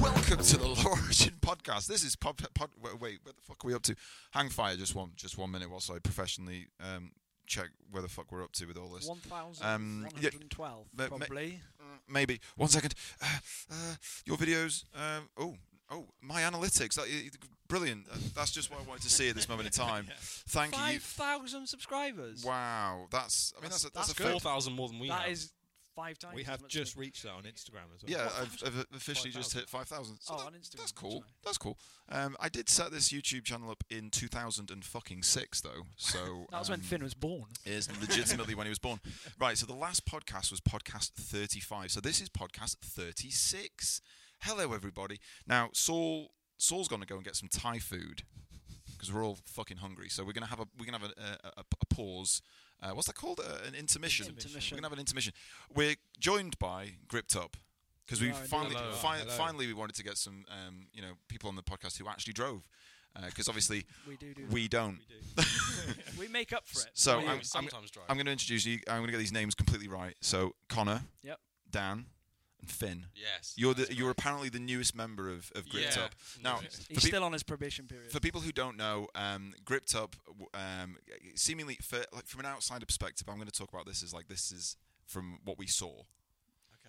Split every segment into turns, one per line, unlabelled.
welcome to the Laurentian podcast. This is pod, pod, wait, wait, where the fuck are we up to? Hang fire, just one, just one minute whilst I professionally um, check where the fuck we're up to with all this.
One thousand
Um,
one
yeah,
hundred and twelve,
but ma-
probably.
Mm, Maybe one second. Uh, uh, your videos. Um, oh, oh, my analytics. That, i- i- brilliant. Uh, That's just what I wanted to see at this moment in time. Thank
Five thousand subscribers.
you. Wow, that's. I mean, that's a,
That's-
that's,
that's
a
good.
fair-
Four thousand more than we
That
have.
is five times.
we
as
have
much
just
as-
reached that on Instagram as well.
Yeah,
What,
I've, I've officially just
5,000?
hit 5,000. So
Oh,
that-
on Instagram,
That's
didn't
cool.
I?
That's cool. Um, I did set this YouTube channel up in 2006, though. So
That was when
um,
Finn was born.
Is legitimately when he was born. Right, so the last podcast was podcast 35. So this is podcast 36. Hello, everybody. Now, Saul. Saul's going to go and get some Thai food because we're all fucking hungry. So we're going to have a we're going to have a, a, a, a pause. Uh, what's that called? Uh, an intermission.
Intermission.
We're going to have an intermission. We're joined by Gripped Up because we
Hello,
finally
Hello,
fi-
hello.
finally we wanted to get some um, you know people on the podcast who actually drove because obviously
We do do.
we don't.
We do.
We make up for it.
So um,
We
I'm, I'm,
sometimes drive.
I'm going to introduce you. I'm going to get these names completely right. So Connor,
Yep.
Dan, and Finn.
yes.
You're the,
that's
you're
correct.
apparently the newest member of, of Gripped
Yeah.
Up. Now,
Nice.
for
He's
peop-
still on his probation period.
for people who don't know, um, Gripped Up, w- um, seemingly for, like from an outsider perspective, I'm going to talk about this as like this is from what we saw.
Okay.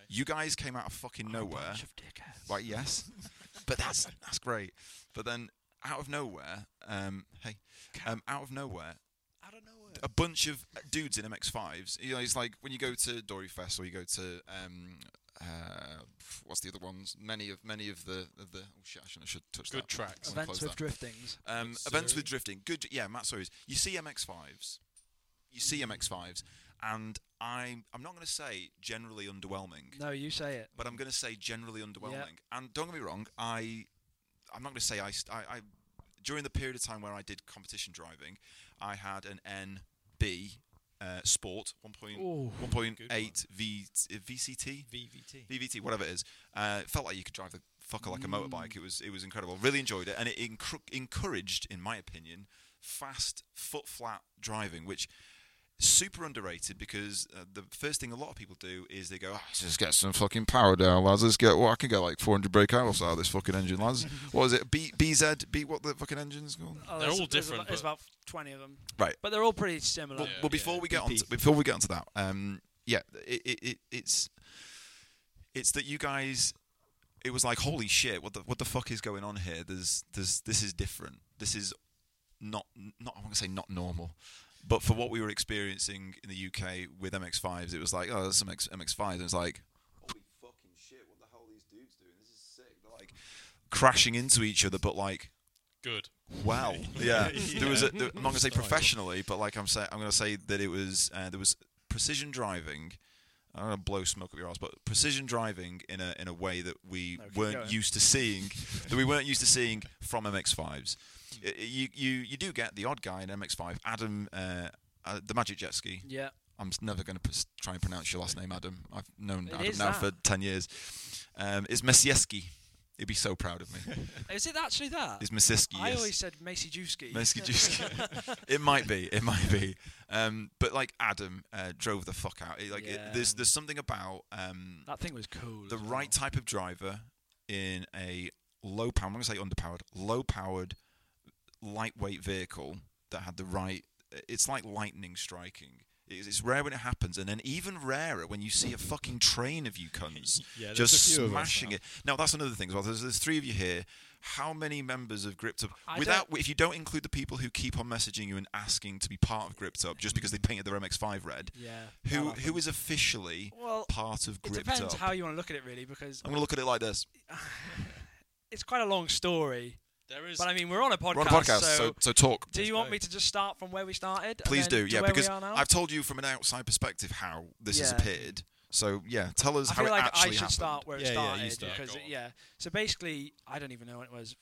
You guys came out of fucking nowhere.
Bunch of dickheads.
Right, yes. but that's that's great. But then out of nowhere, um, hey, um, out of nowhere,
I don't know.
a bunch of dudes in MX5s. You know, it's like when you go to Dory Fest or you go to um, uh, what's the other ones? Many of many of the of the. Oh shit! I shouldn't I should touch
Good
that.
tracks.
I'll
Events
close
with
that.
driftings.
Um,
Matt
events with
Suri.
drifting. Good. Yeah, Matt Suri's. You see MX5s. You see MX5s, and I'm I'm not going to say generally underwhelming
No, you say it.
but I'm going to say generally underwhelming. And don't get me wrong, I I'm not going to say I, st- I I during the period of time where I did competition driving, I had an NB uh, Sport 1.1.8
Ooh.
V VCT
VVT.
VVT whatever it is. Uh, it felt like you could drive the fucker like a motorbike. It was it was incredible. Really enjoyed it, and it encru- encouraged, in my opinion, fast foot flat driving, which super underrated because uh, the first thing a lot of people do is they go, "Ah, let's just get some fucking power down, lads. Let's get, well, I can get like 400 brake hours out of this fucking engine, lads. what is it? B, BZ, B, what the fucking engine's called?
Oh,
They're
there's-
all
there's
different,
about- There's
but-
about twenty of them.
Right.
But they're all pretty similar.
Well,
Yeah.
well before we get on
BP.
to, before we get onto that, um, yeah, it, it, it, it's it's that you guys, it was like holy shit, what the what the fuck is going on here? There's there's this is different. This is not not I'm gonna say not normal, but for what we were experiencing in the UK with MX5s, it was like oh, there's some X, MX5s, and it's like holy fucking shit, what the hell are these dudes doing? This is sick. They're like crashing into each other, but like
Good.
well, yeah.
Yeah.
There was. A, there, I'm not going to say
Style.
professionally, but like I'm saying, I'm going to say that it was. Uh, there was precision driving. I'm going to blow smoke up your ass, but precision driving in a in a way that we
keep
weren't
going.
used to seeing, that we weren't used to seeing from MX5s.
Hmm.
Y- You you you do get the odd guy in MX5, Adam. Uh, uh, the magic jet ski.
Yeah.
I'm s- never going to pr- try and pronounce your last name, Adam. I've known
It
Adam
is
now
that.
for ten years. Um, it's Mesieski. He'd be so proud of me.
Is it actually that?
It's Mesieski.
I
yes.
always said Macy Jewski.
Mersky Juice. it might be. It might be. Um, but like Adam uh, drove the fuck out. It, like it-
Yeah.
there's there's something about um,
That thing was cool.
the
as
right type of driver in a low power. I'm going to say underpowered, low powered, lightweight vehicle that had the right. It's like lightning striking. It's, it's rare when it happens, and then even rarer when you see a fucking train of you cunts
Yeah, there's
just
a few of us
smashing
now.
it. Now that's another thing as well. There's, there's three of you here. How many members of Gripped Up?
I
Without, if you don't include the people who keep on messaging you and asking to be part of Gripped Up just because they painted their MX5 red,
well. Yeah.
who
that
who
happened.
is officially
Well,
part of
it
Gripped
depends
Up?
how you want to look at it, really, because
I'm gonna look at it like this.
it's quite a long story.
There is.
But I mean, we're on a podcast.
We're on a podcast,
so,
so, so talk.
do you
Let's
want
go.
me to just start from where we started? and
Please
then
do,
to
yeah,
where we
because
are now?
I've told you from an outside perspective how this has
Yeah.
appeared. So yeah, tell us
I
how
feel
it
like I
actually
should
happened.
start where it
Yeah, yeah,
started
you start.
because
Go
it-
on.
yeah. So basically, I don't even know when it was.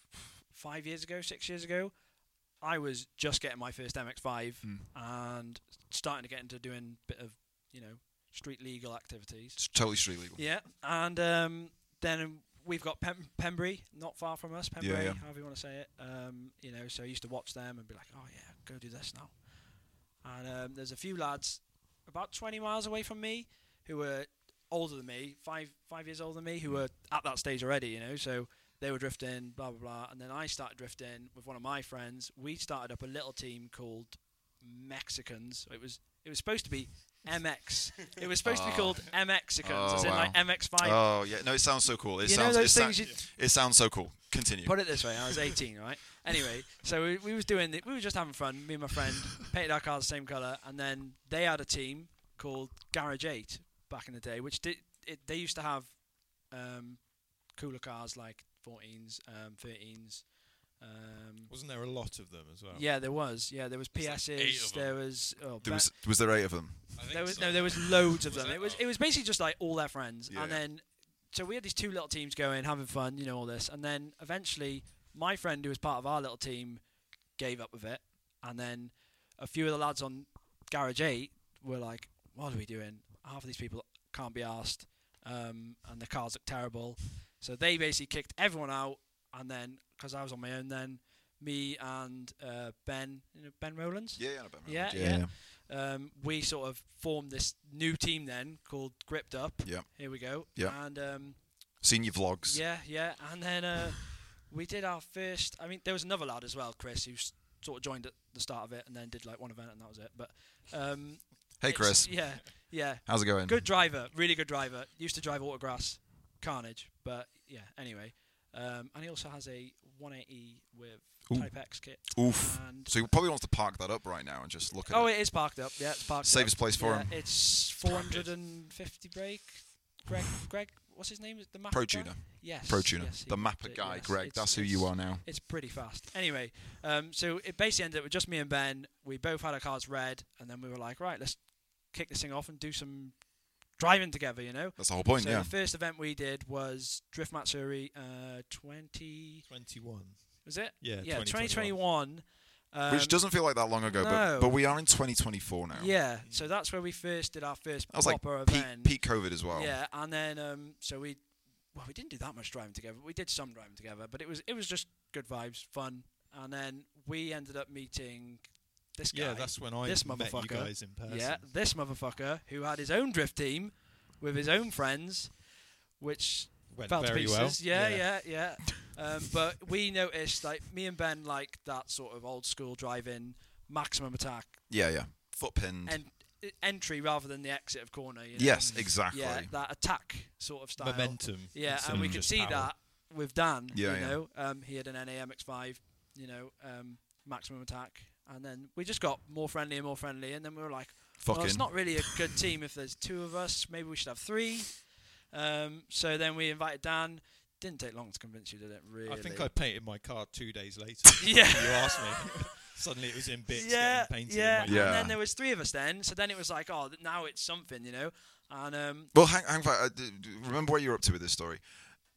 Five years ago, six years ago, I was just getting my first MX5
Mm.
and starting to get into doing a bit of you know street legal activities.
It's totally street legal.
Yeah, and um, then we've got Pem- Pembury, not far from us. Pembury,
yeah.
however you want to say it. Um, you know, so I used to watch them and be like, oh yeah, go do this now. And um, there's a few lads about 20 miles away from me
Hmm.
who were older than me, five five years older than me, who were at that stage already. You know, so They were drifting, blah blah blah, and then I started drifting with one of my friends. We started up a little team called Mexicans. It was it was supposed to be MX. it was supposed to be
Oh.
called MXicans, as
Oh,
in like
wow.
MX Five.
Oh yeah, no, it sounds so cool. It
you
sounds
know
it,
those
sou-
things. you,
it sounds so cool. Continue.
Put it this way, I was 18, right? Anyway, so we, we was doing the, we were just having fun. Me and my friend painted our cars the same color, and then they had a team called Garage Eight back in the day, which did it, they used to have um, cooler cars like 14s, um, 13s. Um,
Wasn't there a lot of them as well?
yeah, there was. Yeah, there was
There's like eight
PSs.
of them.
there was. Oh,
there
ba-
was was there eight of them?
I think
there was
so.
no, there was loads of
Was
them.
there?
It was
Oh.
it was basically just like all their friends,
Yeah.
and then so we had these two little teams going, having fun, you know, all this, and then eventually my friend who was part of our little team gave up with it, and then a few of the lads on Garage Eight were like, "What are we doing? Half of these people can't be asked, um, and the cars look terrible," so they basically kicked everyone out, and then because I was on my own then. Me and uh, Ben, you know, Ben Rowlands.
Yeah, yeah, no, but-
Yeah, yeah. Um, we sort of formed this new team then called Gripped Up.
Yeah.
Here we go.
Yeah.
And um,
Seen your vlogs.
yeah, yeah. And then uh, we did our first. I mean, there was another lad as well, Chris, who s- sort of joined at the start of it and then did like one event and that was it. But um,
Hey
it's-
Chris,
Yeah, yeah.
how's it going?
Good driver, really good driver. Used to drive autograss, carnage. But yeah, anyway. Um, and he also has a 180 with
Ooh.
Type X kit.
Oof.
And
So he probably wants to park that up right now and just look at
oh,
it.
it is parked up. Yeah, it's parked.
Save
up.
his place for
Yeah,
him.
It's 450 brake. Greg, Greg, what's his name? The map
Pro
guy?
tuner,
Yes.
pro tuner,
yes, he
the mapper
did,
guy,
yes.
Greg.
It's-
That's who
it's-
you are now.
It's pretty fast. Anyway, um, so it basically ended up with just me and Ben. We both had our cars red, and then we were like, right, let's kick this thing off and do some driving together, you know?
That's the whole point.
so
yeah.
the first event we did was Drift Matsuri uh, 20.
21.
Was it?
Yeah,
Yeah,
2021.
2021. Um,
Which doesn't feel like that long ago,
no.
but but we are in 2024 now.
Yeah, so that's where we first did our first
That was like
proper
peak,
event.
peak COVID as well.
Yeah, and then um, so we, well, we didn't do that much driving together. We did some driving together, but it was it was just good vibes, fun. And then we ended up meeting this guy.
Yeah, that's when I
This
met you
motherfucker.
guys in person.
yeah, this motherfucker who had his own drift team with his own friends, which
Went
fell to
very
pieces.
well.
Yeah, yeah, yeah. um, but we noticed like me and Ben like that sort of old school driving, maximum attack
yeah, yeah.
Mm.
Footpinned.
and entry rather than the exit of corner. You know?
yes, exactly.
Yeah, that attack sort of style.
Momentum.
Yeah,
instead
and we
of
could
just
see
power.
that with Dan.
um, Yeah,
you
yeah.
know, um, he had an NAMX five, you know, um, maximum attack, and then we just got more friendly and more friendly, and then we were like, well,
Fucking.
it's not really a good team if there's two of us. Maybe we should have three. Um, so then we invited Dan. Didn't take long to convince you, did it? Really?
I think I painted my car two days later.
Yeah.
you asked me. Suddenly it was in bits
yeah,
getting painted.
yeah.
In my car.
And
Yeah.
then there was three of us then. So then it was like, oh, th- now it's something, you know. And um,
well, hang, hang on. Remember where you're up to with this story.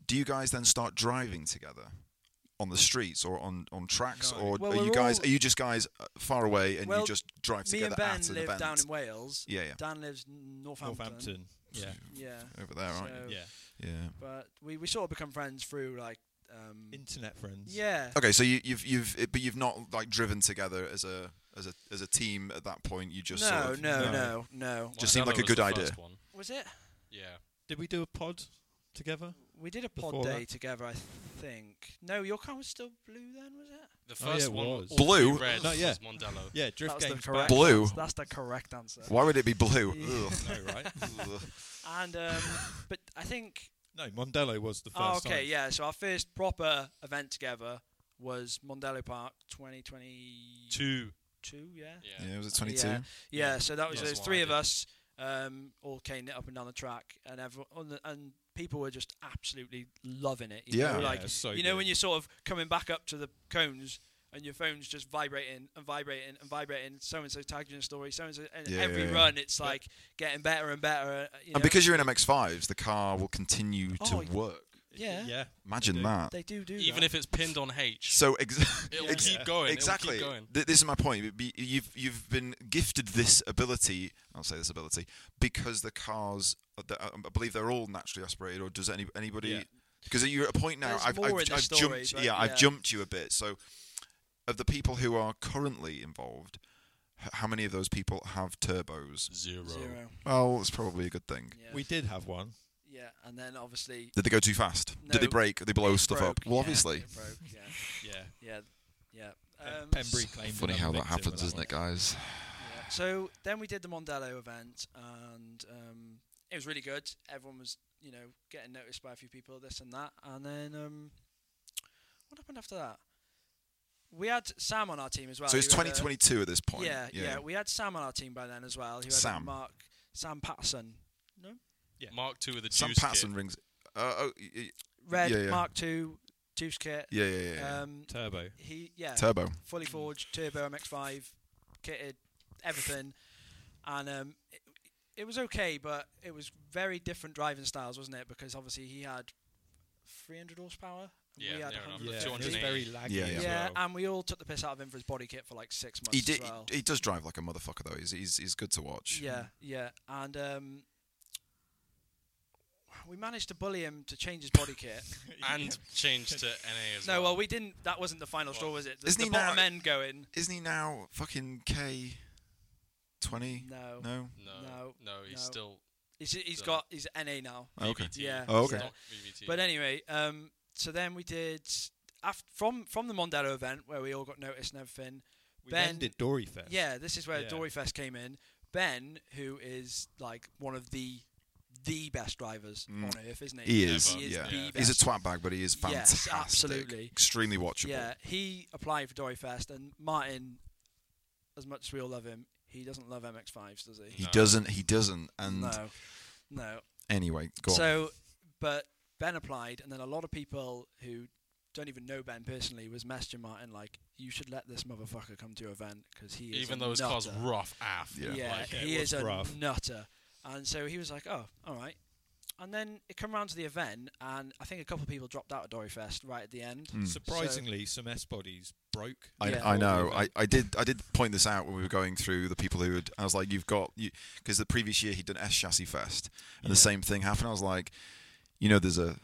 Do you guys then start driving together on the streets or on, on tracks,
No.
or
Well,
are you
we're
guys
all-
are you just guys uh, far away and
Well,
you just drive
me
together
and Ben
at an
live
event?
down in Wales.
yeah, yeah.
Dan lives in Northampton.
Northampton. Yeah.
Yeah.
Over there, aren't
So-
you?
Yeah.
Yeah.
but we, we sort of become friends through like um
Internet friends.
yeah
Okay, so you, you've you've it, but you've not like driven together as a as a as a team at that point. You just
no,
sort of,
no
No.
no no
Just seemed like a good idea.
was it
Yeah. Did we do a pod together?
we did a pod
Before
day
that?
together i think no your car was still blue then was it
The
Oh, yeah,
first
it
one
was.
all three
Blue?
Red
No,
was
yeah.
Mondello.
Yeah, drift
that's the
games
correct
back.
Blue?
answer. that's the correct answer
Why would it be blue?
Yeah.
Ugh.
no, right?
Ugh.
and um but i think
No, Mondello was the first.
oh, okay
time.
yeah so our first proper event together was mondello park 2022
Two.
yeah
Yeah.
Yeah, was it 22?
Yeah. Yeah,
Yeah.
so that was
That's
those
what I
three of
did.
us um, all caned it up and down the track, and everyone on the- and people were just absolutely loving it. You
Yeah.
know,
Yeah,
like
it's so
you know when
good.
you're sort of coming back up to the cones and your phone's just vibrating and vibrating and vibrating. So and so tagged you in a story. So and so, and
Yeah,
every
yeah, yeah.
run it's like getting better and better. uh, You know?
And because you're in MX5s, the car will continue to
Oh,
work.
yeah,
Yeah.
Imagine
do.
that.
they do do
Even
that.
if it's pinned on H,
So ex-
it'll
Yeah.
keep going.
exactly.
It'll keep going.
Th- this is my point. It'd be- You've you've been gifted this ability. I'll say this ability because the cars. are- the- uh, I believe they're all naturally aspirated, or does any, anybody?
Yeah.
Because you're at a point now.
There's
I've,
more
I've,
in the
I've
story,
jumped.
but
yeah, I've
yeah.
jumped you a bit. So, of the people who are currently involved, h- how many of those people have turbos?
Zero.
zero,
Well, it's probably a good thing.
yeah.
We did have one.
yeah, and then obviously
Did they go too fast? Did they
No.
break? Did they blow
it
stuff
broke,
up? Well,
yeah,
obviously.
it broke, yeah,
Yeah.
yeah, yeah.
Um,
Um,
Pembry claimed
Funny
another
how that
victim with
happens,
that
isn't
one.
it, guys?
Yeah. So then we did the Mondello event, and um, it was really good. Everyone was, you know, getting noticed by a few people, this and that. And then um, what happened after that? We had Sam on our team as well.
so it's
who had a-
2022 at this point.
Yeah, yeah, We had Sam on our team by then as well. Who had a
Sam.
Mark, Sam Patterson,
Yeah.
Mark two of the
Sam
Juice
Patson
kid.
rings. Uh, oh, y- y-
Red
Yeah, yeah.
Mark Two, Juice Kit.
yeah, yeah, yeah. yeah.
Um,
Turbo.
he yeah.
Turbo.
fully
Mm.
forged turbo MX5 kitted everything and um it, it was okay but it was very different driving styles wasn't it because obviously he had 300 horsepower and
Yeah,
we had
near enough.
150.
Yeah. It was very
280.
laggy
Yeah,
as
yeah,
well.
and we all took the piss out of him for his body kit for like six months
He did. Mm.
as well
He, he does drive like a motherfucker though. He's he's, he's good to watch.
yeah yeah and um we managed to bully him to change his body kit.
and changed to NA as
no,
well.
well, we didn't. That wasn't the final straw, was it? The,
Isn't
the
he now-
bottom end going.
Isn't he now fucking K twenty?
No,
No.
no,
no,
no, he's
no.
still
he's he's
Dunno.
got he's NA now.
Oh, okay.
VVT.
Yeah,
Oh,
He's
okay.
not VVT.
But anyway, um, so then we did af from from the Mondello event where we all got noticed and everything.
We
Ben-
then did Dory Fest.
Yeah, this is where
Yeah.
Dory Fest came in. Ben, who is like one of the the best drivers on earth, isn't he?
Mm. He is.
He
Yeah.
is
the
He's a
best.
twat bag, but he is
Yes,
fantastic.
absolutely.
Extremely watchable.
Yeah, he applied for Dory Fest, and Martin, as much as we all love him, he doesn't love MX5s, does he?
He
No.
doesn't. He doesn't. And
No, no.
anyway, go on.
So, but Ben applied, and then a lot of people who don't even know Ben personally was messaging Martin like, "You should let this motherfucker come to your event because he is
even
a
though his car's
nutter."
rough af.
Yeah.
yeah,
Like,
it
he
was
is a
rough.
nutter." And so he was like, "Oh, all right." And then it come round to the event, and I think a couple of people dropped out of Doryfest right at the end.
Mm.
Surprisingly, some S bodies broke.
I,
Yeah.
I know. I, I did. I did point this out when we were going through the people who had. I was like, "You've got," because the previous year he'd done S chassis fest, and the
Yeah.
same thing happened. I was like, "You know, there's a.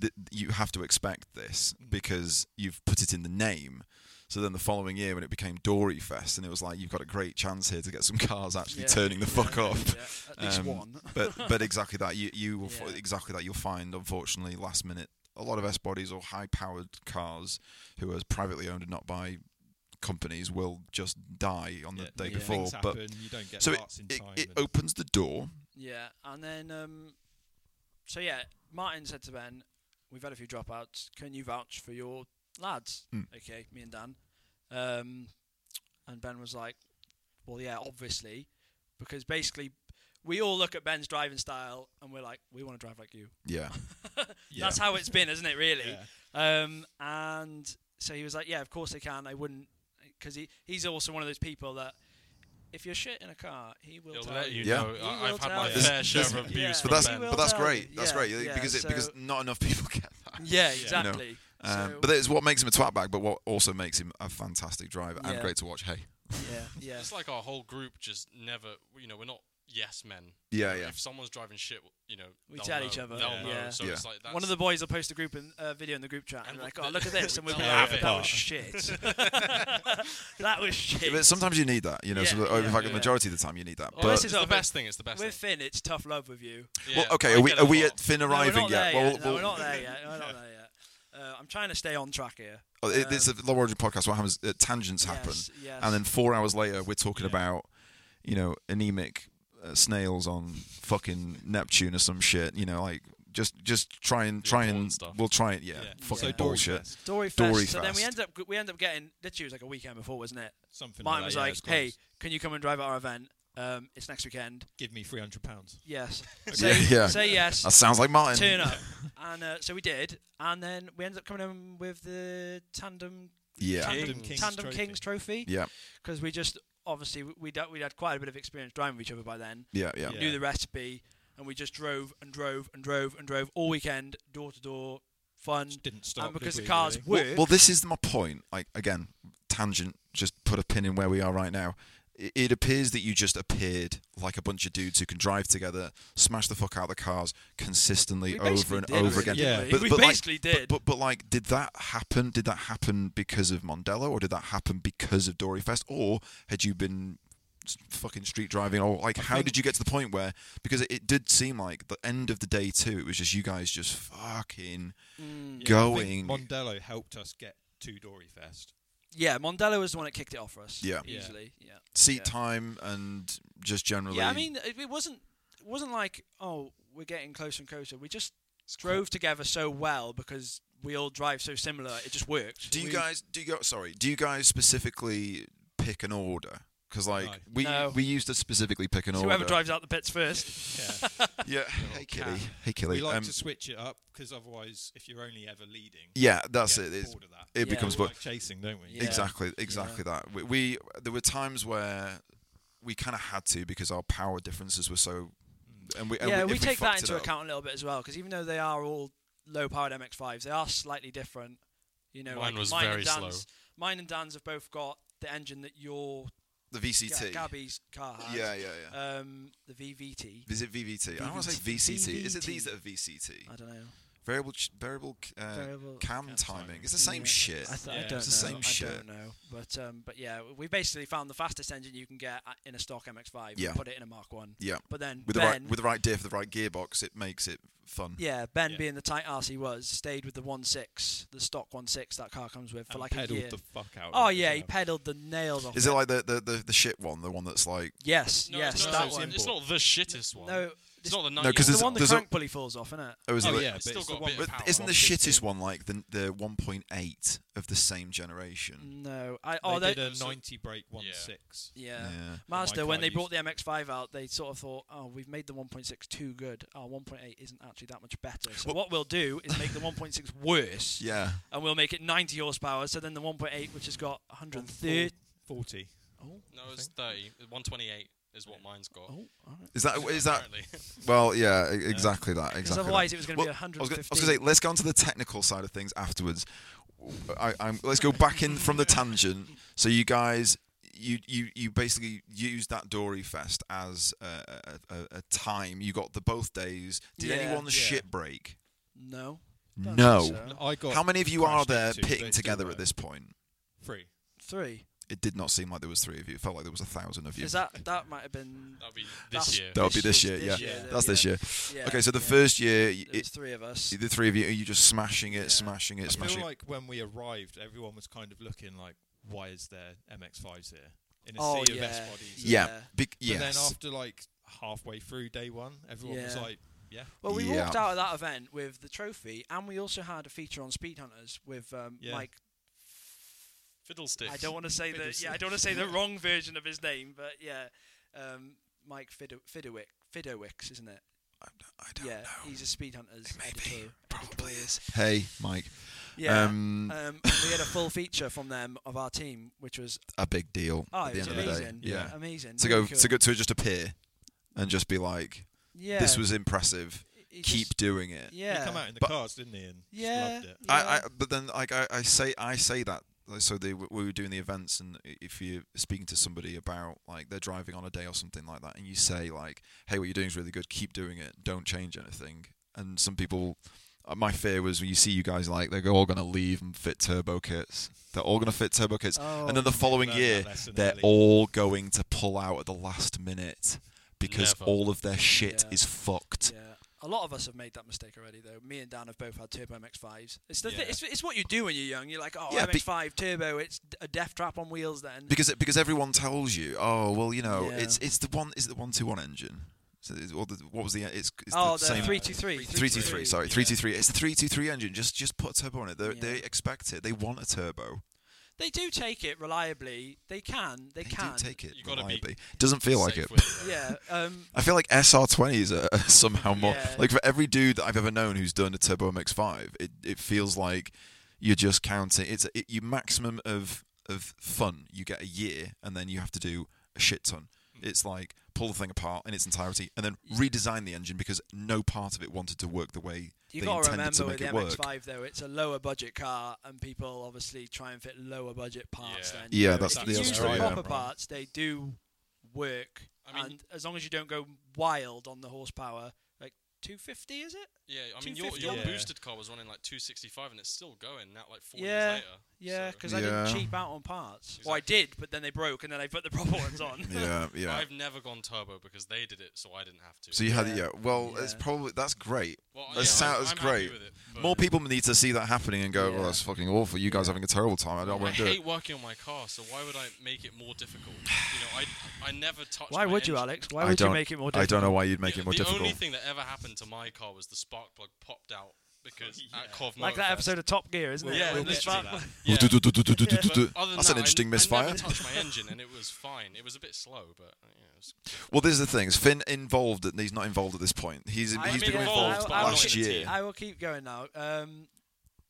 Th- you have to expect this
Mm.
because you've put it in the name." So then the following year, when it became Dory Fest, and it was like, "You've got a great chance here to get some cars actually
Yeah.
turning the fuck
Yeah,
up."
yeah, at least
Um,
one.
but but exactly that. You you will fi-
Yeah.
exactly that. You'll find unfortunately last minute a lot of S bodies or high powered cars who are privately owned and not by companies will just die on the
Yeah,
day
yeah.
before.
Things
But
happen, you don't get
so it-
parts in
it,
time.
it
and-
opens the door.
Yeah, and then um, so yeah, Martin said to Ben, "We've had a few dropouts. Can you vouch for your lads?"
Mm.
Okay, me and Dan. Um, and Ben was like, "Well, yeah, obviously, because basically." We all look at Ben's driving style and we're like, we want to drive like you.
Yeah,
Yeah.
That's how it's been, isn't it, really?
Yeah.
Um, and so he was like, "Yeah, of course they can. I wouldn't, because he he's also one of those people that if you're shit in a car, he will
He'll
tell
let you
Yeah.
know.
He
I,
will
I've had my
tell
you.
fair share
This-
of abuse
yeah.
from
but that's
he
Ben.
will
but that's
tell
great.
you.
That's
Yeah,
great
yeah,
because it,
so-
because not enough people get that.
Yeah,
know,
exactly.
Um,
so,
but that is what makes him a twat bag, but what also makes him a fantastic driver and
Yeah.
great to watch. Hey,
yeah, yeah,
It's like our whole group just never, you know, we're not yes men.
yeah, yeah,
If someone's driving shit, you know,
We
they'll
tell
know.
each other,
They'll
yeah.
know.
Yeah.
So
Yeah.
it's like that's
One of the boys will post a group in, uh, video in the group chat, and,
And
we're like,
we'll-
"Oh, look at this!" And we'll be
Yeah.
like, "That was shit. that was
Yeah,
shit."
But sometimes you need that. You know,
Yeah,
so that- oh, in
yeah,
fact,
yeah.
the majority of the time you need that.
Well,
but
this
it's
is
the
our-
best thing. It's the best
With
thing.
Finn, it's tough love with you.
Yeah,
well, okay,
I
are we
get
are
it a
we
lot.
at Finn
No, we're
arriving
not there
yet?
yet.
Well,
no,
well,
we're not there yet. We're not there yet. Uh, I'm trying to stay on track here.
Oh, it- it's a
Um,
low origin podcast. What happens? Uh, tangents happen,
Yes, yes.
and then four hours later, we're talking
Yeah.
about you know anemic uh, snails on fucking Neptune or some shit. You know, like just just try and
The
try
important
and
stuff.
we'll try it. Yeah,
Yeah.
fucking
Yeah.
bullshit.
Dory Fest.
Dory
so then we
Fest.
end up we end up getting literally it was like a weekend before, wasn't it?
Something
Martin
like
was
that, yeah,
like,
it's close.
"Hey, can you come and drive at our event? Um, it's next weekend."
give me three hundred pounds."
Yes.
Okay.
Say,
Yeah, yeah.
say yes.
That sounds like Martin.
turn up. and uh, so we did, and then we ended up coming home with the tandem
Yeah,
tandem,
King.
Kings,
Kings
tandem
trophy.
Kings trophy
yeah,
because we just obviously we- we'd we'd had quite a bit of experience driving with each other by then,
yeah, yeah.
Yeah.
knew the recipe, and we just drove and drove and drove and drove all weekend, door to door, fun.
Just didn't stop.
and because
did
the
we,
cars
really?
Well,
worked,
well, this is my point. Like again, tangent. Just put a pin in where we are right now. It, it appears that you just appeared like a bunch of dudes who can drive together, smash the fuck out of the cars consistently
we
over
basically
and
did,
over
really,
again.
Yeah.
didn't we?
But-
we
but like-
basically did.
But, but but like, did that happen? Did that happen because of Mondello, or did that happen because of Doryfest, or had you been s- fucking street driving or like how
think-
did you get to the point where because it, it did seem like the end of the day too it was just you guys just fucking
Mm.
Yeah, I think
going
Mondello helped us get to Dory Fest.
Yeah, Mondello was the one that kicked it off for us.
Yeah.
Yeah.
easily. Yeah.
seat
yeah.
time and just generally
Yeah, I mean, it, it wasn't it wasn't like oh we're getting closer and closer. We just drove together so well because we all drive so similar. It just worked.
do you
We-
guys do you go sorry do you guys specifically pick an order because like
No.
we
No.
we used to specifically pick an
it's
order
Whoever drives out the pits first.
Yeah.
yeah hey Killy
cat.
hey Killy
we like
um,
to switch it up because otherwise, if you're only ever leading,
yeah that's
you
it
get
it's,
bored of that.
it
Yeah.
becomes
We
but
like chasing, don't we?
Yeah.
Exactly, exactly that. We, we there were times where we kind of had to because our power differences were so. And we, and
yeah,
we,
we,
if
take that
fucked it
into
up-
account a little bit as well because even though they are all low-powered MX-5s, they are slightly different. You know,
Mine
like
was
mine
very
and
slow.
Dan's, Mine and Dan's have both got the engine that your
The
Ga-
VCT.
Gabby's car has.
yeah, yeah, yeah.
Um, the VVT.
Is it VVT? I don't want to say
VVT.
VCT. Is it these that are VCT?
I don't know.
Variable ch- variable, c- uh,
Variable-
cam,
Cam
timing.
timing.
It's the same
Yeah.
shit.
I, th- I
Yeah.
don't
It's
the
know.
same
I
shit.
don't know. But um, but yeah, we basically found the fastest engine you can get at- in a stock MX-5
Yeah.
and put it in a Mark One.
yeah.
But then
With the
Ben,
right with the right diff, the right gearbox, it makes it fun.
yeah, Ben
Yeah.
being the tight ass he was, stayed with the one six, the stock one six that car comes with for
And
like a
pedaled
year.
the fuck out.
oh
of it as
yeah,
well.
he pedaled the nails off.
Is it like the, the, the, the shit one, the one that's like
yes,
No,
yes,
it's, not,
that
it's,
one.
it's not the shittest one.
No,
it's not the
No,
90
'cause
the
there's-
one the
there's a-
crank pulley falls off, isn't it?
oh, is
Oh
it like-
yeah,
It's
but
still
it's
got
the
a
one
bit
But
with
of power.
isn't the
150.
shittest one like the the 1.8 of the same generation?
No, I
They Oh
oh they,
did a
those are-
90 brake one
Yeah.
six.
yeah.
yeah.
Mazda,
car
when they
used-
brought the MX-5 out, they sort of thought, "Oh, we've made the 1.6 too good. Our 1.8 isn't actually that much better. So
Well-
what we'll do is make the 1.6 worse,
Yeah.
and we'll make it 90 horsepower. So then the 1.8, which has got
Oh,
130,
40.
No, it's 30. 128 is what mine's got.
oh, all right.
Is that is that
Apparently.
well? Yeah, e- exactly that.
Because
Exactly.
otherwise
that.
it was going to
Well,
be
I was
115.
gonna, I was gonna say, let's go on to the technical side of things afterwards. I, I'm, let's go back in from the tangent. So you guys, you you you basically used that Dory Fest as a, a, a, a time. You got the both days. Did
Yeah,
anyone
yeah.
shit break?
no, Don't
No.
think so.
I got
How many of you are
crashed
there
into, but
pitting
it's still
together
there.
at this point?
Three.
three.
It did not seem like there was three of you. It felt like there was a thousand of you.
Is that that might have been
That'll be
that's
this year.
That'll be this
year's-
year, yeah.
year,
That's this year.
yeah,
okay, so the
yeah.
first year, y-
There
it,
was three of us.
the three of you, are you just smashing it,
Yeah.
smashing it,
I
smashing
feel
it?
like when we arrived, everyone was kind of looking like, why is there MX5s here? In a
Oh,
sea of
yeah.
S bodies.
Yeah.
Yeah.
Big,
But
yes.
then after like halfway through day one, everyone was
Yeah.
like, yeah.
Well, we
Yeah.
walked out of that event with the trophy, and we also had a feature on Speed Hunters with um,
Yeah.
Mike.
Fiddlesticks.
I don't want to say the yeah, I
Fiddlesticks.
don't want to say the wrong version of his name, but yeah, um, Mike Fido- Fidowick, Fidowicks, isn't it?
I don't
yeah,
know.
he's a Speed Hunters
Maybe.
editor.
Probably is. Hey, Mike.
Yeah. Um,
Um,
and we had a full feature from them of our team, which was
a big deal
oh,
at
it
the
was
end
yeah.
of the day.
amazing,
Yeah.
amazing.
To
really
go,
cool.
to go, to just appear and just be like,
yeah,
this was impressive.
It- it
Keep
just-
doing it.
yeah,
He come out in the
But-
cars, didn't he? And just
yeah,
loved it.
I, I,
yeah.
but then like I, I say I say that like, so they w- we were doing the events and i- if you're speaking to somebody about like they're driving on a day or something like that and you say like hey what you're doing is really good keep doing it don't change anything and some people uh, my fear was when you see you guys like they're all gonna leave and fit turbo kits they're all gonna fit turbo kits
Oh,
and then the following
learned that
year
lesson
they're
early.
all going to pull out at the last minute because
Never.
all of their shit
Yeah.
is fucked
Yeah, a lot of us have made that mistake already, though. Me and Dan have both had Turbo MX-5s. It's the thi-
Yeah.
it's, it's what you do when you're young. You're like, oh,
Yeah, be-
MX-5 Turbo, it's d- a death trap on wheels. Then
because it, because everyone tells you, oh well, you know,
Yeah.
it's it's the one is it the one two one engine. So it's, or the, what was the it's, it's
oh,
the same
three two three,
three two three. Sorry,
yeah.
three two three. It's the three two three engine. Just just put a turbo on it. They
Yeah.
they expect it. They want a turbo.
They do take it reliably. They can. They,
do
can.
take it
You gotta be
reliably. Doesn't feel like
Safe
it.
with uh, it.
Yeah. Um,
I feel like SR20s are somehow more
Yeah.
like for every dude that I've ever known who's done a Turbo MX5, it, it feels like you're just counting. It's it, you maximum of of fun you get a year, and then you have to do a shit ton.
Hmm.
It's like pull the thing apart in its entirety, and then redesign the engine because no part of it wanted to work the way
you
they
got to
intended to
remember
make
with the
it work.
MX-5 though, it's a lower budget car, and people obviously try and fit lower budget parts.
Yeah.
Then
Yeah,
So
that's
if
the
you
other
use the
side, yeah.
proper parts, they do work.
I mean-
and as long as you don't go wild on the horsepower, like 250, is it?
Yeah, I mean, your, your
250. Yeah.
boosted car was running like 265 and it's still going now, like four
Yeah,
years later.
Yeah,
So-
because I didn't
Yeah.
cheap out on parts. Well, I did, but then they broke, and then I put the proper ones on.
yeah, yeah.
I've never gone turbo because they did it, so I didn't have to.
so you had
Yeah.
yeah. Well, it's
Yeah.
probably that's great.
well,
that sounds
I'm, I'm
great.
Happy with it, but
More people need to see that happening and go,
Yeah.
"Well, that's fucking awful. You guys are having a terrible time. I don't
I
want to do
hate
it."
working on my car, so why would I make it more difficult? You know, I I never touch.
Why
my
would you,
engine.
Alex? Why
I
would you
don't-
make it more
I
difficult?
don't know why you'd make
Yeah,
it more
the
difficult.
only thing that ever happened to my car was the spark plug popped out because at Cov
Like that episode of Top Gear, isn't it?
Yeah,
With the
literally
spark-
Ooh,
that. Yeah,
do, do, do, do, do, do,
but
do, do.
other than
That's
that,
an interesting
I, I
misfire.
never touched my engine, and it was fine. It was a bit slow, but yeah, it was
Well, this is the thing: is Finn involved? That he's not involved at this point. He's
I
he's
mean,
become
yeah,
involved
I- I
last
was-
year.
I will keep going now. Um,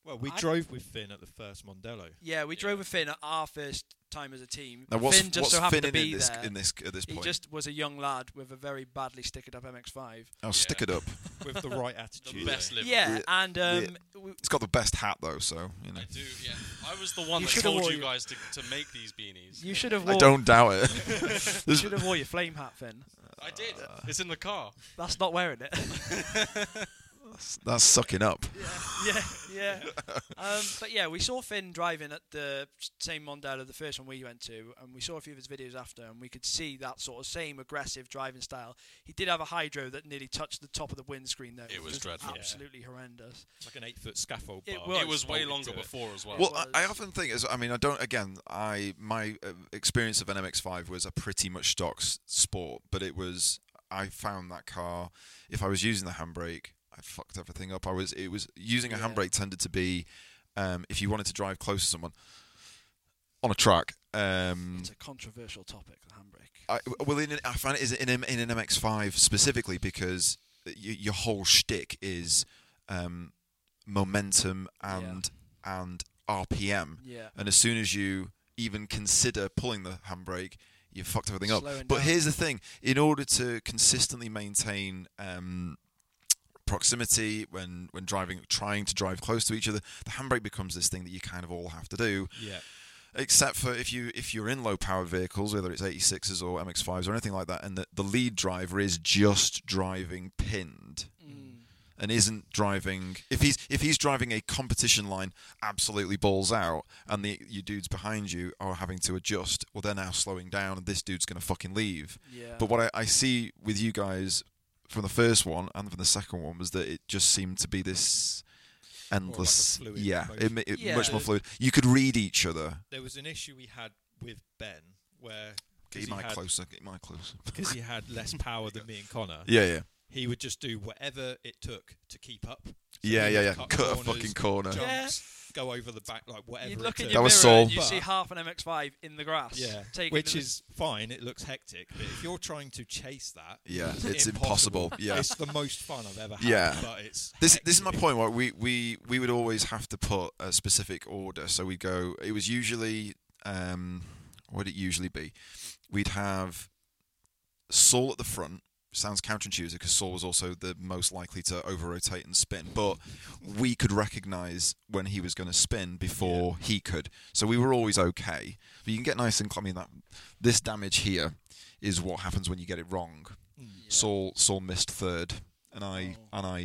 Well, we
I-
drove with Finn at the first Mondello.
yeah, we
Yeah.
drove with Finn at our first time as a team.
Now, what's
Finn just
what's
so happened
Finn
to
in,
be
in this
there.
in this at this
he
point?
just was a young lad with a very badly stickered up MX-5.
oh, stick it up.
with the right
the
attitude.
best liver.
Yeah,
Yeah.
and um, w-
It's got the best hat though, so you know.
I do. Yeah, I was the one
You
that
should've
told
wore
you
your-
guys to, to make these beanies.
you should have
I
worn.
don't doubt it.
You
There's-
should have wore your flame hat, Finn.
I did.
Uh,
It's in the car.
That's not wearing it.
that's sucking up.
yeah, yeah. Um, but yeah, we saw Finn driving at the same Mondello, the first one we went to, and we saw a few of his videos after, and we could see that sort of same aggressive driving style. He did have a hydro that nearly touched the top of the windscreen, though.
It was
just
dreadful.
Yeah.
Absolutely horrendous.
It's like an eight foot scaffold
It
bar.
was.
It was way
bolted
longer
to it.
before as well.
Well,
was.
I, I often think is I mean I don't again I my uh, experience of an MX5 was a pretty much stock s- sport, but it was I found that car if I was using the handbrake I fucked everything up. I was it was using a
Yeah.
handbrake tended to be um, if you wanted to drive close to someone on a track. Um,
It's a controversial topic, the handbrake.
I, well, in, an- I find it is in, an- in an MX5 specifically because y- your whole shtick is um, momentum
Yeah.
and and RPM,
Yeah.
and as soon as you even consider pulling the handbrake, you fucked everything up.
Slowing
But
down.
here's the thing: in order to consistently maintain um, proximity when when driving, trying to drive close to each other, the handbrake becomes this thing that you kind of all have to do
Yeah.
except for if you if you're in low powered vehicles, whether it's 86s or MX5s or anything like that, and the, the lead driver is just driving pinned
Mm.
and isn't driving if he's if he's driving a competition line absolutely balls out and the you dudes behind you are having to adjust well they're now slowing down and this dude's going to fucking leave
Yeah.
but what I, I see with you guys from the first one and from the second one was that it just seemed to be this
like a
endless
fluid
yeah it,
motion.
ma- it,
Yeah.
much more fluid you could read each other
There was an issue we had with Ben where
Get
because
your
he,
mic
had-
closer. Get your mic closer.
'cause he had less power than me and Connor,
Yeah, yeah,
he would just do whatever it took to keep up. So
yeah,
he
yeah,
would
yeah. Cut a
corners,
fucking corner.
jumps,
Yeah.
go over the back, like whatever.
you
it
look in
took.
your
That was
mirror
Saul.
and you
But-
see half an MX-5 in the grass.
Yeah,
taking
which
the-
is fine. It looks hectic, but if you're trying to chase that,
Yeah, it's impossible. Yeah.
it's the most fun I've ever had.
Yeah.
but it's
This this is my
hectic.
point. Where we we we would always have to put a specific order. So we'd go. It was usually um, what would it usually be? We'd have Saul at the front. Sounds counterintuitive because Saul was also the most likely to over rotate and spin, but we could recognize when he was going to spin before he could. So we were always okay. But you can get nice and cl- I mean that this damage here is what happens when you get it wrong.
Mm.
Saul Saul missed third, and I
Oh.
and I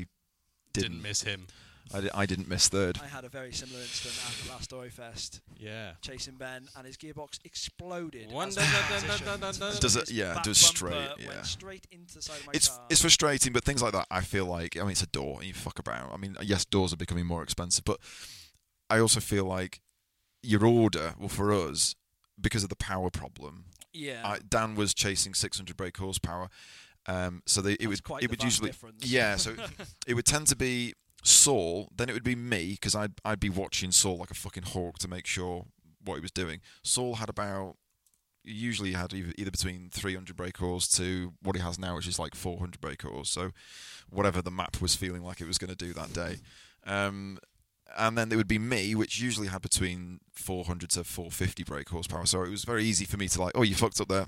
didn't.
didn't.
miss him.
I, di- I didn't miss third.
I had a very similar incident after last Story Fest,
Yeah,
chasing Ben, and his gearbox exploded.
One
as
dun
he
dun dun
transitioned.
dun dun dun
Does it-
His
yeah,
back
does straight,
bumper
yeah.
Went straight into the side of my
It's
car.
it's frustrating, but things like that, I feel like I mean it's a door, and you fuck about. I mean, yes, doors are becoming more expensive, but I also feel like your order, well, for us, because of the power problem,
yeah.
I, Dan was chasing 600 brake horsepower, um, so they, it
that's
would
quite
it
the
would
vast
usually
difference.
Yeah, so it would tend to be Saul, then it would be me because I'd I'd be watching Saul like a fucking hawk to make sure what he was doing. Saul had about usually had either, either between 300 brake horse to what he has now, which is like 400 brake horse. So whatever the map was feeling like it was going to do that day. Um, and then there would be me, which usually had between 400 to 450 brake horsepower. So it was very easy for me to like, oh, you fucked up there.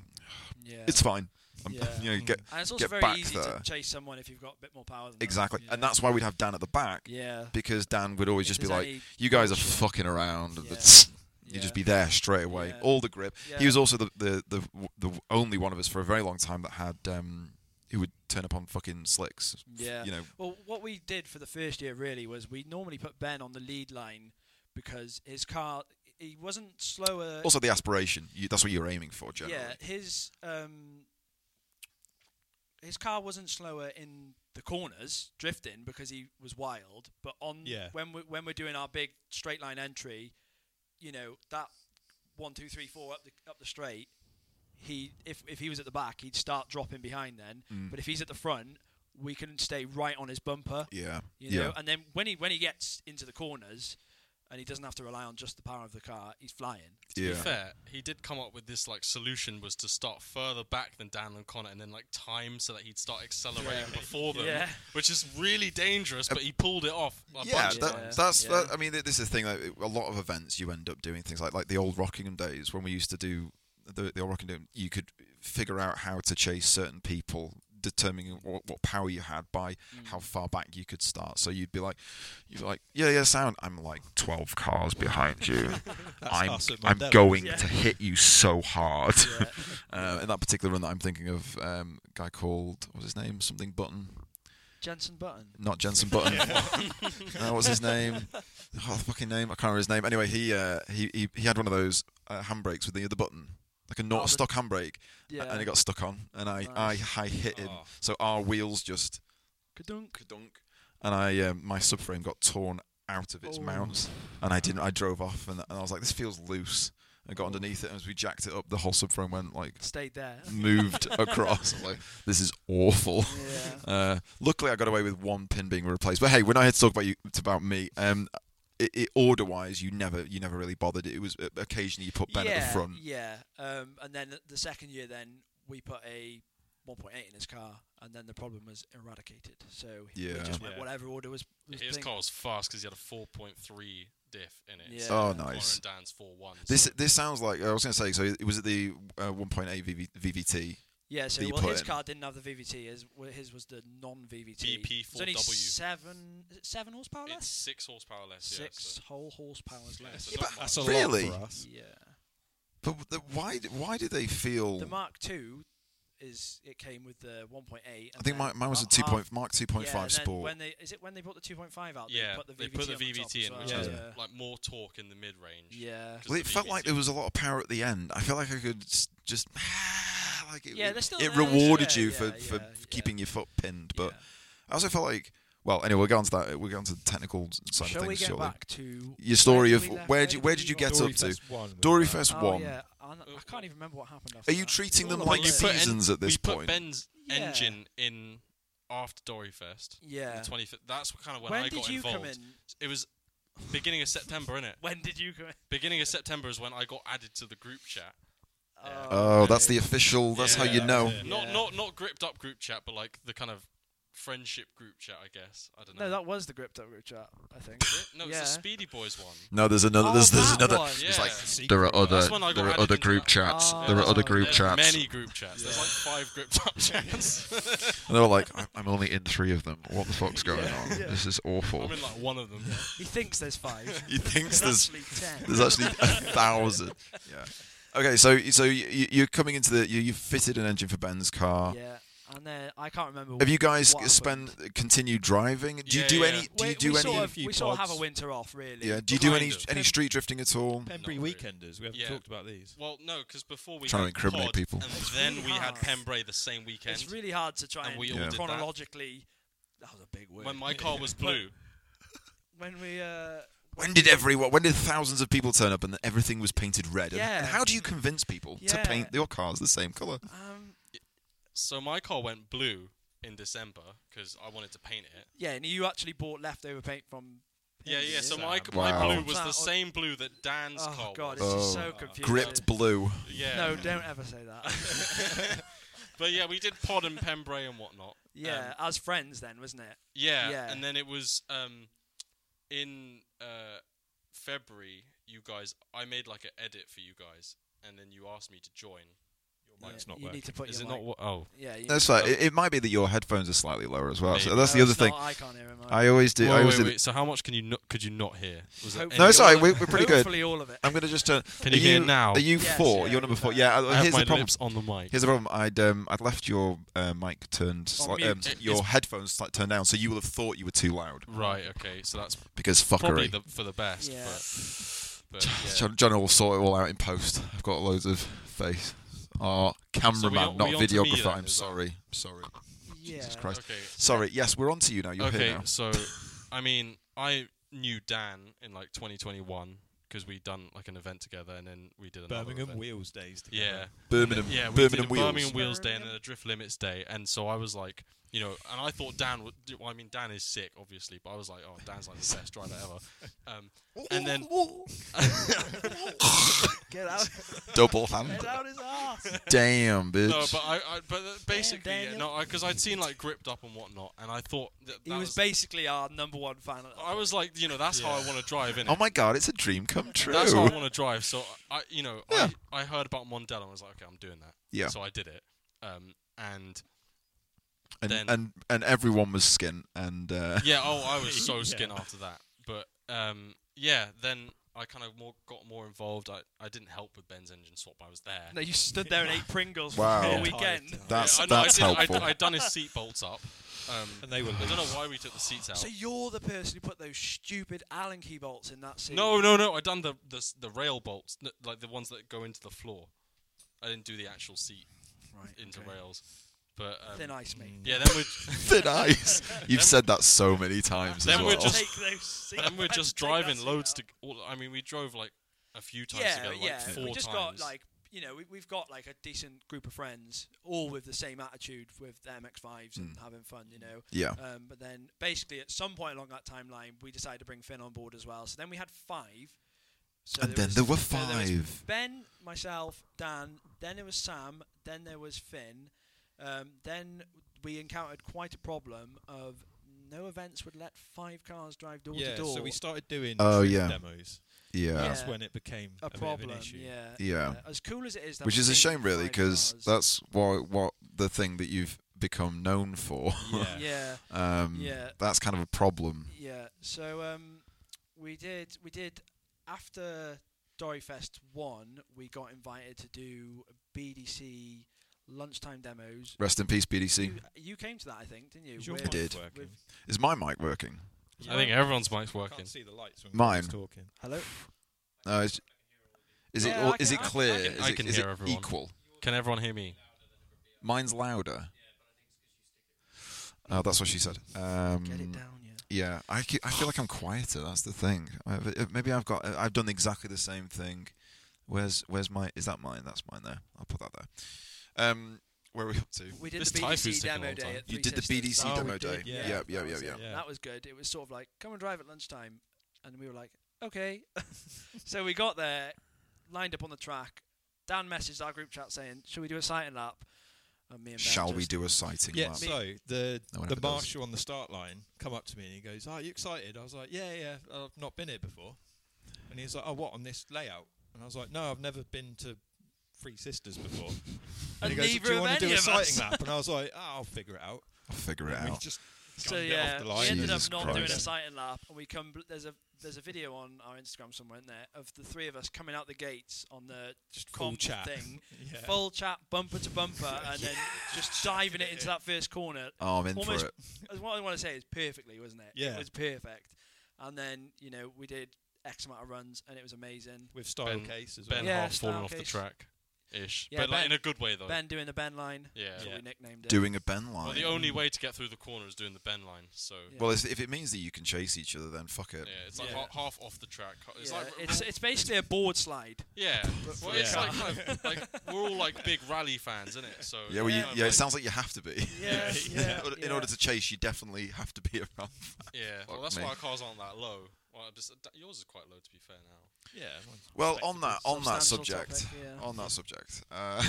yeah.
It's fine. I'm,
Yeah.
Mm.
Mm.
you know, get
and it's also
get
very
back
easy
there.
to chase someone if you've got a bit more power than them.
exactly.
Yeah.
And that's why we'd have Dan at the back
yeah.
because Dan would always
If
just be
there's
like,
any
"You guys are
bullshit.
fucking around," and
Yeah.
the
Yeah.
you'd just be there straight away.
Yeah.
All the grip.
Yeah.
He was also the, the the the only one of us for a very long time that had um, who would turn up on fucking slicks. f-
Yeah.
you know.
Well, what we did for the first year really was we normally put Ben on the lead line because his car he wasn't slower.
Also the aspiration. You, that's what you're aiming for, generally.
yeah, his um, his car wasn't slower in the corners drifting because he was wild, but on
Yeah.
when we when we're doing our big straight line entry, you know that one two three four up the up the straight. He if if he was at the back, he'd start dropping behind then.
Mm.
But if he's at the front, we can stay right on his bumper.
Yeah.
You
yeah.
know, and then when he when he gets into the corners, and he doesn't have to rely on just the power of the car, he's flying.
To
yeah.
be fair, he did come up with this like solution was to start further back than Dan and Connor, and then like time so that he'd start accelerating before them,
Yeah.
which is really dangerous. But he pulled it off. A
yeah,
bunch of
that,
times.
that's.
Yeah.
That, I mean, th- this is the thing. Like, a lot of events, you end up doing things like like the old Rockingham days when we used to do the, the old Rockingham. You could figure out how to chase certain people, determining what, what power you had by
Mm.
how far back you could start. So you'd be like, you'd be like, yeah, yeah, sound. I'm like twelve cars behind you. I'm
us at Oh,
I'm
Mandela.
going
Yeah.
to hit you so hard. uh, in that particular run that I'm thinking of, um, a guy called what was his name? Something Button
Jensen Button.
not Jensen Button. uh, what's his name? Oh, the fucking name. I can't remember his name. Anyway, he uh, he, he he had one of those uh, handbrakes with the other button, like a not
Oh, the-
stock handbrake, a-
Yeah.
and it got stuck on, and I
Nice.
I, I hit him.
Oh.
So our wheels just
Kadunk.
dunk, and I um, my subframe got torn out of its
Oh.
mount, and I didn't. I drove off, and, and I was like, this feels loose. I got underneath it, and as we jacked it up, the whole subframe went like
Stayed there.
moved across. I'm like, this is awful.
Yeah.
Uh, luckily, I got away with one pin being replaced. But hey, we're not here to talk about you. It's about me. Um, it, it order-wise, you never, you never really bothered. It was uh, occasionally you put Ben
yeah,
at the front.
Yeah. Um, and then the second year, then we put a 1.8 in his car, and then the problem was eradicated. So we
Yeah.
just went
Yeah.
whatever order was. was
His
playing.
car was fast because he had a 4.3 diff in it.
Yeah.
so
Oh,
Connor
nice.
and Dan's 4.1.
This,
so-
this sounds like I was going to say. So it was at the uh, 1.8 VV, VVT.
Yeah. So
that you
well,
put
his
in.
car didn't have the VVT. His well, his was the non-VVT. It's only
BP4W.
seven is it seven horsepower
it's
less.
six horsepower less.
Six
Yeah, so-
whole horsepowers
Yeah,
less.
so not
That's
much.
a
Really?
lot for us.
Yeah.
But the, why, d- why do they feel?
The Mark II is it came with the 1.8.
I think mine, mine was a 2. Point, Mark 2.5
yeah, and then
sport.
When they is it when they brought the 2.5 out?
Yeah,
Oh, they put the VVT, on top as
in, which
well.
has
yeah.
like more torque in the mid range.
Yeah.
well, it felt like there was a lot of power at the end. I felt like I could s- just. Like it,
Yeah, they're still
it
there,
rewarded
yeah,
you
yeah,
for,
yeah,
for
yeah.
keeping your foot pinned, but
Yeah.
I also felt like, well, anyway, we'll go on to that. We'll go on to the technical side
Shall
of
we
things
get
shortly.
back to
Your story
did
of
we left-
where did you-
did
where
we
did you
go?
get
Dory
up to?
Fest one was
Dory
that.
Fest
oh,
one.
Yeah, I, I can't even remember what happened after
Are you
that.
treating
All
them
I
like
But you
remember
put
is-
seasons
en-
at this
we
point?
put Ben's
Yeah.
engine in after Doryfest.
Yeah.
The 25th. That's kind of when,
When
I
did
got
you
involved.
come in?
It was beginning of September, innit?
When did you come in?
Beginning of September is when I got added to the group chat. Yeah.
Oh, that's the official. That's how
Yeah,
you
that
know.
was it.
Not
Yeah.
not not gripped up group chat, but like the kind of friendship group chat, I guess. I don't know.
No, that was the grip that we were chat, I think.
no, it's
yeah.
the Speedy Boys one.
No, there's another.
Oh,
There's, there's
that
another.
one.
Yeah.
It's like
Secret
there are
one.
other.
That's when I got
There are
added
other
into
group
that.
chats.
Oh.
there are other
Yeah.
group
There's
chats.
Many group chats. There's like five gripped up chats.
And they're like, I'm, I'm only in three of them. What the fuck's going on?
Yeah.
This is awful.
I'm in like one of them.
He thinks there's five.
he thinks
There's
there's
actually ten.
There's actually a thousand. Yeah. Okay, so so you, you're coming into the you, you fitted an engine for Ben's car.
yeah, and then I can't remember.
Have you guys
what
spend continue driving? Do you
Yeah,
do
yeah.
any? Do
we,
you do
we
any?
Sort of,
Few
we sort of have
pods.
a winter off, really.
yeah. Do you do
Kind
any
of.
any street drifting at all?
Pembury
Not really.
Weekenders. We haven't
Yeah.
talked about these.
Well, no, because before we
Trying to
had
incriminate
Pod,
people.
and
It's
then
really
we had
hard.
Pembray the same weekend.
It's really hard to try
And
and,
we all
Yeah. did that.
chronologically. That was a big word.
when my car was blue,
when we uh,
When did everyone? When did thousands of people turn up and everything was painted red? And, and
Yeah.
how do you convince people
Yeah.
to paint your cars the same color?
um,
so my car went blue in December because I wanted to paint it.
yeah, and you actually bought leftover paint from.
Yeah, yeah. So my
Wow.
my blue was
Wow.
the same blue that Dan's
Oh
car
god,
was.
this is
Oh.
so confusing.
Gripped blue.
Yeah.
No, don't ever say that.
But yeah, we did Pod and Pembray and whatnot.
Yeah,
Um,
as friends then, wasn't it?
yeah.
Yeah.
And then it was um, in uh, February. You guys, I made like an edit for you guys, and then you asked me to join.
Mike's
Yeah,
not
you
working.
need to put
Is
your
it
mic-
not? What, oh,
Yeah, you
That's
need
right. It, it might be that your headphones are slightly lower as well. So
Maybe.
to-
that's the
No,
other
it's
thing.
Not, I can't hear him.
I always do. I
wait,
always
wait,
do.
wait. So how much can you not, could you not hear? Was it
Hope-
No,
any-
it's all right. We're, we're pretty good. Um,
Hopefully all of it.
I'm going to just turn.
Can
are
you hear now?
Are you
Yes,
four?
yeah,
You're number
yeah.
four. Yeah.
I
uh,
have
Here's
my
the problem.
lips on the mic.
Here's the problem. I'd um, I'd left your uh, mic turned sli-
mute.
um,
It-
your
it's-
headphones sli- turned down, so you will have thought you were too loud
Right. Okay. So that's
because
probably
fuckery.
the, for the best.
Yeah.
But, but yeah.
John, John will sort it all out in post. I've got loads of face. Our
So we
cameraman,
on-
not
we on to me
videographer.
then,
I'm
is that-
sorry. Sorry.
Yeah.
Jesus Christ.
Okay.
Sorry. Yes, we're on to you now. You're
okay,
here now.
so I mean, I knew Dan in like 2021 because we done like an event together, and then we did another
Birmingham
event.
Wheels days. Together.
Yeah,
Birmingham.
yeah, we
Birmingham
did a
Wheels.
Birmingham Wheels Day and
Birmingham.
then a Drift Limits Day, and so I was like, you know, and I thought Dan would. Well, I mean, Dan is sick, obviously, but I was like, oh, Dan's like the best driver ever. Um, and then
Get out.
Double hand.
Get out his ass.
Damn, bitch.
no, but I, I but uh, basically, yeah,
Daniel.
no, because I'd seen like gripped up and whatnot, and I thought that,
He
that
was basically our number one fan. at that
I was like, you know, that's how I want to drive in.
oh my god, it's a dream come true.
That's how I want to drive. So I, you know,
Yeah.
I, I heard about Mondello and was like, okay, I'm doing that.
Yeah.
So I did it. Um, and
and,
then-
and and everyone was skint and uh,
yeah, oh, I was so
Yeah.
skint after that. But um, yeah, then I kind of more got more involved. I, I didn't help with Ben's engine swap. I was there.
No, you stood there and ate Pringles
Wow.
for the
Yeah.
whole weekend.
that's
I know, I
that's
did- I-
helpful.
I, done his seat bolts up. Um,
and they were.
I
Loose.
don't know why we took the seats out.
So you're the person who put those stupid Allen key bolts in that scene.
No, no, no. I done the, the s- the rail bolts, n- like the ones that go into the floor. I didn't do the actual seat
Right,
into
okay.
rails. But um,
Thin ice, mate.
yeah, then we.
Thin ice. You've said that so many times
Then
as
we're
well.
just-
Take those seats.
and we're
Had
just
to take that
driving
seat
loads
out.
to. All, I mean, we drove like a few times
yeah,
together,
yeah.
like four
we just got
times.
like you know we, we've got like a decent group of friends, all with the same attitude with the MX5s and having fun, you know.
yeah.
Um, but then basically at some point along that timeline, we decided to bring Finn on board as well. So then we had five. So
And then there were
so there was
five.
Ben, myself, Dan. Then there was Sam. Then there was Finn. Um, then we encountered quite a problem of no events would let five cars drive door
Yeah,
to door.
so we started doing
Oh,
drift
yeah.
demos.
Yeah.
That's when it became
a
a,
problem.
Bit of an issue.
Yeah.
Yeah.
Uh, As cool as it is, that
Which
we
is a
need
shame really
five
because
cars.
that's what what the thing that you've become known for.
Yeah.
yeah,
um
Yeah.
that's kind of a problem.
yeah. So um, we did we did after Doryfest one, we got invited to do BDC lunchtime demos.
Rest in peace BDC.
You, you came to that, I think, didn't you?
Is your
With-
I did.
mic working?
with-
Is my mic working?
I think everyone's mic's
I
working.
can't see the lights when
Mine.
Mine. talking.
Hello.
No, it's, is it
Yeah,
all
I
is it
can- I- I
clear?
can-
is
I
it,
can
is
hear
it
everyone.
equal?
Can everyone hear me?
Mine's louder. Oh, that's what she said. Um,
Get it down, yeah.
Yeah, I, ke- I feel like I'm quieter. That's the thing. I- uh, Maybe I've got I've done exactly the same thing. Where's where's my is that mine? That's mine there. I'll put that there. Um, where are we up to?
We did
This
the
Thai
BDC
food's taking a
demo
long
day.
time.
At
You
Three
did the
Sisters.
BDC
Oh, we
demo
did,
day.
yeah.
Yeah, yeah, yeah,
That was
yeah.
it.
yeah.
That was good. It was sort of like, come and drive at lunchtime. And we were like, okay. so we got there, lined up on the track. Dan messaged our group chat saying, should we do a sighting lap? And me and ben
Shall we
just-
do a sighting?
Yeah,
lap?
so the
No one ever does.
the marshal on the start line come up to me and he goes, "Are you excited?" I was like, "Yeah, yeah, I've not been here before." And he was like, "Oh, what on this layout?" And I was like, "No, I've never been to Three Sisters before."
And
he goes,
neither
"Do you
have
want to do
any
a
of us."
sighting lap?" And I was like, oh, "I'll figure it out."
I'll figure it
And we
out.
just
So
gunned it
yeah,
off the
we
line.
ended
Jesus
up not doing a
Christ.
sighting lap, and we come. There's a there's a video on our Instagram somewhere in there of the three of us coming out the gates on the
just full
comp
chat.
thing,
Yeah.
full chat bumper to bumper, and then just diving it into that first corner
Oh, I'm in
almost-
for it.
That's what I want to say is perfectly, wasn't it?
Yeah.
It was perfect. And then, you know, we did X amount of runs and it was amazing.
with style
Ben-
case as well.
Ben
Yeah,
half falling
style
off the
case.
track, ish.
Yeah,
but like
Ben-
in a good way though.
Ben doing the Ben line.
Yeah.
That's
Yeah.
what we nicknamed it.
Doing a Ben line.
Well, the only way to get through the corner is doing the Ben line. So
Yeah.
Well, if, if it means that you can chase each other, then fuck
yeah,
it.
it's like
Yeah.
ha- half off the track. ha- It's
Yeah,
like
it's, it's basically a board slide.
yeah. Well, it's
Yeah.
like, kind of, like we're all like big rally fans, isn't it? So
Yeah, well, you,
Yeah.
yeah. It sounds like you have to be.
Yeah, yeah,
In
yeah.
order to chase, you definitely have to be around.
yeah. Well,
Fuck
that's
me.
why our cars aren't that low. Well, I'm just, yours is quite low, to be fair. Now.
Yeah.
Well, on that on that
Substantial
subject,
topic, yeah.
on that subject, uh,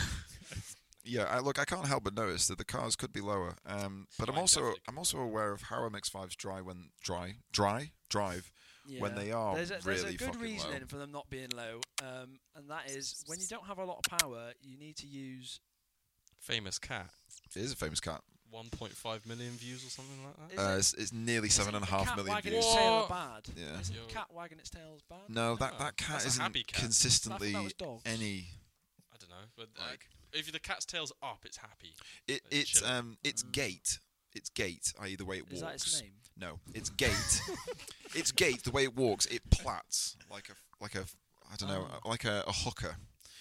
yeah. I, look, I can't help but notice that the cars could be lower, um, but I'm
Mine
also
definitely
I'm also aware of how MX-5s dry when dry dry drive when
Yeah.
they are
there's a, there's
really
a good
fucking
reasoning
low.
for them not being low, um, and that is when you don't have a lot of power, you need to use
Famous cat.
It is a famous cat.
1.5 million views or something like that.
Is
Uh,
it-
it's, it's nearly seven and a
cat
half million
wagging
views.
its tail
Whoa.
are bad.
Yeah.
Isn't
Yo.
cat wagging its tail is bad?
No, that,
No,
that cat
Oh, that's a
isn't
happy cat.
consistently
that was dogs.
any.
I don't know, but uh,
Like-
if the cat's tail's up, it's happy.
It,
Like,
it's
chill.
um, its
Mm.
gait. Its gait, i.e., the way it walks.
Is that its name?
No, its gait. its gait, the way it walks, it plats like a like a I don't know, like a, a hooker.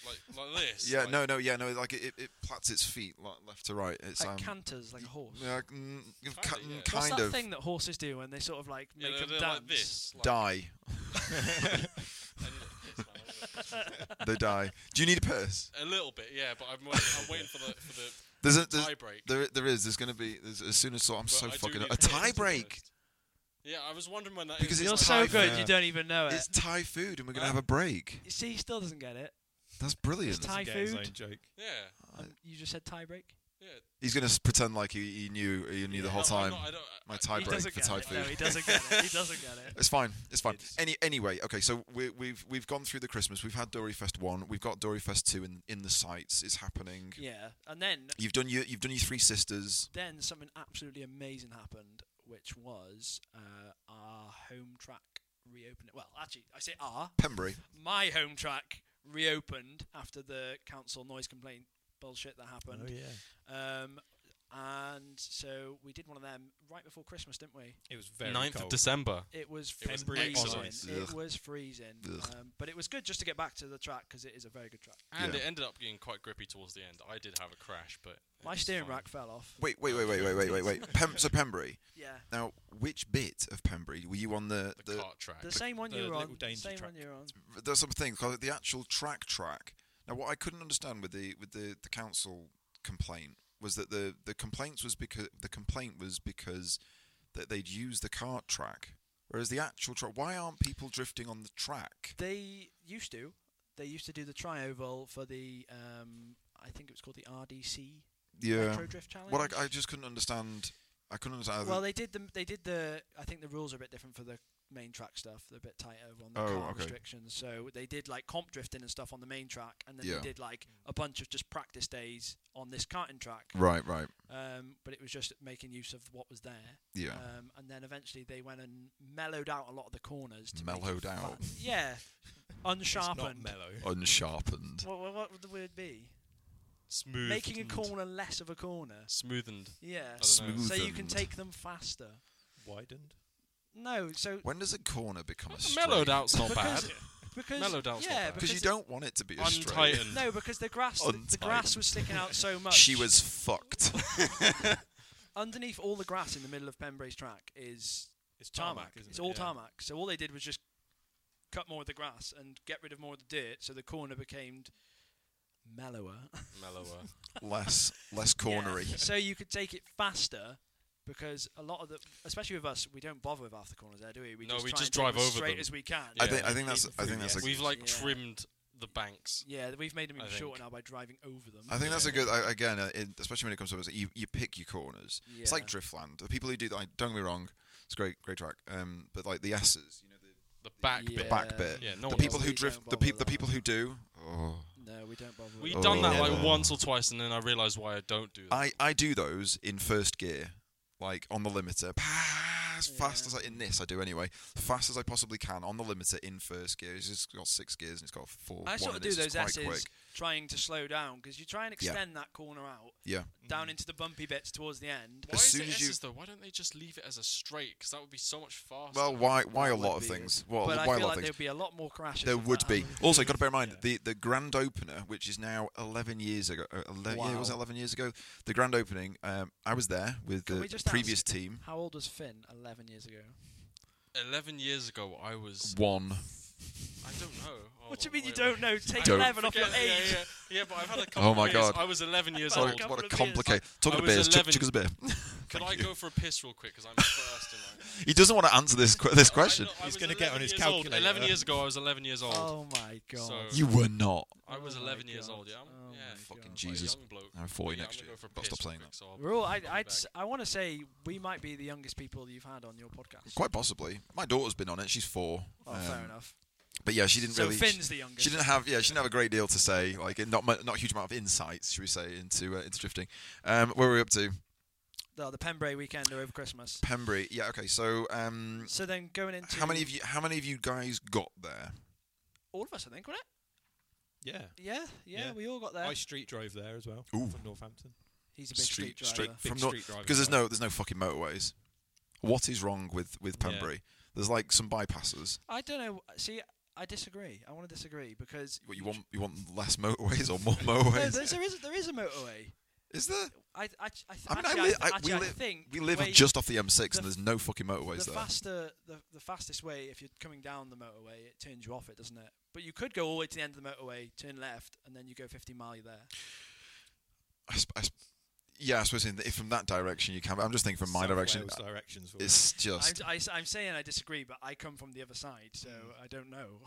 Like like this.
Yeah,
Oh. like-
no, no, yeah, no. Like it, it plats its feet like, left to right. It's
Like
um,
canters like a horse.
yeah, mm, ki-
Kinda, yeah.
mm,
What's
What's
kind
that
of
thing that horses do when they sort of like
Yeah,
make
they're,
them
they're
dance?
like this. Like,
die. They die. Do you need a purse?
a little bit, yeah, but I'm waiting, I'm waiting for the for the
There's a there's,
tie break.
there there is there's gonna be there's, as soon as so I'm
but
so
I do
fucking
need
a
to get
tie
into
break.
first. Yeah, I was wondering when that
Because
is.
it's
You're
It's
so
like-
good,
Yeah.
you don't even know
It's
it.
Thai food and we're gonna
Uh,
have a break.
You See, he still doesn't get it.
That's brilliant.
It's Thai
Get his
food.
own joke.
Yeah,
Um, you just said tie break.
yeah.
He's gonna s- pretend like he, he knew he knew the
No,
whole
I'm
time.
not- I don't-
My
I-
tie
he
break
doesn't
for
get
Thai
it.
food.
No, he doesn't get it. He doesn't get it.
It's fine. It's fine.
It's-
Any anyway, okay. So we, we've we've gone through the Christmas. We've had Doryfest one. We've got Doryfest two in, in the sites. It's happening.
Yeah, and then
You've done your you've done your three sisters.
then something absolutely amazing happened, which was uh, our home track reopened. Well, actually, I say our
Pembury.
my home track reopened after the council noise complaint bullshit that happened.
yeah.
Um, and so we did one of them right before Christmas, didn't we?
It was very
9th
cold.
of December.
It was
It was
freezing.
excellent.
It
Ugh.
was freezing,
Ugh.
um, but it was good just to get back to the track because it is a very good track.
And
Yeah.
it ended up getting quite grippy towards the end. I did have a crash, but it
My
was
steering
fine.
rack fell off.
Wait, wait, wait, wait, wait, wait, wait, wait. Pem- so Pembury.
Yeah,
Now, which bit of Pembury were you on the
the, cart track.
the same one
the
you were on.
little danger
Same
track.
one you were on.
there's something called the actual track track. Now, what I couldn't understand with the with the, the council complaint was that the the complaints was because the complaint was because that they'd used the cart track, whereas the actual track. Why aren't people drifting on the track?
They used to. They used to do the trioval for the. Um, I think it was called the RDC Retro Drift Challenge.
What I, I just couldn't understand. I couldn't understand.
well, they did the. They did the. I think the rules are a bit different for the main track stuff. They're a bit tighter on the
Oh,
car
okay.
restrictions. So they did like comp drifting and stuff on the main track, and then
Yeah.
they did like a bunch of just practice days on this karting track.
right, right.
Um, but it was just making use of what was there.
Yeah.
Um, and then eventually they went and mellowed out a lot of the corners. To make it
Mellowed
fa-
out.
yeah.
It's
Unsharpened.
not mellow.
Uh,
Unsharpened.
What, what, what would the word be?
Smooth.
Making a corner less of a corner.
Smoothened.
Yeah.
I don't know.
Smooth.
So you can
Smoothened.
take them faster.
Widened.
No, so
When does a corner become a straight?
Mellowed out's not bad.
Because- because
Mellowed out's not
yeah,
bad.
because you
it-
don't want it to be a straight.
Untightened.
No, because the grass the, the
Untied.
grass was sticking out so much.
She was fucked.
underneath all the grass in the middle of Pembrey's track is
It's
tarmac.
isn't
it's
it?
all
Yeah.
tarmac. So all they did was just cut more of the grass and get rid of more of the dirt, so the corner became mellower.
Mellower.
less, less cornery.
Yeah. so you could take it faster because a lot of the, especially with us, we don't bother with half the corners there, do we? we
No,
just
we
try
just
and take
drive
them
over
straight
them.
as we can.
I
Yeah.
think. I think that's. I think
Even
that's. A,
through
We've like
Yeah.
trimmed the banks.
Yeah, we've made them
I
even
think.
shorter now by driving over them.
I think that's a
Yeah.
good. I- Again, uh, in, especially when it comes to us, you, you pick your corners. It's like
Yeah.
Driftland. The people who do that. like, Don't get me wrong. It's great, great track. Um, but like the S's, you know, the,
The back
Yeah.
bit.
the back bit.
Yeah, no
the
one
people
else.
who
We
drift.
don't
The people.
bother
The people who do. Oh.
No, we don't bother.
We
with
done
them.
that like
Never.
once or twice, and then I realised why I don't do that.
I I do those in first gear, like on the limiter, pa- as fast
Yeah.
as I in this I do anyway, fast as I possibly can on the limiter in first gear. It's just got six gears and it's got four.
I
one
sort of
and
do
it's
those
quite
S's
quick.
trying to slow down because you try and
Yeah.
extend that corner out
Yeah,
Mm.
down into the bumpy bits towards the end.
why
as
is
soon
it
as you-
S's though? Why don't they just leave it as a straight? Because that would be so much faster.
Well, why why a
That
lot
would
of
be-
things? Well,
but
why a
I feel
lot
like
of things?
there'd be a lot more crashes.
There
if
would
that
be.
happened.
Also, got to bear in mind the the grand opener, which is now eleven years ago. uh, 11, Yeah, it was
Wow.
eleven years ago. The grand opening. Um, I was there with
Can
the
we just
previous
ask-
team.
How old was Finn? Eleven years ago.
Eleven years ago, I was.
One.
I don't know. Oh,
What do you mean you
wait,
don't
wait.
know? Take
Don't. Oh
eleven off your
Forget-
age.
Yeah, yeah, yeah, but I've had a couple.
my
of
God.
Beers. I was 11 years
Oh,
I've had a
old.
couple
what a
of years.
complicated. Talking
I
of
was
beers, chuck,
11.
chuck us a beer.
Could
Thank
I
you.
go for a piss real quick? Because I'm first in line.
He doesn't want to answer this qu- this question.
I know, I
He's
was
gonna get on
11
his
years old.
calculator.
Eleven years ago, I was eleven years old.
Oh my god.
So-
You were not.
I was
Oh my
eleven years
God.
old. Yeah, I'm,
Oh
yeah.
my
I'm
Fucking
quite a
Jesus.
young bloke.
I'm 40
Yeah,
next
I'm
year.
gonna go for a
I'll
piss
stop
real
playing
quick,
that.
so I'll-
We're all. I,
I'll be
I'd, s- I want to say we might be the youngest people you've had on your podcast.
Quite possibly. My daughter's been on it. She's four.
Oh,
Um,
fair enough.
But yeah, she didn't
So
really.
Finn's the youngest.
She didn't have yeah. She didn't have a great deal to say. Like not mu- not a huge amount of insights, should we say, into uh, into drifting. Um, where were we up to?
the, the Pembrey weekend over Christmas.
Pembrey. Yeah. Okay. So um,
So then going into
how many of you? How many of you guys got there?
All of us, I think, wasn't
Yeah.
it? Yeah, yeah,
Yeah.
we all got there.
I street drove there as well
Ooh.
from Northampton.
He's a big street, driver.
straight
Big
from Nor-
street driver
because there's
guy.
no there's no fucking motorways. What is wrong with with
Yeah.
Pembrey? There's like some bypasses.
I don't know. See, I disagree. I want to disagree because
What you want? You want less motorways or more
No,
motorways?
there's, there is there is a motorway.
is there?
I I I, th-
I mean, I
actually, I,
li-
th-
I- we
actually, I
li-
think
We
the
live
way-
just off the M6,
the
and there's no fucking motorways
the
there.
faster the, the fastest way if you're coming down the motorway it turns you off it doesn't it but you could go all the way to the end of the motorway turn left and then you go 50 mile you're there
I sp- I sp- yeah, I suppose in the, if from that direction you can. But I'm just thinking from my
South
direction. uh,
Wales directions. for
It's
I'm,
just
I, am i am saying i disagree but i come from the other side so i don't know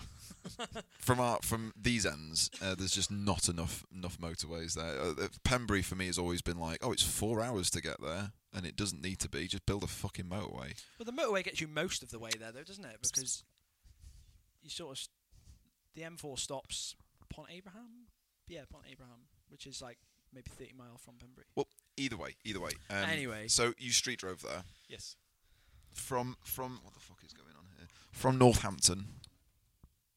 from our from these ends. Uh, there's just not enough enough motorways there. Uh, the- Pembrey for me has always been like, oh, it's four hours to get there, and it doesn't need to be. Just build a fucking motorway.
well the motorway gets you most of the way there though doesn't it because you sort of s the m4 stops pont abraham yeah pont abraham which is like maybe 30 mile from pembrey
Well, either way, either way. Um,
Anyway.
so you street drove there
yes.
from from what the fuck is going on here? From Northampton.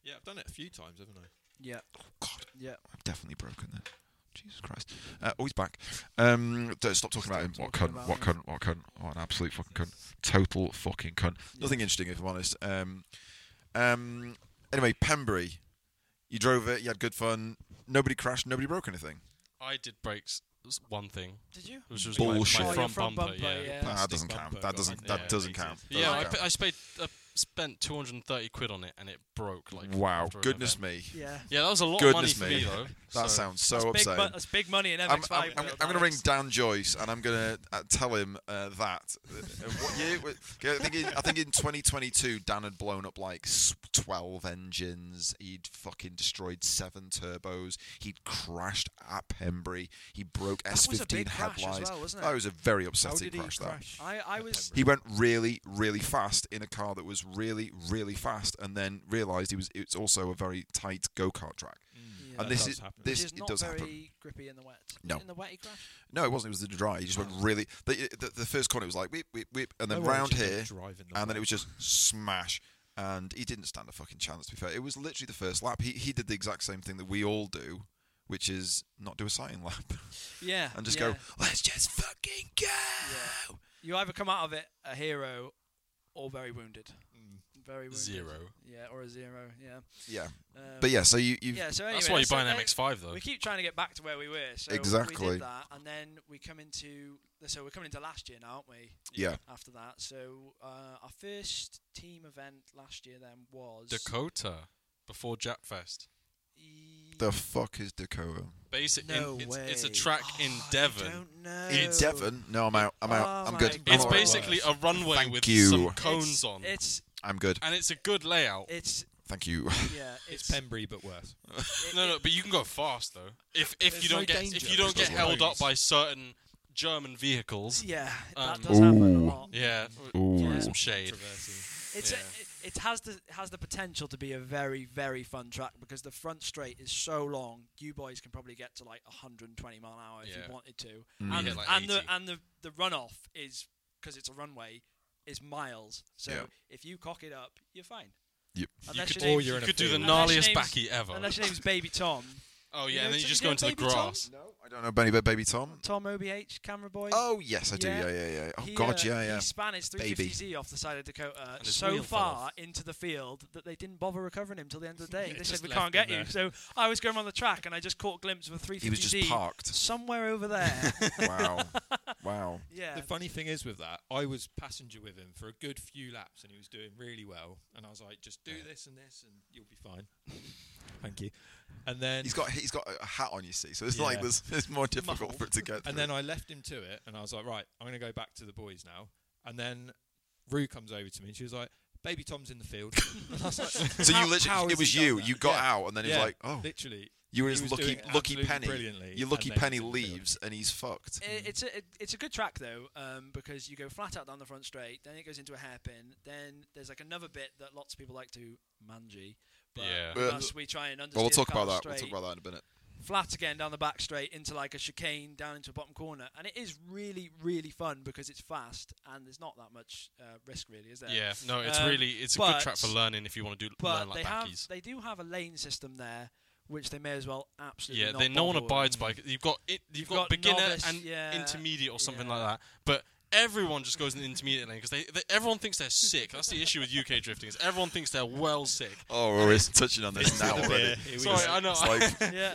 Yeah, I've done it a few times, haven't I?
yeah
God,
yeah
I've definitely broken there. Jesus Christ. Uh, oh, he's back. Um, don't stop talking about him. What
talking
cunt,
about
what
him.
cunt, what cunt. What an absolute fucking cunt. Total fucking cunt. Nothing interesting, if I'm honest. Um, um, anyway, Pembury. You drove it, you had good fun. Nobody crashed, nobody broke anything.
I did brakes. That's one thing,
did you
which was
Bullshit.
My,
Oh,
my
your
front,
front
bumper.
bumper,
yeah.
yeah.
Nah, that
Plastic
doesn't count.
bumper
That
got
doesn't.
on
That
it.
doesn't
Yeah,
count.
Yeah, I,
Doesn't
pa- I spent uh, spent 230 quid on it and it broke. Like
count. Wow,
after an
goodness
event.
me.
yeah
Yeah, that was a lot
Goodness
of money
me.
for me though.
That
so
sounds so
that's, big
upsetting.
mo- that's big money in
I'm,
MX5.
I'm, I'm,
though,
I'm going to
Alex.
ring Dan Joyce and I'm going to uh, tell him uh, that. Uh, what year? wa- I think, in, I think in 2022, Dan had blown up like s- 12 engines. He'd fucking destroyed seven turbos. He'd crashed at Pembury. He broke
That was a
S15
big crash as
headlights.
well, wasn't it?
That was a very
How
upsetting
did he
crash. That
crash?
I, I was
he went really, really fast in a car that was really, really fast, and then realised he was. It's also a very tight go kart track.
Yeah.
and
That
this
does
is
happen.
this
Which is
it
not
does
very
happen.
grippy in the wet. Is
No.
it In the wet, he crashed.
No, it wasn't. It was the dry. He just went really. The, the, the first corner it was like whip, whip, whip, and
Oh,
then
No
round
origin of
here,
driving the
and then
wheel.
it was just smash. And he didn't stand a fucking chance. To be fair, it was literally the first lap. He he did the exact same thing that we all do, which is not do a sighting lap
Yeah.
and just
yeah.
go. Let's just fucking go.
Yeah. You either come out of it a hero or very wounded. Very wounded.
zero.
Yeah, or a zero. Yeah.
Yeah,
Um,
but yeah. So you you
Yeah. So anyway,
That's why you
so
buy an
then
MX5 though.
We keep trying to get back to where we were. So We
Exactly.
did that, and then we come into so we're coming into last year now, aren't we?
yeah.
After that, so uh, our first team event last year then was
Dakota before Japfest.
E-
The fuck is Dakota?
Basic. in-
No
it's,
way.
it's a track in
Oh, I
Devon.
don't know.
In Devon? No, I'm out. I'm out.
Oh
I'm
my
good.
God.
I'm
It's
all right.
basically a runway
Thank
with
you.
some
It's-
cones
it's,
on,
It's
I'm good.
and it's a good layout.
it's
Thank you.
yeah.
It's
It's,
Pembrey, but worse.
it-
No, no,
it-
but you can go fast though. If if
There's
you
no
don't get
danger.
if you don't
There's
get
no
held up
roads.
by certain German vehicles,
Yeah, that
Um,
does happen a
Ooh.
lot.
yeah,
Ooh.
throw some shade.
Traversing.
It's
Yeah.
a, it, it has the it has the potential to be a very very fun track because the front straight is so long. You boys can probably get to like 120 mile an hour if
Yeah.
you wanted to,
Mm.
and,
Yeah, like
and the
80.
and the the runoff is because it's a runway is miles. So
Yeah.
if you cock it up, you're fine.
Yep.
Unless
could-
your
or
name's-
you're
You
in a
could do the
field.
Unless
gnarliest
your name's-
backy ever.
unless your name's Baby Tom,
Oh yeah,
You know
and then
something
you just go
about
into the
Baby Tom?
grass.
No, I don't know Benny, but Baby Tom.
Tom OBH, camera boy.
Oh yes, I do. Yeah,
Yeah.
yeah, yeah. Oh
He,
God,
uh,
yeah, yeah.
He span his
Baby.
350Z off the side of Dakota uh,
And his
so
wheel fell
far
off.
into the field that they didn't bother recovering him till the end of the day.
Yeah,
they
just
said we
left
can't
him
get you. So I was going on the track and I just caught a glimpse of a 350Z
He was just parked.
somewhere over there.
wow, wow.
yeah.
The funny thing is with that, I was passenger with him for a good few laps, and he was doing really well. And I was like, "Just do this and this, and you'll be fine." Thank you. And then
He's got he's got a hat on, you see. So it's
Yeah.
like there's it's more difficult
Muffled.
for it to get.
and then I left him to it, and I was like, "Right, I'm going to go back to the boys now." And then Rue comes over to me, and she was like, Baby Tom's in the field. And I was like,
So
"How-
you
how
literally,
has
it was
he done
you.
that?"
You got
Yeah.
out, and then it's
Yeah,
like, oh,
literally.
you were
he
his
was
lucky,
doing it
lucky
absolutely
penny.
brilliantly,
Your lucky
and then
penny
he's in the field.
leaves, and he's fucked.
I- it's a it- it's a good track though, um, because you go flat out down the front straight, then it goes into a hairpin, then there's like another bit that lots of people like to manji. But
Yeah.
Uh,
us, we try and understand.
Well, we'll talk about that. We'll talk about that in a minute.
Flat again down the back straight into like a chicane down into a bottom corner, and it is really really fun because it's fast and there's not that much uh, risk really, is there?
Yeah, no, it's
Um,
really it's a good track for
but-
learning if you want to do
But
learn like
they have
backies.
they do have a lane system there, which they may as well absolutely.
Yeah,
not
they no one
bother with.
abides by. You've got it, you've,
You've
got,
got
beginner
novice,
and
yeah,
intermediate or something
yeah.
like that. But everyone just goes in the intermediate lane because they, they everyone thinks they're sick. That's the issue with UK drifting is everyone thinks they're well sick.
Oh, we're always touching on this now
the
already.
beer. Here we
Sorry,
go.
I know.
It's like
Yeah,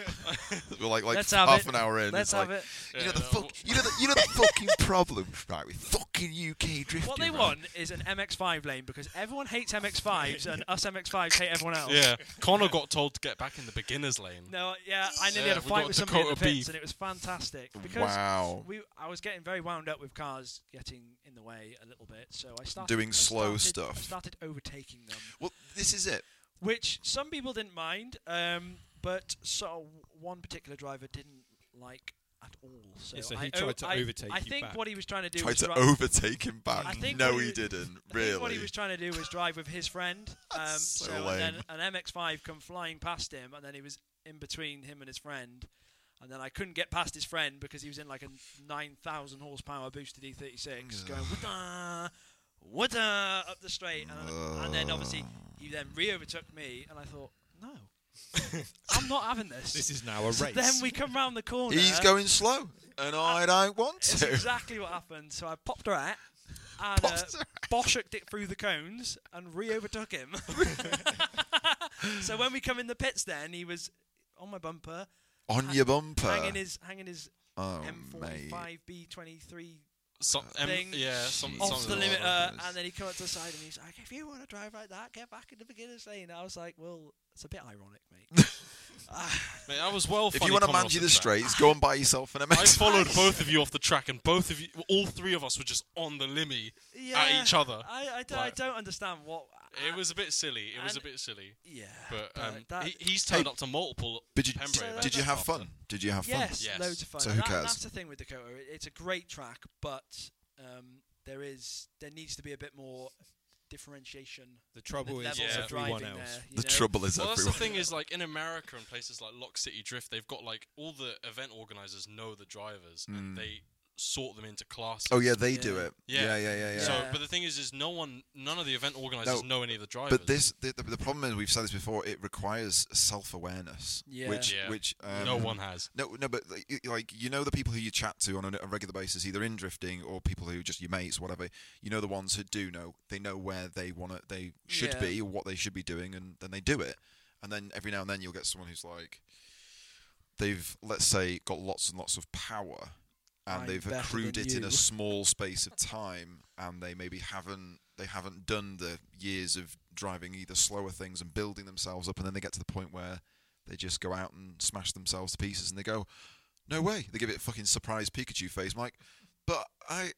we're like like
Let's have
half
it.
an hour in. it's
let's
like,
have it.
You know
Yeah,
the
no,
fuck. You know the you know the fucking problem, right? With fucking UK drifting.
What they
right?
want is an MX5 lane because everyone hates MX5s and us MX5s hate everyone else.
yeah, Connor got told to get back in the beginners lane.
No, yeah, I nearly
Yeah,
had a
we
fight
got
with somebody in the
Dakota
pits
beef.
and it was fantastic because
Wow.
we I was getting very wound up with cars getting in the way a little bit, so I started
Doing
I
slow
started- I
stuff.
started overtaking them,
Well, this is it.
which some people didn't mind, um, but so one particular driver didn't like at all. So,
Yeah, so
I
he tried
o-
to
I-
overtake
I
you
think
back.
what he was trying to do
Tried
was
to
dri-
overtake him
I
back.
think
No,
what
he
he-
didn't.
I
Really.
think what he was trying to do was drive with his friend. Um,
That's so
so
lame.
and then an MX5 come flying past him, and then he was in between him and his friend. And then I couldn't get past his friend because he was in like a 9,000 horsepower boosted E36 going wada, wada up the straight. And, and then obviously he then re overtook me, and I thought, no, I'm not having this.
This is now a
so
race.
then we come round the corner.
He's going slow, and I don't want
That's
to.
exactly what happened. So I popped her at and uh,
Popped her
boshuked it through the cones and re overtook him. so when we come in the pits, then he was on my bumper,
On your bumper.
hanging his hanging his
oh, mate.
M45B23
Some, em-
Thing
yeah, some,
Jeez.
off
something
the uh,
limit,
like that.
limiter,
goodness.
and then he came up to the side and he's like, "If you want to drive like that, get back in the beginner's lane." I was like, "Well, it's a bit ironic, mate."
Mate, I was well.
If
funny
you want to
coming off
manage the
track.
straights, go and buy yourself an
I
MX.
followed both of you off the track, and both of you, all three of us, were just on the limmy
yeah,
at each other.
I, I, don't,
Like-
I don't understand what.
It was a bit silly. It was a
And-
bit silly,
yeah,
but um,
that-
he, he's turned
Hey,
up to multiple.
Did you
Pembrey
So
events
did you have
after.
fun? Did you have fun?
Yes,
Yes.
loads of fun.
So
And
who
that-
cares?
That's the thing with Dakota. It- It's a great track, but um, there is there needs to be a bit more differentiation.
the trouble
with
is
levels
Yeah.
of driving
everyone else.
there. you
The
know?
trouble is
Well, that's the
everyone.
thing is, like in America and places like Lock City Drift, they've got like all the event organizers know the drivers and they sort them into classes.
Mm. Oh yeah, they do
Yeah.
it. Yeah, yeah, yeah, yeah.
So,
Yeah.
but the thing is, is no one, none of the event organizers know any of the drivers.
But this, the, the, the problem is, we've said this before. It requires self-awareness,
Yeah.
which,
Yeah.
which um,
no one has.
No, no, but like, y- like you know the people who you chat to on a, a regular basis, either in drifting or people who just your mates, whatever. You know the ones who do know. They know where they want to, they should
Yeah.
be, or what they should be doing, and then they do it. And then every now and then you'll get someone who's like, they've let's say got lots and lots of power, and
I'm
they've
better
accrued
than
it in
you.
a small space of time, and they maybe haven't they haven't done the years of driving either slower things and building themselves up, and then they get to the point where they just go out and smash themselves to pieces, and they go, "No way!" They give it a fucking surprise Pikachu face, Mike. But I,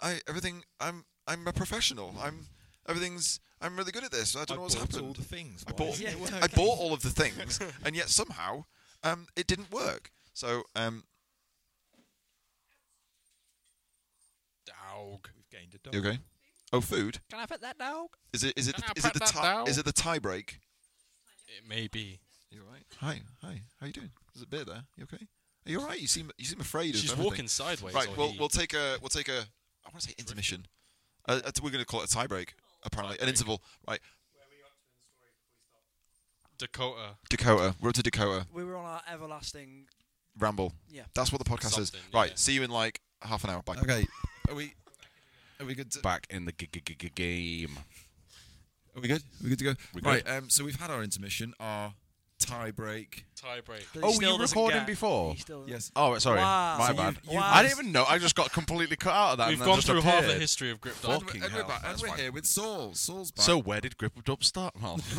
I everything I'm I'm a professional. I'm everything's I'm really good at this. I
I
don't know what's
bought
happened.
all the things.
I
Why
bought,
isn't it
I
working?
bought all of the things, and yet somehow um, it didn't work. So um,
Dog.
We've gained a dog.
you okay. Oh, food.
Can I put that dog?
Is it is it
Can I
is it
put
the
that
tie
down?
is it the tie break?
It may be.
You all right? Hi, hi. How you doing? Is it beer there? You okay? Are you all right? You seem you seem afraid
She's
of everything.
walking sideways.
Right.
or
Well,
he-
we'll take a we'll take a I want to say intermission. Uh, uh, we're going to call it a tie break. Apparently, an interval. Right.
Dakota.
Dakota. We're up to Dakota.
We were on our everlasting.
Ramble.
Yeah.
That's what the podcast is.
Something,
Right.
yeah.
See you in like half an hour. Bye.
Okay, are we? Are we good? To, Back in the g- g- g- g- game. Are we good? Are we good to go?
We're
right. Um, so we've had our intermission, our tie break.
Tie break.
that he
Oh, were
still
you
doesn't
recording
get.
before?
He still
Yes.
Oh, sorry.
Wow.
My
So
bad.
you've- you've-
I didn't even know. I just got completely cut out of that.
We've
and then
gone
just
through half the
appeared.
history of Grip
Fuck.
Dog.
Fucking
and we're,
hell,
back, and
that's
we're
fine.
here with Saul. Saul's back.
So where did Grip Dub start, Mel?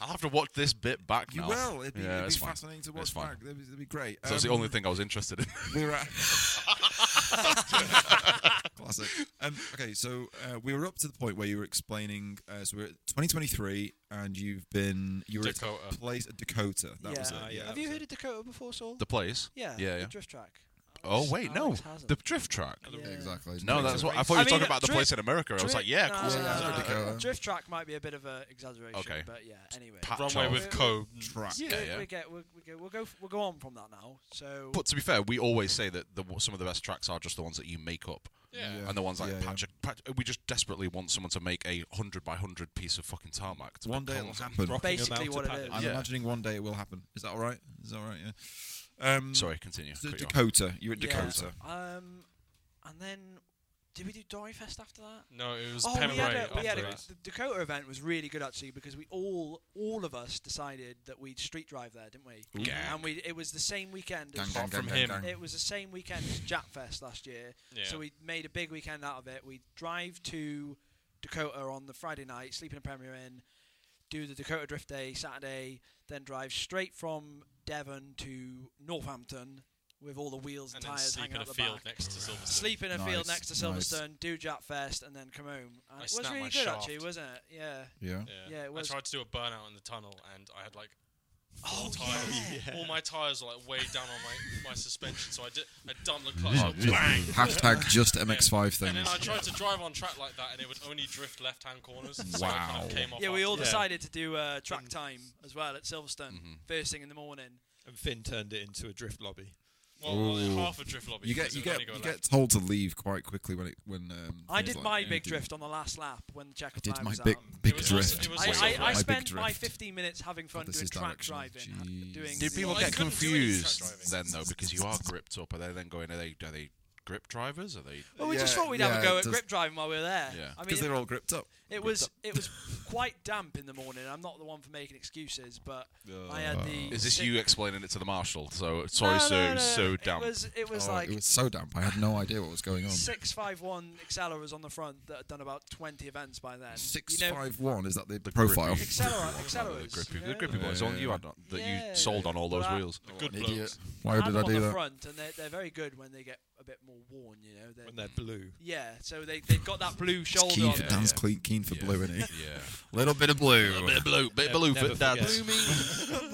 I'll have to watch this bit back
you
now.
will. It'd be,
yeah,
it'd
it's
be
fine.
fascinating to watch
It's fine.
back. It'd be,
Um,
it'd be great.
So it's the
Um,
only thing I was interested in.
We're at.
Classic. Um, okay, so uh, we were up to the point where you were explaining. Uh, so we're at 2023, and you've been you were at
Dakota.
a place Dakota. That was it.
Ah, yeah,
Have
that
you
was
heard of Dakota before, Saul?
The place.
yeah.
yeah,
the
yeah.
drift track.
Oh wait, no,
Alex hasn't.
the drift track.
Yeah.
Exactly.
No, that's what I thought you
I
were
mean,
talking about. The
drift-
place in America. I was like,
Drift-
yeah, of
no,
course.
no,
it is.
no,
Dakota.
no, no. Drift track might be a bit of an exaggeration,
Okay.
but yeah. Anyway,
Pat
Runway
Charles.
with Co.
track.
We-
Yeah, yeah.
We get, we, we go, we'll go. We'll go on from that now. So
But to be fair, we always say that the, some of the best tracks are just the ones that you make up.
Yeah.
And the ones like
Yeah, yeah.
Patch, Patch- we just desperately want someone to make a hundred by hundred piece of fucking tarmac. To
One
put
day it'll
colours on.
happen.
Rocking 'em
Basically
out
what
to
it
Paddington.
is.
I'm
Yeah.
imagining one day it will happen. Is that all right? Is that all right? Yeah. Um,
Sorry, continue.
so
Cut you off.
Dakota. You're at
Yeah.
Dakota.
Um, and then did we do Dory Fest after that?
No, it was
oh, we had
Pembrey
a, we had
after
a,
that.
the Dakota event was really good actually because we all all of us decided that we'd street drive there, didn't we?
Gang.
And we it was the same weekend
Gang,
as
gang,
from
gang, gang,
him.
gang.
it was the same weekend as Jack Fest last year.
Yeah.
So we made a big weekend out of it. We drive to Dakota on the Friday night, sleep in a Premier Inn, do the Dakota Drift Day Saturday, then drive straight from Devon to Northampton with all the wheels and,
and then
tires
sleep
hanging
in a
out the
field
back.
next to Silverstone.
Sleep in a
Nice,
field next to
nice.
Silverstone, do Jack Fest, and then come home. And
I
it was
snapped
really
my
good
shaft.
actually, wasn't it? Yeah.
Yeah.
Yeah, it was-
I tried to do a burnout in the tunnel, and I had like
Oh,
tires. All my tires were like way down on my, my suspension, so I did. I dumped the
Oh,
clutch. like, bang.
Hashtag just MX5 things.
And then I tried to drive on track like that, and it would only drift left-hand corners. So I kind of
Wow.
came off
Yeah, we all
after that.
decided to do uh, track time as well at Silverstone,
Mm-hmm.
first thing in the morning.
And Finn turned it into a drift lobby.
Well, well,
Ooh.
half a drift lobby.
you get
because
you
it would
get
only go
you get
left.
told to leave quite quickly when it when. Um,
I
things
did
like
my
that.
big drift on the last lap when the checkered
I did
flag
my
was
big
out.
big
It was also-
drift.
it was
I,
also
I, I
big
spent my
drift.
15 minutes having fun
God, this
doing
is
track
direction.
driving. ha-
Jeez.
doing
Did
the-
people
I
get
couldn't do any track
confused
driving.
then though because you are gripped up? Are they then going? Are they are they grip drivers? Are they?
Well, we just
Yeah,
thought we'd have
yeah,
a go
it
at
does-
grip driving while we were there.
Yeah.
I
because
mean,
they're
it,
all gripped up.
it was it was quite damp in the morning. I'm not the one for making excuses, but I had the.
Is this
sick-
you explaining it to the marshal? So
No,
sorry,
no,
sir, it
no,
was
no.
so damp.
It was it was
Oh,
like
it was so damp. I had no idea what was going on.
six five one Acceleras on the front that had done about 20 events by then.
Six
you know,
five one. Is that the, profile?
Accelera,
the
Acceleras.
grippy,
you
the
know?
grippy boys.
Yeah.
Only you had on, that
Yeah.
you sold on all those
Well,
wheels.
The good
An
blokes.
idiot. Why
I'm
did I
on
do
the
that?
front, and they're, they're very good when they get a bit more worn, you know.
When
They're,
they're blue.
yeah, so they, they've got that blue shoulder
Keen
on
for
them.
Dan's clean, keen for
Yeah.
blue, isn't he?
Yeah.
Little bit of blue.
bit of blue, bit of
Never-
blue
never
for dads.
forget.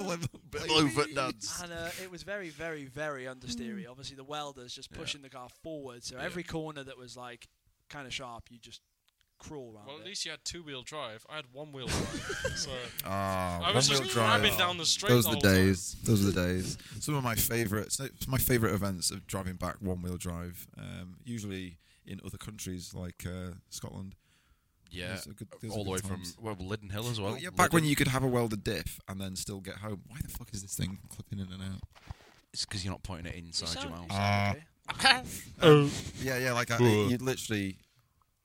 Bit of blue for dads.
And uh, it was very, very, very understeery. Obviously, the welders just pushing the car forward, so every corner that was like kind of sharp, you just crawl around.
Well, at
it.
least you had two-wheel drive. I had one-wheel drive. so
Ah,
I was
one-wheel
just
drive.
grabbing down the straight.
Those
the
are the
whole time.
days. Those are the days. Some of my favourite, my favourite events of driving back one wheel drive. Um, usually in other countries like uh, Scotland.
Yeah.
Those are good- those are
All the
good
way from
times.
well, Lyddon Hill as well.
yeah, back when
Lyddon.
you could have a welded diff and then still get home. Why the fuck is this thing clipping in and out?
it's because you're not pointing it
You
inside your
sound- you
mouth.
Ah,
Mm-hmm.
sound okay. Oh.
Yeah, yeah. Like I, you'd literally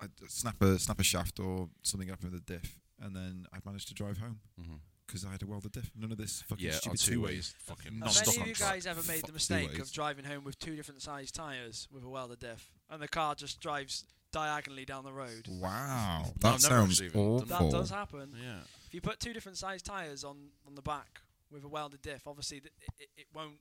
I'd snap a snap a shaft or something up with a diff, and then I'd manage to drive home
Mhm.
because I had a welded diff. None of this fucking
Yeah, on
stupid
two
two-way.
ways. Fucking
Not
Have
stuck
any
on
of you
track.
guys ever made
Fuck
the mistake
two-ways.
of driving home with two different sized tyres with a welded diff, and the car just drives diagonally down the road?
Wow,
I've never
that sounds
actually even done
awful.
That does happen.
Yeah.
If you put two different sized tires on on the back with a welded diff, obviously th- it, it, it won't.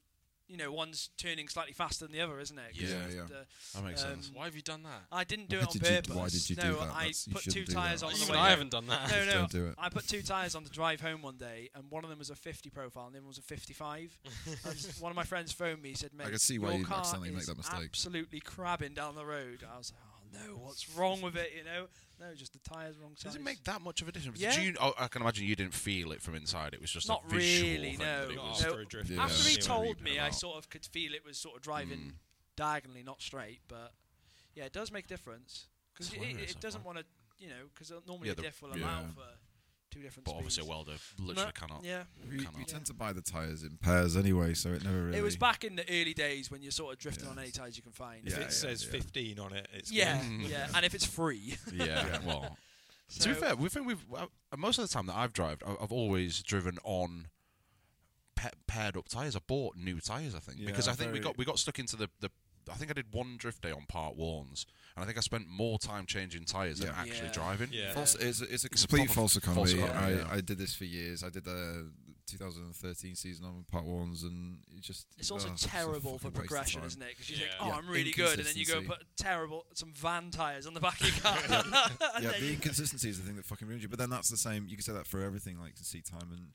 You know, one's turning slightly faster than the other, isn't it? 'Cause
Yeah,
it's
yeah.
the-
That makes
Um,
sense.
Why have you done that?
I didn't do
Why
it on
did you d-
purpose.
why did you do
no,
that?
I
That's- you
put two
shouldn't do
tires
that.
on
Well,
the
Even
way.
I haven't done that.
No,
Just
no.
don't do it.
I put two tires on the drive home one day, and one of them was a 50 profile, and the other one was a 55. and s- one of my friends phoned me, said, "Mate,
can see why
your
you'd
car
accidentally make
is
that mistake."
absolutely crabbing down the road." I was like, "Oh no, what's wrong with it?" You know, no, just the tires wrong size.
Does it make that much of a difference?
Yeah.
Did you, oh, I can imagine you didn't feel it from inside. It was just
Not
a visual
really,
thing that
no.
it
Not
was.
No.
after a drift.
Yeah. Mm.
After he
Yeah.
told me,
Yeah.
I sort of could feel it was sort of driving diagonally, not straight. But yeah, it does make a difference because
It's
it,
hilarious,
it,
that
doesn't
one.
want to, you know, because normally
Yeah,
a
the-
diff will allow
yeah.
for two different.
But obviously, a
speeds.
welder literally
No,
cannot.
Yeah,
We,
Cannot.
we tend to buy the tires in pairs anyway, so it never really.
it was back in the early days when you're sort of drifting
Yeah.
on any tires you can find.
If
Yeah,
it
yeah,
says
yeah.
15 on it, it's
Yeah,
good.
yeah, and if it's free.
Yeah, well. to be
So-
fair, we think we've uh, most of the time that I've driven, I've always driven on pe- paired up tires. I bought new tires, I think, because
Yeah,
I think we
very-
got we got stuck into the, the. I think I did one drift day on part ones, and I think I spent more time changing tires than
Yeah.
actually
Yeah.
driving.
Yeah.
False, it's, it's a
It's a
complete
proper
false economy.
false economy,
I,
yeah.
I did this for years. I did the 2013 season on part ones, and it just
It's also
ugh, oh, a
terrible
fucking waste
for
of
progression,
time.
isn't it? Because you think,
Yeah.
oh,
Yeah,
I'm really good, and then you go and put
inconsistency.
terrible some van tires on the back of your car. And
yeah,
then
the
you-
inconsistency is the thing that fucking ruins you. But then that's the same. You can say that for everything, like seat time and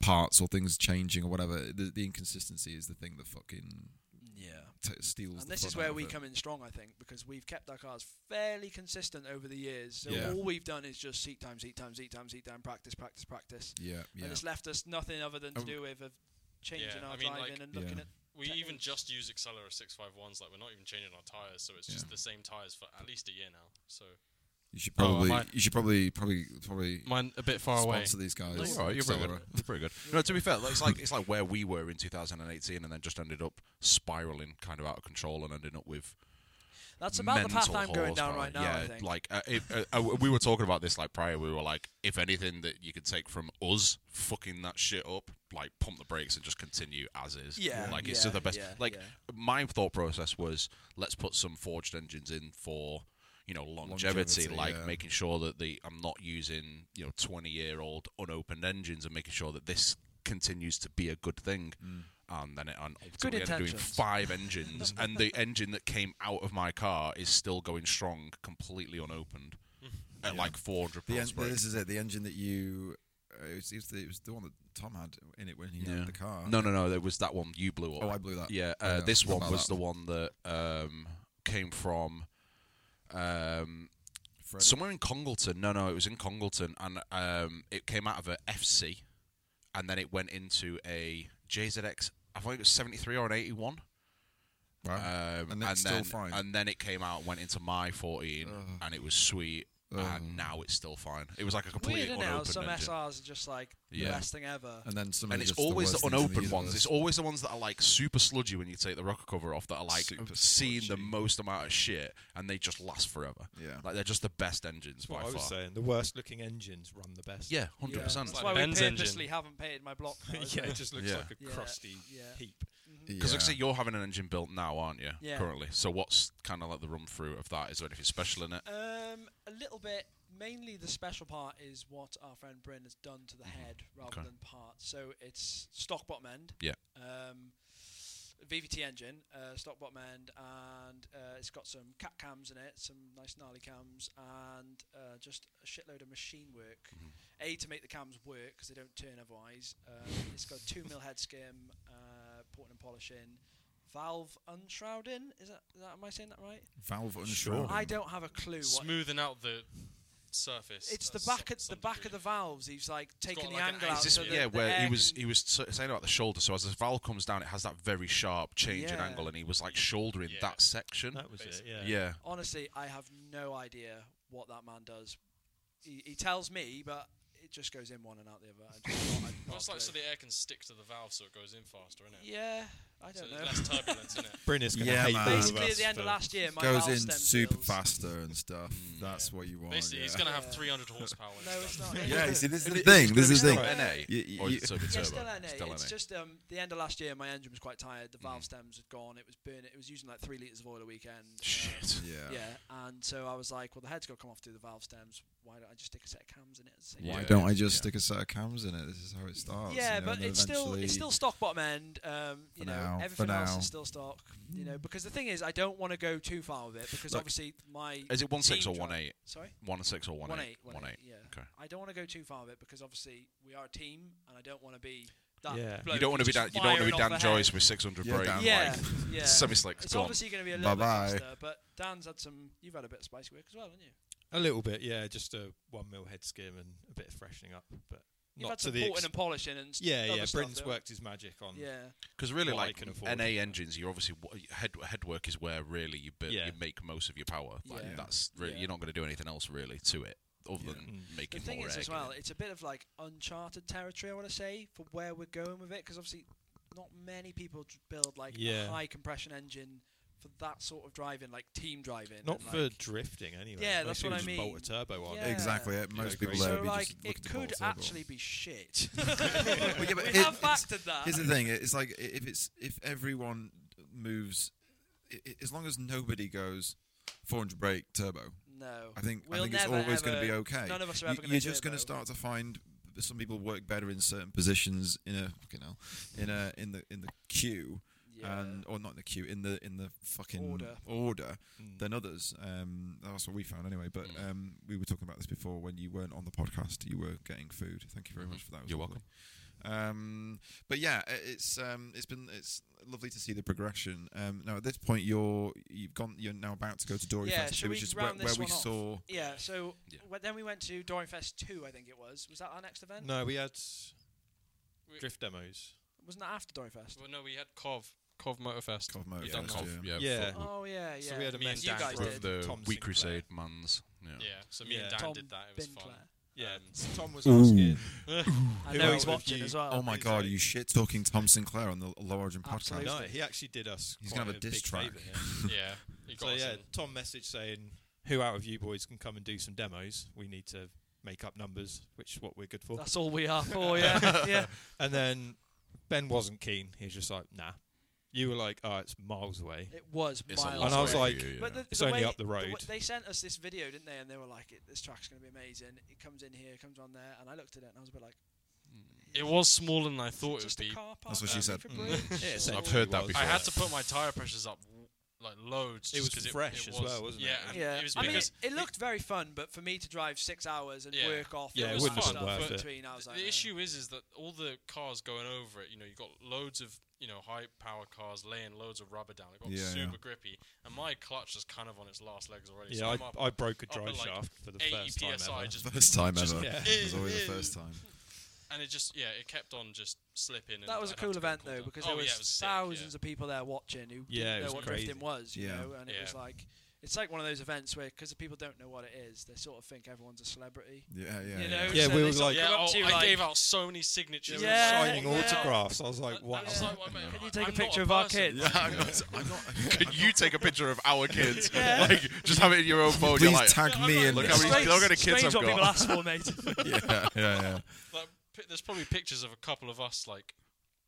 parts or things changing or whatever. The, the inconsistency is the thing that fucking
yeah.
t- steals.
And
the
this is
fun out
where
of
we
it.
come in strong, I think, because we've kept our cars fairly consistent over the years. So
Yeah.
all we've done is just seat time, seat time, seat time, seat time, practice, practice, practice.
Yeah, yeah.
And it's left us nothing other than to
Um,
do with of changing
Yeah,
our
I mean,
driving
like-
and looking
Yeah.
at.
We even
techniques.
just use Accelera 651s, like we're not even changing our tyres, so it's just
Yeah.
the same tyres for at least a year now. So
You should
Oh,
probably,
am I-
you should probably, probably, probably
mine a bit far away.
sponsor these guys.
No, you're all right. You're pretty good.
Accelera.
You're pretty good. No, to be fair, like, it's like it's like where we were in 2018, and then just ended up spiraling kind of out of control, and ending up with
That's about the path
mental
I'm going down
horsepower.
right now.
Yeah,
I think.
like uh, if, uh, uh, we were talking about this like prior. We were like, if anything that you could take from us fucking that shit up, like pump the brakes and just continue as is.
Yeah,
like it's
yeah,
just the best.
yeah,
like
yeah.
my thought process was, let's put some forged engines in for. You know, longevity,
Longevity,
like
yeah.
making sure that the I'm not using you know 20 year old unopened engines and making sure that this continues to be a good thing.
Mm.
And then it and ultimately ended up doing
intentions.
five engines, and the engine that came out of my car is still going strong, completely unopened, at like 400
The
pounds
en-
per
this is it. The engine that you, uh, it, was, it, was the, it was the one that Tom had in it when he
Yeah.
had the car.
No, no, no. There was that one you blew up.
Oh, I blew that.
Yeah,
Oh,
uh, this
forgot
one
about
was
that.
the one that um, came from um,
Fred.
somewhere in Congleton. No, no, it was in Congleton, and um, it came out of a FC, and then it went into a JZX. I think it was 73 or an 81.
Wow.
Um,
And that's still
then,
fine.
And then it came out, went into my 14,
Ugh.
and it was sweet.
Ugh.
And now it's still fine. It was like a
Weird
complete unopened
now, some
engine.
SRs are just like
Yeah. Uh,
the best thing ever.
and then some.
and
are
it's
just the
always the,
worst things in
unopened ones.
universe.
It's always the ones that are like super sludgy when you take the rocker cover off that are like
Super
seeing the
sludgy.
most amount of shit, and they just last forever.
Yeah.
like they're just the best engines
That's what
by
I was
far.
saying. The worst looking engines run the best.
Yeah, hundred percent.
That's
like
why we
Ben's engine.
purposely haven't painted my block. now, isn't
yeah,
it?
it just looks
Yeah.
like a
Yeah.
crusty
Yeah.
heap.
Because
yeah.
like I say, you're having an engine built now, aren't you?
Yeah.
Currently, so what's kind of like the run through of that? Is there anything special in it?
Um, a little bit. Mainly, the special part is what our friend Bryn has done to the head rather
Mm-hmm. Okay.
than parts. So it's stock bottom end.
Yeah.
Um, VVT engine, uh, stock bottom end, and uh, it's got some cat cams in it, some nice gnarly cams, and uh, just a shitload of machine work.
Mm-hmm.
A to make the cams work because they don't turn otherwise. Um, it's got a two mil head skim, uh, porting and polishing, valve unshrouding. Is that, is that am I saying that right?
valve unsure.
I don't have a clue. What
Smoothing out the surface.
it's the
uh,
back
some-
of the
some
back
degree.
of the valves. He's like taking
got
the
like an
angle out.
Is
ice-
this
so that
yeah,
the
where
air
he was
can-
he was so- saying about the shoulder? So as the valve comes down, it has that very sharp change in
Yeah.
angle, and he was like shouldering
Yeah.
that section.
That was it.
Basically.
Yeah.
yeah,
honestly, I have no idea what that man does. He, he tells me, but it just goes in one and out the other. I just, I,
Well, it's like so the air can stick to the valve so it goes in faster, isn't it?
yeah, I
so
don't
there's
know.
less turbulence, isn't it?
Bryn is gonna
Yeah,
hate
man.
all of
Basically, at
us
the end of
for-
last year, my
Ah, goes
valve
in
stem
super
seals-
faster and stuff.
Mm.
That's what you want.
Basically,
yeah.
it's going to
Yeah.
have 300 horsepower. when
No, it's
done.
not.
Yeah, you see, this is the
It's
thing.
gonna
This
be
is the
still
thing.
NA,
You- you-
or is it turbo
Yeah,
turbo?
still NA.
Still
it's
NA.
just um, the end of last year, my engine was quite tired. The
Mm.
valve stems had gone. It was burning. It was using like three liters of oil a weekend. Um,
Shit.
Yeah.
Yeah, and so I was like, well, the head's got to come off through the valve stems. Why don't I just stick a set of cams in it? At the same
Yeah.
Why
time?
don't I just
Yeah.
stick a set of cams in it? This is how it starts.
Yeah,
you know,
but
and then
it's still it's
eventually-
still stock bottom end. Um,
For
you know,
now, for
everything else
now.
is still stock. You know, because the thing is, I don't want to go too far with it because
Look,
obviously my
Is it one six
team
or
drive-
one eight?
Sorry,
One six or one
one
eight? One eight.
Yeah,
Okay.
I don't want to go too far with it because obviously we are a team, and I don't want to be that.
Yeah. You
You
bloke
don't want to
who's
be Dan.
just
You don't want to be
firing off
Dan
the head.
Joyce with six hundred
Yeah,
brake,
Dan.
Yeah,
like
yeah.
semi slicks.
It's
Go on.
obviously going to be a little
Bye-bye.
bit faster, but Dan's had some. You've had a bit of spice work as well, haven't you?
A little bit, yeah. Just a one mil head skim and a bit of freshening up, but
You've
not
had
to
some
the
porting
ex-
and polishing and st-
yeah,
other
yeah.
stuff,
Bryn's
though.
worked his magic on.
Yeah,
Because really,
what I
like
can afford.
NA engines, you're obviously wa- head head work is where really you bu-
Yeah.
you make most of your power. Like
Yeah.
that's really
Yeah.
you're not going to do anything else really to it other
Yeah.
than
Mm.
making
The thing
more
is,
air
as
going
well,
in.
it's a bit of like uncharted territory. I want to say for where we're going with it, because obviously, not many people d- build like
Yeah.
a high compression engine for that sort of driving, like team driving.
Not
and,
for
like-
drifting anyway.
Yeah,
Most
that's what
people
I
just
mean.
Bolt a turbo on.
Yeah.
Exactly. it. Most people
agree.
there
so
would be
like
just looking
it
to
could
bolt turbo.
actually be shit.
Well, yeah, but
we
it-
have
it's-
factored that.
Here's the thing. It's like i- if it's if everyone moves, i- i- as long as nobody goes 400 brake turbo,
no,
I think
we'll
I think it's
never,
always going to be
ever-
okay.
None of us are
You-
ever going to.
You're just going to
to
start to find some people work better in certain positions in a fucking hell in a in the in the queue and or not in the queue in the in the fucking
Order.
order
Mm.
than others. Um, that's what we found anyway. But um, we were talking about this before when you weren't on the podcast. You were getting food. Thank you very much for that. It was
You're
lovely. Um, but yeah, i- it's um, it's been it's lovely to see the progression. Um, now at this point, you're you've gone. You're now about to go to Dory
Yeah,
Fest,
shall
which
we
is where,
round
where
this
we
one off?
saw.
Yeah, so
Yeah.
wh- then we went to Doring Fest 2, I think it was. Was that our next event?
No, we had
We-
drift demos.
Wasn't that after Doring Fest?
Well, no, we had Cov Cov Motorfest.
Cov Motor
We've
Fest,
done that.
yeah.
yeah,
Yeah.
for-
Oh, yeah, yeah.
So we had a
Me
man
and
You
Dan
guys
for
did.
the
Tom
We
Sinclair.
Crusade mans. Yeah.
Yeah, so me
Yeah.
and Dan
Tom
did that. It was fun.
Binclair.
Yeah,
Um,
so Tom was asking.
I
Who
know
else
he's
would
watching
you-
as well.
Oh my
He's
god,
like-
you shit talking Tom Sinclair on the Low Origin
Absolutely.
podcast.
No, he actually did us.
He's
quite
gonna have a diss
big
track.
favour here.
yeah, you got
So
us
yeah,
in.
Tom messaged saying, "Who out of you boys can come and do some demos? We need to make up numbers, which is what we're good for."
That's all we are for, yeah. yeah.
And then Ben wasn't keen. He was just like, "Nah." You were like, "Oh, it's miles away."
It was
It's a
miles
lot
And I was
away.
like-
yeah, yeah.
But the,
It's
the
only
way-
up the
wa-
road.
they sent us this video, didn't they? And they were like, "It- "This track's going to be amazing. It comes in here, it comes on there." And I looked at it and I was a bit like,
It was smaller than I thought it
"Just
would
a
be.
car park
That's what she
over
said.
for
Mm.
bridge?"
Yeah,
Or-
so
I've heard that
was.
before.
I had to put my tire pressures up w- like loads.
It was
just 'cause
fresh
it,
as
was-
well, wasn't it?
yeah, and
yeah,
it was
I mean,
because
it, it looked very fun, but for me to drive six hours and
Yeah.
work off,
Yeah,
it
all
wouldn't
that
have been
stuff
worth it.
between, I was
the,
like,
the
"No."
issue is is that all the cars going over it. You know, you got loads of you know high power cars laying loads of rubber down. It got
Yeah,
super
yeah.
grippy, and my clutch is kind of on its last legs already. so
yeah,
I'm up
I, I broke a
up at,
drive
like,
shaft for the
80
first time
psi,
ever.
just
First time
Just-
ever.
yeah.
It was always the first time.
and it just yeah, it kept on just slipping. And
That was a
I'd have
cool
to go
event
cool
though,
down.
because
oh,
there was,
yeah, it was sick, yeah.
thousands of people there watching who
Yeah,
didn't
it
know
was
what
crazy.
drifting was, you
Yeah.
know, and it was
Yeah.
like, it's like one of those events where because the people don't know what it is, they sort of think everyone's a celebrity.
Yeah, yeah.
you know,
Yeah,
so
we
they sort
were
of
like-
Yeah,
come up
oh,
to you
I
like,
gave out so many signatures.
Yeah, Yeah.
signing
yeah.
autographs. I was like,
And- and
wow.
it's like, well, mate,
Can you
I-
take a
I'm
picture
not
of our
person.
kid?
Yeah, I'm not, I'm not, could you take a picture of our kids?
Yeah.
Like, just have it in your own phone. you're
Please
like,
tag
Yeah,
me
I'm
in
like-
Look how
this.
many-
Strange-
look how many kids
strange
I've
what
got.
people ask for, mate.
yeah, yeah, yeah.
Like, pi- there's probably pictures of a couple of us like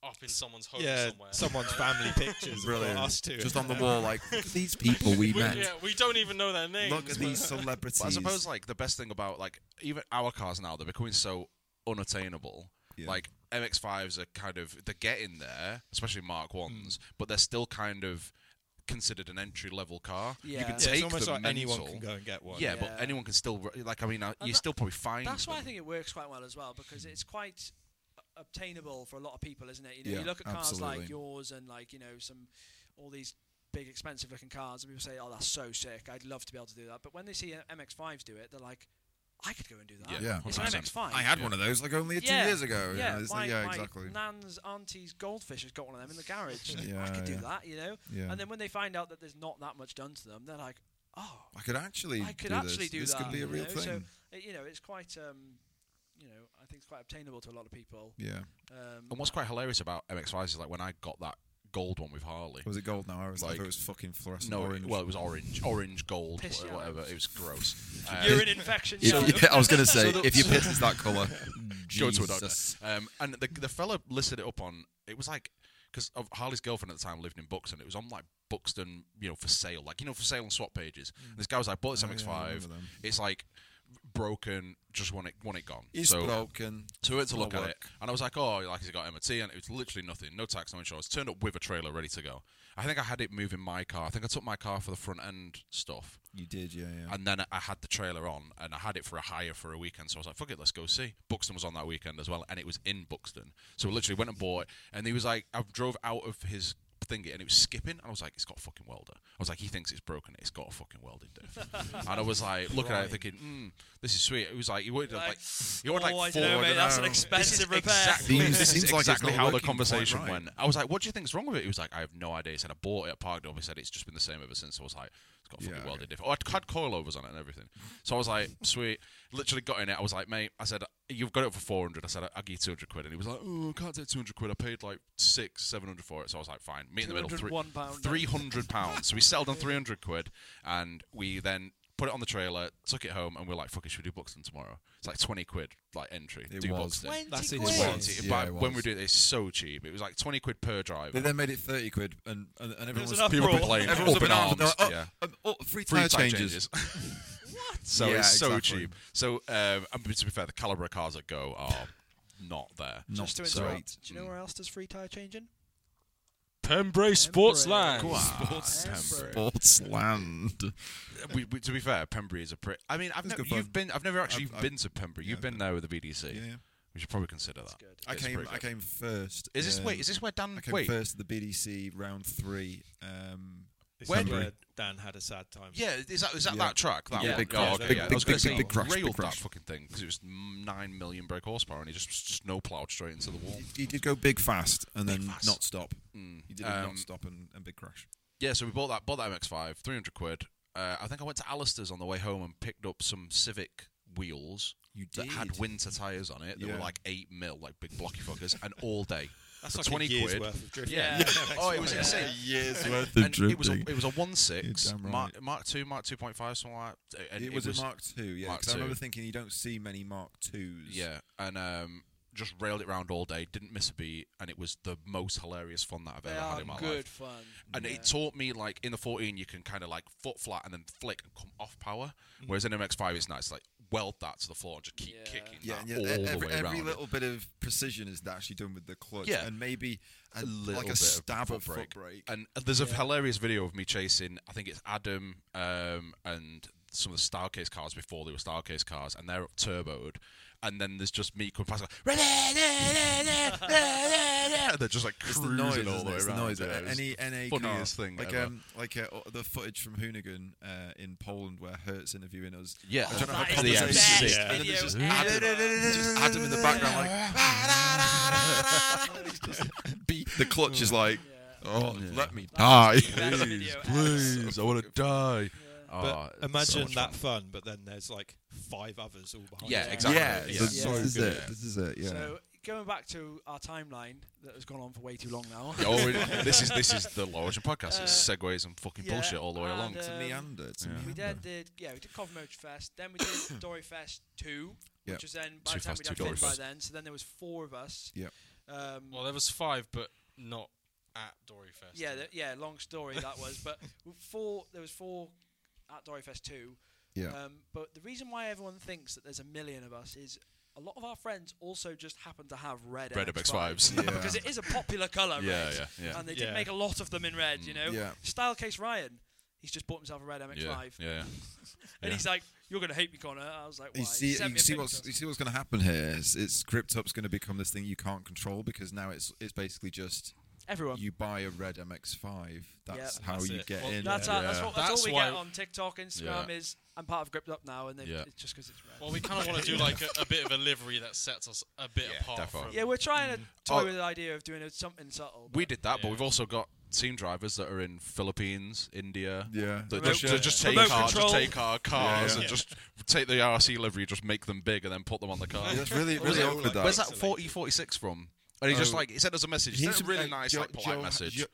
up in someone's home
yeah,
somewhere.
someone's family pictures. Brilliant. Us two.
Just on the wall, like look at these people we
we,
met.
yeah, we don't even know their names.
Look at these celebrities.
But I suppose like the best thing about like even our cars now they're becoming so unattainable.
Yeah.
Like MX5s are kind of they're getting there, especially Mark
Mm.
Ones, but they're still kind of considered an entry level car. You
Yeah.
can
Yeah,
take
it's almost
them
like anyone
mental.
can go and get one.
Yeah,
Yeah.
but anyone can still r- like I mean uh, you
that-
still probably find.
That's why I
them.
think it works quite well as well because it's quite o- obtainable for a lot of people, isn't it? You know,
Yeah,
you look at cars
absolutely.
like yours and like you know some all these big expensive looking cars, and people say, "Oh, that's so sick! I'd love to be able to do that." But when they see uh, MX-5s do it, they're like, "I could go and do that."
Yeah.
It's an
100%.
MX-5.
I had one of those like only two
Yeah.
years ago. you
yeah,
know, it's
my,
like- Oh, yeah,
my
exactly.
nan's auntie's goldfish has got one of them in the garage. I
Yeah,
could do
yeah.
that, you know.
Yeah.
And then when they find out that there's not that much done to them, they're like, "Oh,
I could actually.
I could
do
actually
this.
do
this
that.
could be a
you
real
know?
thing.
So, uh, you know, it's quite, um, you know, I think it's quite obtainable to a lot of people.
yeah.
Um,
And what's quite hilarious about MX5s is like when I got that gold one with Harley.
Was it gold now? I was like,
Like-
it was fucking fluorescent
No,
orange.
it, well, it was orange, orange gold,
Piss
wha-
yellow.
whatever. It was gross. Um,
you're an infection.
If-
yellow.
yeah, I was gonna say
So the-
if your piss is that color,
go to a doctor. Um, and the the fella listed it up on. It was like because Harley's girlfriend at the time lived in Buxton. It was on like Buxton, you know, for sale, like you know, for sale on swap pages. And this guy was like, "Bought this
Oh, yeah, I
MX5.
remember them.
it's like broken. Just want it, want it gone."
It's
so
broken.
so we went to
Not
look at it,
work.
and I was like, "Oh, like he's got MOT," and it was literally nothing, no tax, no insurance. Turned up with a trailer ready to go. I think I had it moving my car. I think I took my car for the front end stuff,
You did, yeah, yeah.
and then I had the trailer on, and I had it for a hire for a weekend. So I was like, fuck it, let's go see. Buxton was on that weekend as well, and it was in Buxton. So we literally went and bought it, and he was like, I drove out of his thingy, and it was skipping, and I was like, it's got a fucking welder. I was like, he thinks it's broken, it's got a fucking welding diff. and I was like, looking at it, thinking, mm, this is sweet. It was like, he wanted like,
Like,
he wanted like
"Oh, I
four.
don't know, mate, that's an
This is
expensive repair."
Exactly,
Seems-
this is
seems like it's
exactly
not
how the
working quite
conversation
right.
went. I was like, what do you think's wrong with it? He was like, I have no idea. He said, I bought it, I parked it up. He said, it's just been the same ever since. I was like, it's got fucking
Yeah, okay.
welded diff. Oh, I had coilovers on it and everything. So I was like, sweet. Literally got in it. I was like, mate, I said, you've got it for 400. I said, I'll give you 200 quid. And he was like, oh, I can't take 200 quid. I paid like six, 700 for it. So I was like, fine. Meet in the middle. Three,
201 pound.
300 pounds. so we settled on 300 quid and we then put it on the trailer, took it home, and we are like, fuck it, should we do Buxton tomorrow? It's like 20 quid, like entry.
It
do
was.
Buxton.
That's
Twenty
it.
quid.
Well,
Twenty.
Yeah,
but
it
when we
was.
do it, it's so cheap. It was like 20 quid per driver.
They then made it thirty quid, and and, and everyone
was
was
an uproar.
People complained.
Everyone's
Up
up in
in
arms.
arms,
They're like,
yeah.
oh, um, oh, free
Free
tire changes.
changes. So
Yeah,
it's so
exactly.
cheap. So um, and to be fair, the caliber of cars that go are not there.
Not
Just to
so
interrupt, do you know where else does free tire changing?
Pembrey Sportsland.
Sports Temper.
Sportsland.
we, we, to be fair, Pembrey is a pretty. I mean, I've
It's
never
good fun.
you've been. I've never actually
I've- I've-
been to Pembrey. You've been there with the VDC.
Yeah, yeah.
We should probably consider that.
I
It's
came.
pretty
I
good.
came first.
Is this wait?
um,
Is this where Dan?
I came
Wait.
first at the BDC round three. Um,
This
When-
is where Dan had a sad time.
Yeah, is that is that
Yeah.
that track? That
Yeah,
one?
big
God,
crash, big-
yeah. I
big-
was gonna
big-
say,
big-
he
big
crash, big
railed that
crash.
fucking thing because it was nine million brake horsepower and he just snowplowed straight into the wall.
he did go big fast and then
fast.
not stop.
Mm.
He did
Um,
not stop and, and big crash.
Yeah, so we bought that bought that MX5, three hundred quid. Uh, I think I went to Alistair's on the way home and picked up some Civic wheels
You
that had winter tires on it. They were
Yeah.
like eight mil, like big blocky fuckers, and all day.
That's
For
like
20
a year's
quid.
worth of drifting.
Yeah. Oh, it was insane.
years
And-
worth
and it was a, it was a one six
You're damn
Mark Mark two Mark two point five something like. That. And
It was a Mark Two, yeah.
Mark
Because I
II.
remember thinking you don't see many Mark Twos.
Yeah, and um, just railed it round all day. Didn't miss a beat, and it was the most hilarious fun that I've
They
ever had
are
in my
good
life.
fun.
And
yeah.
it taught me like in the 14 you can kind of like foot flat and then flick and come off power, whereas in MX5 it's nice like weld that to the floor and just keep
Mm. Yeah.
kicking
Yeah, and
that
yeah,
all
e-
the
every,
way
every
around.
little bit of precision is actually done with the clutch,
Yeah.
and maybe a,
little
like
bit
a
of
stab
foot
of foot
brake.
brake.
And there's a hilarious video of me chasing. I think it's Adam um, and some of the Starcase cars before they were Starcase cars, and they're turboed. And then there's just me coming past, like, and they're just like
It's the
cruising
noise,
all
isn't
the
it?
way
It's the
around.
noise.
Yeah,
A-
it was-
Any NA
funniest
car,
thing
like
ever.
um, like uh, the footage from Hoonigan uh, in Poland where Hertz interviewing us.
yeah,
I'm trying to
That
have
is
a
the
Yeah,
best
it's
conversation,
sick.
Yeah.
and then there's just
video
Adam,
ever.
just Adam in the background, like He's just beat. the clutch is like,
Yeah.
oh, let me
That
die,
is the best video ever.
I want to die.
Yeah.
Oh,
But
it's
imagine
so much
that
fun.
fun, but then there's like five others all behind.
Yeah,
you.
exactly.
Yeah,
Yeah.
this
Yeah.
is
Yeah.
it. This is it. Yeah.
So going back to our timeline that has gone on for way too long now.
Oh, it- this is this is the Origin podcast. It segues and fucking
yeah,
bullshit all the way
and,
along.
uh,
to
um,
meander. To
yeah.
We
meander.
then did yeah we did Cov Motor Fest. Then we did Dory Fest two,
Yeah.
which was then by
Two
the time
fest,
we had
two Dory
Finn by
fest.
then. So then there was four of us.
Yeah.
Um,
Well, there was five, but not at Dory Fest.
yeah, th- yeah. Long story that was, but four. There was four at Dory Fest two.
Yeah.
Um, but the reason why everyone thinks that there's a million of us is a lot of our friends also just happen to have red,
Red
MX5s.
MX5s.
Yeah.
because it is a popular colour.
Yeah,
red,
yeah, yeah.
uh,
Mm.
And they
Yeah.
did make a lot of them in red. You know,
Yeah.
Stylecase Ryan. He's just bought himself a red MX5,
Yeah, yeah.
and
yeah.
he's like, "You're gonna hate me, Connor." I was like, "Why?"
You see,
He
you
sent me a
see
picture.
what's you see what's going to happen here. It's, it's CryptUp's going to become this thing you can't control because now it's it's basically just
everyone.
you buy a red MX5. That's
Yeah.
how
That's
you
it.
get
Well,
in.
That's,
yeah.
our, that's, what, that's,
That's
all we
why-
get on TikTok, Instagram is I'm part of Gripped Up now, and they've
Yeah.
it's just because it's red.
Well, we kind of want to do like a, a bit of a livery that sets us a bit
Yeah,
apart
definitely.
from.
yeah, we're trying to toy
Oh.
with the idea of doing something subtle.
We
but-
did that, but
Yeah.
we've also got team drivers that are in Philippines, India.
yeah.
That
Remote-
just, that just
yeah.
take
Remote
our,
control.
just take our cars
Yeah, yeah.
and just take the RC livery, just make them big, and then put them on the car.
Yeah, that's really really
it-
awkward.
Where's
That.
that 40, 46 from? And he just
Oh.
like he sent us a message. He
He's uh,
sent a really nice, like, polite message.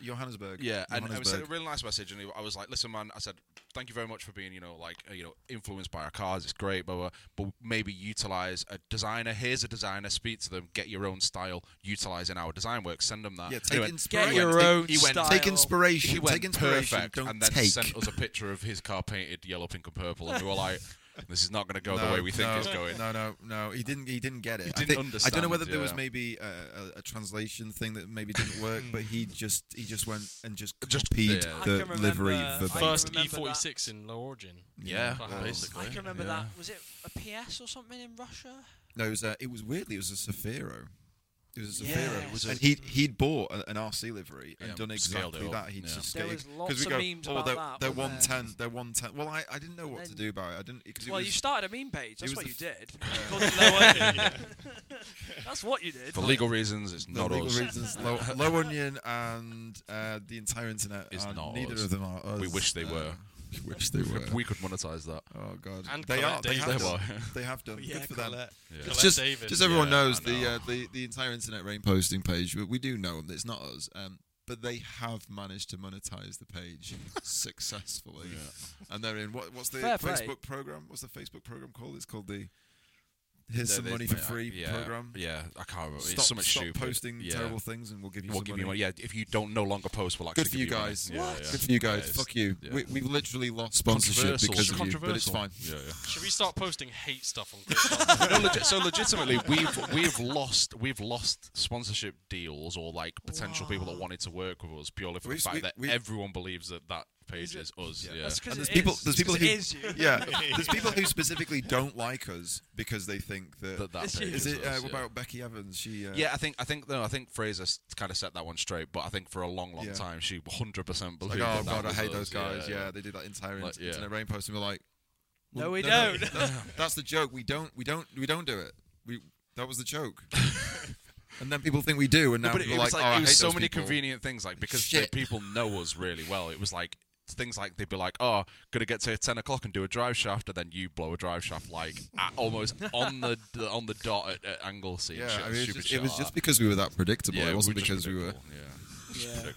Johannesburg.
Yeah, and, and we sent a
Johannesburg.
really nice message, and he- I was like, "Listen, man," I said, "Thank you very much for being, you know, like, uh, you know, influenced by our cars. It's great, blah, blah, blah, but maybe utilize a designer. Here's a designer. Speak to them. Get your own style. Utilize in our design work. Send them that.
Yeah,
And
take
he went-
inspiration.
he went-
Your own
he went-
style.
Take inspiration.
He went
take inspiration.
perfect,
Don't
and then
take.
sent us a picture of his car painted yellow, pink, and purple, and we were like, "This is not going to go the
No,
way we think
no,
it's going."
No, no, no. He didn't. He didn't get it.
He
I
didn't
think- I don't know
understand,
whether there was
yeah.
maybe a, a, a translation thing that maybe didn't work, but he just he just went and just
Just-
copied
yeah.
I
the
can remember-
livery
I
verbatim.
can
First
remember
E46 in Low Origin.
Yeah,
Wow.
well,
Basically.
I can remember
yeah.
that. Was it a PS or something in Russia?
No, it was uh, it was weirdly it was a Safiro. It was a
Yeah.
Safiro,
It was a-
and he he'd bought a- an RC livery and
Yeah,
done
scaled
exactly
it up,
that. He'd
yeah.
just
There
scaled-
was lots
'cause we
of
go,
memes
oh,
about
they're,
that,
They're
wasn't
one
there?"
ten. They're one ten. Well, I, I didn't know what to
then-
do about it. I didn't. Cause it
Well,
was,
you started a meme page. That's
was
what
the
you
f-
did. Called it Low Onion. That's what you did.
For legal reasons, it's
the
not
legal
us.
reasons, low, low onion and uh, the entire internet.
It's
are-
not
neither
us.
of them are us.
We wish they
Uh,
were.
we wish they were.
We could monetize that.
oh God,
And
they are.
Colette
They have,
Davis.
done, they have done.
Yeah,
Good for them.
Colette.
Yeah.
Colette
just,
Davis.
just everyone
Yeah,
knows
I
the
know.
uh, the the entire internet rain posting page. We, we do know them. It's not us. Um, but they have managed to monetize the page successfully, and they're in what what's the
Fair play.
Facebook program? What's the Facebook program called? It's called the here's some
they-
money for
mate, I-
free
yeah,
program.
Yeah, I can't remember.
Stop,
it's so much
stop
stupid.
posting
yeah.
terrible things, and we'll give you
We'll
some
give
money.
you money. Yeah, if you don't no longer post, we'll actually
Good for you
give you money.
guys.
Yeah, yeah.
Good for you
Yeah,
guys.
it's-
Fuck you.
yeah.
We, we've literally lost sponsorship
Controversial.
because of you, but it's
Controversial.
fine.
Yeah, yeah.
Should we start posting hate stuff on Grizzly?
no, legi- so legitimately, we've we've lost we've lost sponsorship deals or like potential people that wanted to work with us purely for
We-
the fact
we-
that
we-
everyone believes that that page is, us. Yeah.
That's because
And there's people. There's people who.
it is you.
Yeah. There's people who specifically don't like us because they think that.
that, that
It's
page
huge.
is it uh,
us, yeah.
about Becky Evans? She. Uh,
Yeah, I think I think no, I think Fraser kind of set that one straight, but I think for a long, long
Yeah.
time she 100 percent
Like,
believed.
oh
that that
god, I
was
hate
us.
those guys. Yeah,
yeah.
they did that entire
Like,
internet
yeah.
rain post, and we're like,
No,
well,
we don't.
that's, that's the joke. We don't. We don't. We don't do it. We. That was the joke. and then people think we do, and now
No, but it,
people
it
are
was
like,
like
oh, I
it was
hate
so
those
many
people.
convenient things, like because the
Shit.
people know us really well. It was like things like they'd be like, "Oh, gonna get to ten o'clock and do a drive shaft," and then you blow a drive shaft like at, almost on the on the dot at, at angle C. and
Yeah,
shit,
I mean, it's
stupid
just-
shit
it was
like
just
that.
because we were that predictable.
yeah,
it wasn't
was just
because we were.
predictable,
Yeah.
Yeah,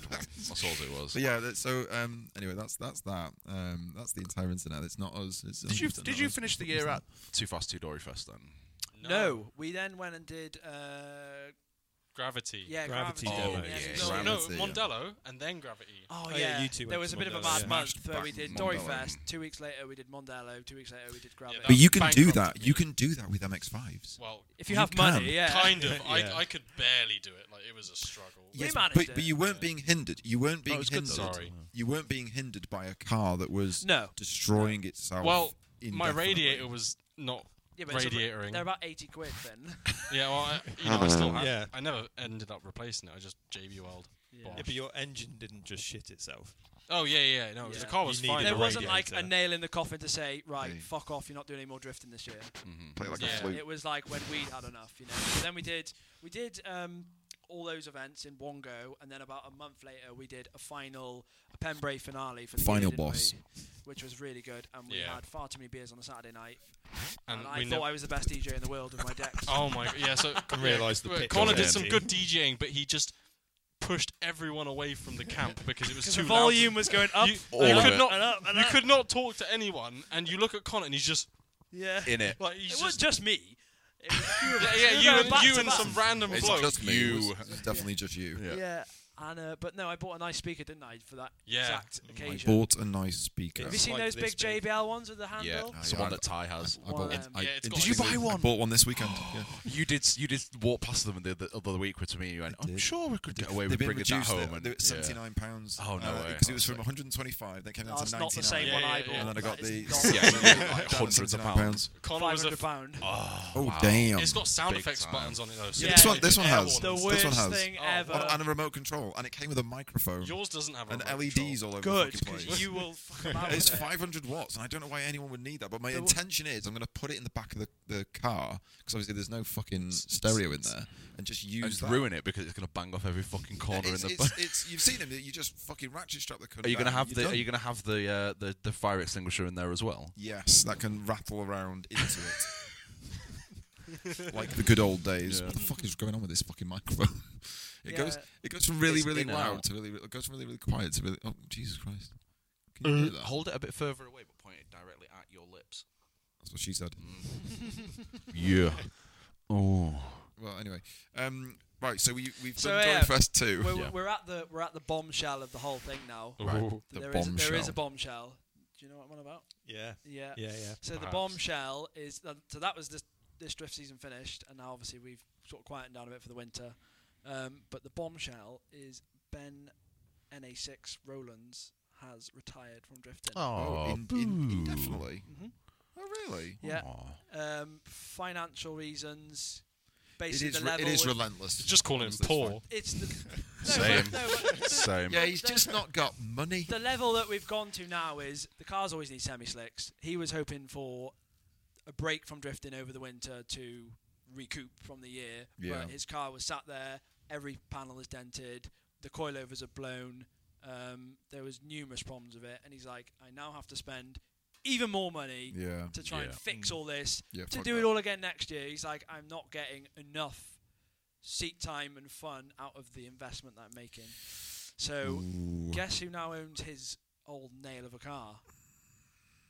that's all it was.
So yeah, that, so um, anyway, that's that's that. Um, that's the entire internet. It's not us. It's
Did you
100%
did
not
you
us.
finish the year at Too Fast Too Dory Fest then?
No, we then went and did. Uh,
Gravity.
yeah,
Gravity
Gravity.
demo.
Demo.
Oh, yeah.
so-
No, no,
Gravity, yeah.
Mondello and then Gravity.
Oh,
yeah,
yeah.
you two
there
went
was
to
a bit of a
Mondello.
mad
Yeah.
month where we did
Mondello.
Doryfest. Two weeks later, we did Mondello. Two weeks later, we did Gravity.
uh,
that
But
was
you can do
bankrupt
that.
of
You
me.
can do that with MX5s.
Well,
if you,
You
have
can.
money, yeah.
kind of.
Yeah.
I, I could barely do it. Like it was a struggle.
Yeah.
Yes,
managed
but,
it.
but you weren't being hindered. You weren't being
it's good
hindered.
though. Sorry.
You weren't being hindered by a car that was
No.
destroying itself.
Well, my
indefinitely.
radiator was not
Yeah, but it's a-
radiatoring.
They're about 80 quid then.
Yeah, well, I, you know, I still had,
Yeah.
I never ended up replacing it. I just JBL'd.
Yeah.
Bosh.
Yeah, but your engine didn't just shit itself.
Oh yeah, yeah, no,
Yeah.
the car
You
was
needed
fine.
the
there
The
wasn't
radiator.
like a nail in the coffin to say, right,
Hey.
fuck off, you're not doing any more drifting this year.
Mm-hmm.
play like
Yeah.
a flute.
It was like when we'd had enough, you know. So then we did we did um, all those events in one go, and then about a month later we did a final a Pembrey finale for the
Final
year, didn't
boss.
we? which was really good, and we
Yeah.
had far too many beers on a Saturday night, and,
and
I
we
thought
never-
I was the best DJ in the world with my decks.
Oh my, yeah. So
realise the
yeah,
pitch
Connor
was
did some
empty.
good DJing, but he just pushed everyone away from the camp because it was too
the volume
loud.
was going up.
You,
All
you
of
could
it.
not,
and up, and
you
up.
could not talk to anyone, and you look at Connor, and he's just
yeah.
in it.
like he's
it
just,
wasn't just me. It was a few of
yeah,
us.
yeah,
No,
you
no,
and
back
you
to
and
back.
some random
It's
bloke.
just me. It was-
You-
it was definitely just you.
Yeah.
Yeah, and uh, but no, I bought a nice speaker, didn't I, for that
Yeah. Oh
exact
I
occasion.
bought a nice speaker.
Have you seen
like
those
this
big
big.
JBL ones with the handle?
Yeah,
yeah,
someone
I-
that Ty has.
I bought
One um, of
one.
them.
I
Yeah, it's got-
Did you buy
I
one?
bought one this weekend. Yeah.
You did. You did walk past them the, the other week to me. and You went. I'm
did.
sure we could get away
They've
with
been
bringing that
reduced.
home.
They're-
and-
they're at
yeah.
79 pounds. Uh,
Oh, no way.
Because it was from 125. They came down
That's
to
not the same
99.
one
Yeah,
I
yeah,
bought.
yeah.
And then I got
That
the
is
Yeah,
not
yeah, yeah, like
Down to
hundreds of
79
pounds.
Connor
Five
was a.
hundred pound.
Oh
Wow.
damn!
It's got sound
Big
effects
time.
buttons on it though. So
Yeah,
this one, this one
air
has.
The
warnings.
This
worst
one has.
thing
Oh,
ever.
and, and a remote control, and it came with a microphone
Yours doesn't have a
Mm. and E
remote
LEDs
control.
all over
Good,
the fucking place.
because you will fuck about
it's
with it.
500 watts, and I don't know why anyone would need that. But my
The w-
intention is, I'm going to put it in the back of the, the car because obviously there's no fucking stereo in there, and just use
And
that.
ruin it because it's going to bang off every fucking corner
It's,
in the.
it's, it's, you've seen them. You just fucking ratchet strap the. cunt
are you going to
down,
have
you're
the? Are
done.
you going to have the, uh, the the fire extinguisher in there as well?
Yes, that can rattle around into it. like the good old days. What the fuck is going on with this fucking microphone? It
Yeah.
goes it goes from really
It's
really
in and
loud
out.
to really it goes from really really quiet to really oh Jesus Christ. Can you hear that?
Mm-hmm. Uh, Hold it a bit further away, but point it directly at your lips.
That's what she said.
Mm. Yeah. Oh.
Well, anyway, um, right. So we we've
So,
done
yeah,
Dory Fest two.
We're,
Yeah.
we're at the we're at the bombshell of the whole thing now.
Right. The
There is there is
bombshell.
a bombshell. Do you know what I'm on about?
Yeah,
Yeah.
yeah, yeah.
So the
Perhaps.
bombshell is th- so that was this this drift season finished, and now obviously we've sort of quietened down a bit for the winter. Um, but the bombshell is Ben Na6 Rollins has retired from drifting.
Oh, in, in, indefinitely.
Mhm.
Oh, really?
Yeah. Um, financial reasons.
It
Basically,
is,
the
re-
level.
it is relentless.
Just calling him
That's fine.
poor.
it's the,
Same.
No, but- no, but
Same.
Yeah, he's just not got money.
the level that we've gone to now is the cars always need semi slicks. He was hoping for a break from drifting over the winter to recoup from the year,
Yeah.
but his car was sat there. Every panel is dented. The coilovers are blown. Um, there was numerous problems with it, and he's like, I now have to spend even more money
Yeah.
to try and
Yeah.
fix all this
Yeah,
to
fuck
do
that.
it all again next year. He's like, I'm not getting enough seat time and fun out of the investment that I'm making. So, guess who now owns his old nail of a car?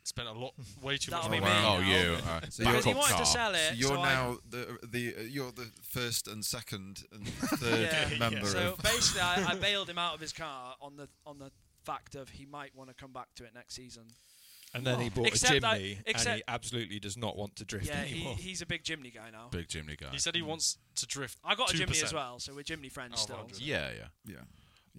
spent a lot, way too much
That'll
money.
be me.
Oh,
Oh,
you. Uh,
So
Because
you're-
he wanted to sell it.
So you're
so I-
now the the uh, you're the first and second and third
Yeah.
member
So
of
basically, I, I bailed him out of his car on the on the fact of he might want to come back to it next season.
And then he bought
Except
a
I-
Jimny, and
except-
he absolutely does not want to drift
Yeah, he,
anymore.
he's a big Jimny guy now.
big Jimny guy.
He said he
Mm.
wants to drift.
I got a
2%.
Jimny as well, so we're Jimny friends
Oh,
still.
100.
Yeah, yeah.
yeah.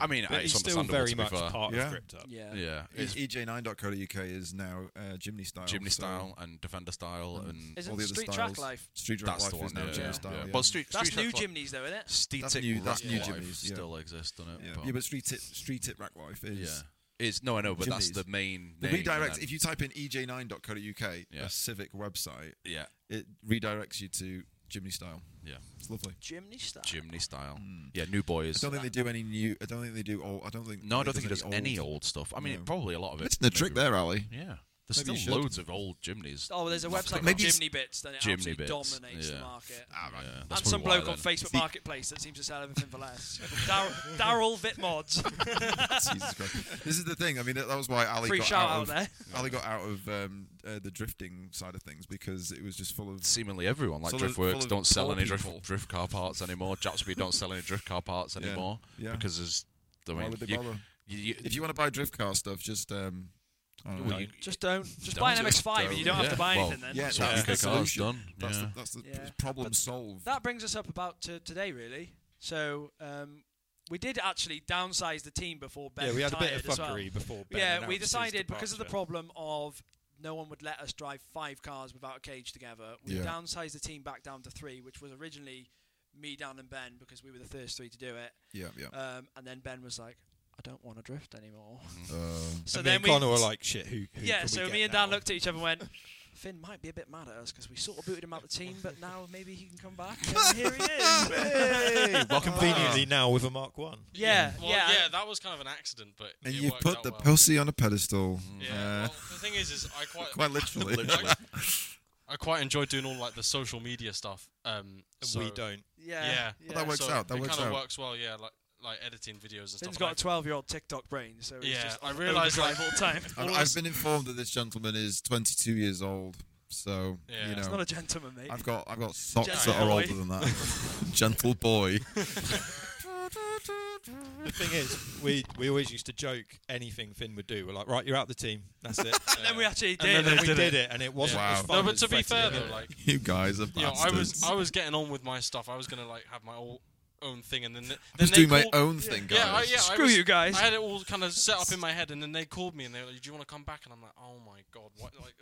I mean,
but
it's
he's still
understandable,
very
to be
much
fair.
part
Yeah.
of Gripped Up.
Yeah.
Yeah.
E-
It's
EJ9.co.uk is now uh, Jimny style.
Jimny
so
style and Defender style and
Isn't
all the other
Street
styles.
Track Life?
Street Drag
that's
Life
the one.
is now
yeah,
Jimny
yeah,
style.
yeah.
yeah.
But Street
That's
Street
new
Track Life-
Jimny's though, isn't it?
Steetic
new- that's
Rack
new
Life
Jimmy's, yeah.
still exists, doesn't it?
Yeah.
But-
yeah, but Street Tit, Street Tit Rack Life is.
yeah. It's no, I know, but that's
Jimmy's.
the main.
The
name,
redirect.
and
If you type in E EJ9.co.uk,
Yeah.
a civic website,
then- yeah,
it redirects you to Jimny style.
Yeah.
it's lovely.
Jimny Star.
Jimny style. Yeah, new boys.
Hmm. I don't think they do any new. I don't think they do all. I don't think.
No, I don't think he does any
old.
old stuff. I mean,
No.
probably a lot of it.
It's the trick there, Ali.
Yeah, there's
Maybe you
still
should.
loads of old Jimneys.
Oh, well, there's a website called
Maybe it's-
Jimny Bits that it
Jimny
absolutely
Bits,
dominates
yeah.
the market.
Yeah, Ah, that's
and
probably
some
why
bloke
then.
on Facebook Marketplace that seems to sell everything for less. Dar- Daryl Vitmods.
Jesus Christ. This is the thing. I mean, that, that was why Ali
Free
got
shout
out,
out
of,
there.
Ali got out of um, uh, the drifting side of things because it was just full of.
Seemingly everyone, like
So there's full
Driftworks,
of
don't sell
poor
any drift,
people.
drift car parts anymore. Jacksby don't sell any drift car parts
Yeah.
anymore
Yeah.
because there's. I mean,
why would they
you-
bother?
you- you-
If you want to buy drift car stuff, just. Um, I don't know.
you-
Just don't. Just
Don't
buy an
just
MX5 and you don't have
Yeah.
to buy
Well,
anything then.
yeah,
that's
that's
what
the
UK car's
solution.
done.
That's
yeah.
the, that's the p-
Yeah.
problem
But
solved.
That brings us up about to today, really. So um, we did actually downsize the team before Ben.
Yeah, we had a bit
retired
of
as well.
fuckery before. Ben
Yeah,
announced
we
his
decided because of the
departure.
problem of no one would let us drive five cars without a cage together. We
Yeah.
downsized the team back down to three, which was originally me, Dan, and Ben because we were the first three to do it.
yeah, yeah.
Um, and then Ben was like, "I don't want to drift anymore."
Uh,
So
and
then
me and Connor
we,
were like, "Shit, who?" who
yeah.
can
So
we
me
get
and Dan
now?
looked at each other and went. Finn might be a bit mad at us because we sort of booted him out the team, but now maybe he can come back. And here he is.
Well, conveniently
Ah.
now with a Mark One.
Yeah,
Well,
yeah,
yeah, that was kind of an accident, but
and
it
you've
worked
put
out
the
well. Mm.
pussy on a pedestal.
Yeah.
Uh,
well, the thing is, is I quite,
quite literally.
Literally.
I quite enjoy doing all like the social media stuff. Um,
And
so-
we don't.
yeah.
Yeah.
Well, that works
so
out, that
it
works
kind
out.
of works well. Yeah, like like editing videos and
Finn's
stuff.
got a
and
12 year old TikTok brain, so
I,
he's
yeah,
just
I realised like
overdrive all the time.
and I've been informed that this gentleman is 22 years old. So
Yeah.
you
It's
He's
know,
not a gentleman, mate.
I've got I've got socks
Gentle
that are
boy.
older than that. Gentle boy.
The thing is, we we always used to joke anything Finn would do. We're like, "Right, you're out the team. That's it."
and then we actually did.
and then
and
we
we
did it, and it wasn't
Yeah.
as
Wow.
fun.
no, but
as
to be
Fetty
fair
did.
though, like
You guys are
you know, I was
bastards.
I was getting on with my stuff. I was gonna like have my all, own thing, and then th- then
just
they
doing my
called-
own thing, guys.
Yeah, I, yeah. I
Screw
was,
you guys.
I had it all kind of set up in my head, and then they called me and they were like, "Do you want to come back?" And I'm like, "Oh my god, what?" Like,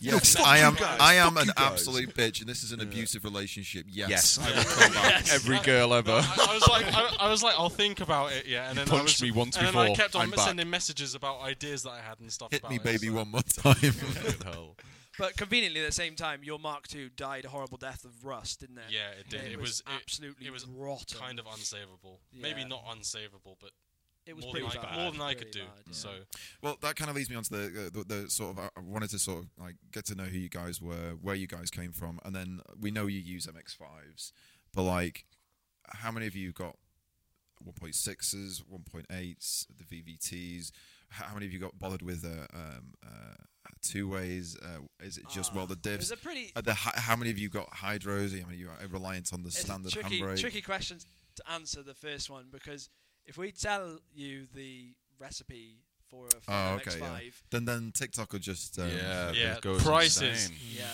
Yes, I am. I am an absolute bitch, and this is an abusive relationship. Yes,
Yes.
I will come back.
Every girl ever.
I, I was like, I, I was like, I'll think about it, yeah. And then I
punched
was,
me once
and then I
before,
kept on
I'm back.
sending messages about ideas that I had and stuff.
Hit
about
me,
it,
baby,
so-
one more time.
But conveniently, at the same time, your Mark II died a horrible death of rust, didn't it?
Yeah, it did.
It
It,
was
was,
absolutely
It, it was
rotten.
kind of unsavable.
Yeah.
Maybe not unsavable, but
It was
more, than
pretty
I,
bad.
more than I
Pretty
could do.
bad, yeah.
So
well, that kind of leads me on to the, uh, the the sort of. I wanted to sort of like get to know who you guys were, where you guys came from, and then we know you use MX fives, but like, how many of you got 1.6s, 1.8s, the VVTs? How how many of you got bothered with uh, um, uh, two ways? Uh, is it just well the
Ah. It
diffs?
was a pretty
Uh, the, hy- how many of you got hydros? How many of you are reliant on the
it's a
standard
tricky,
handbrake?
tricky question to answer the first one because if we tell you the recipe for a for
Oh,
an
okay. Yeah.
MX5,
Then then TikTok will just um,
yeah,
Yeah,
it goes
prices.
insane.
Yeah.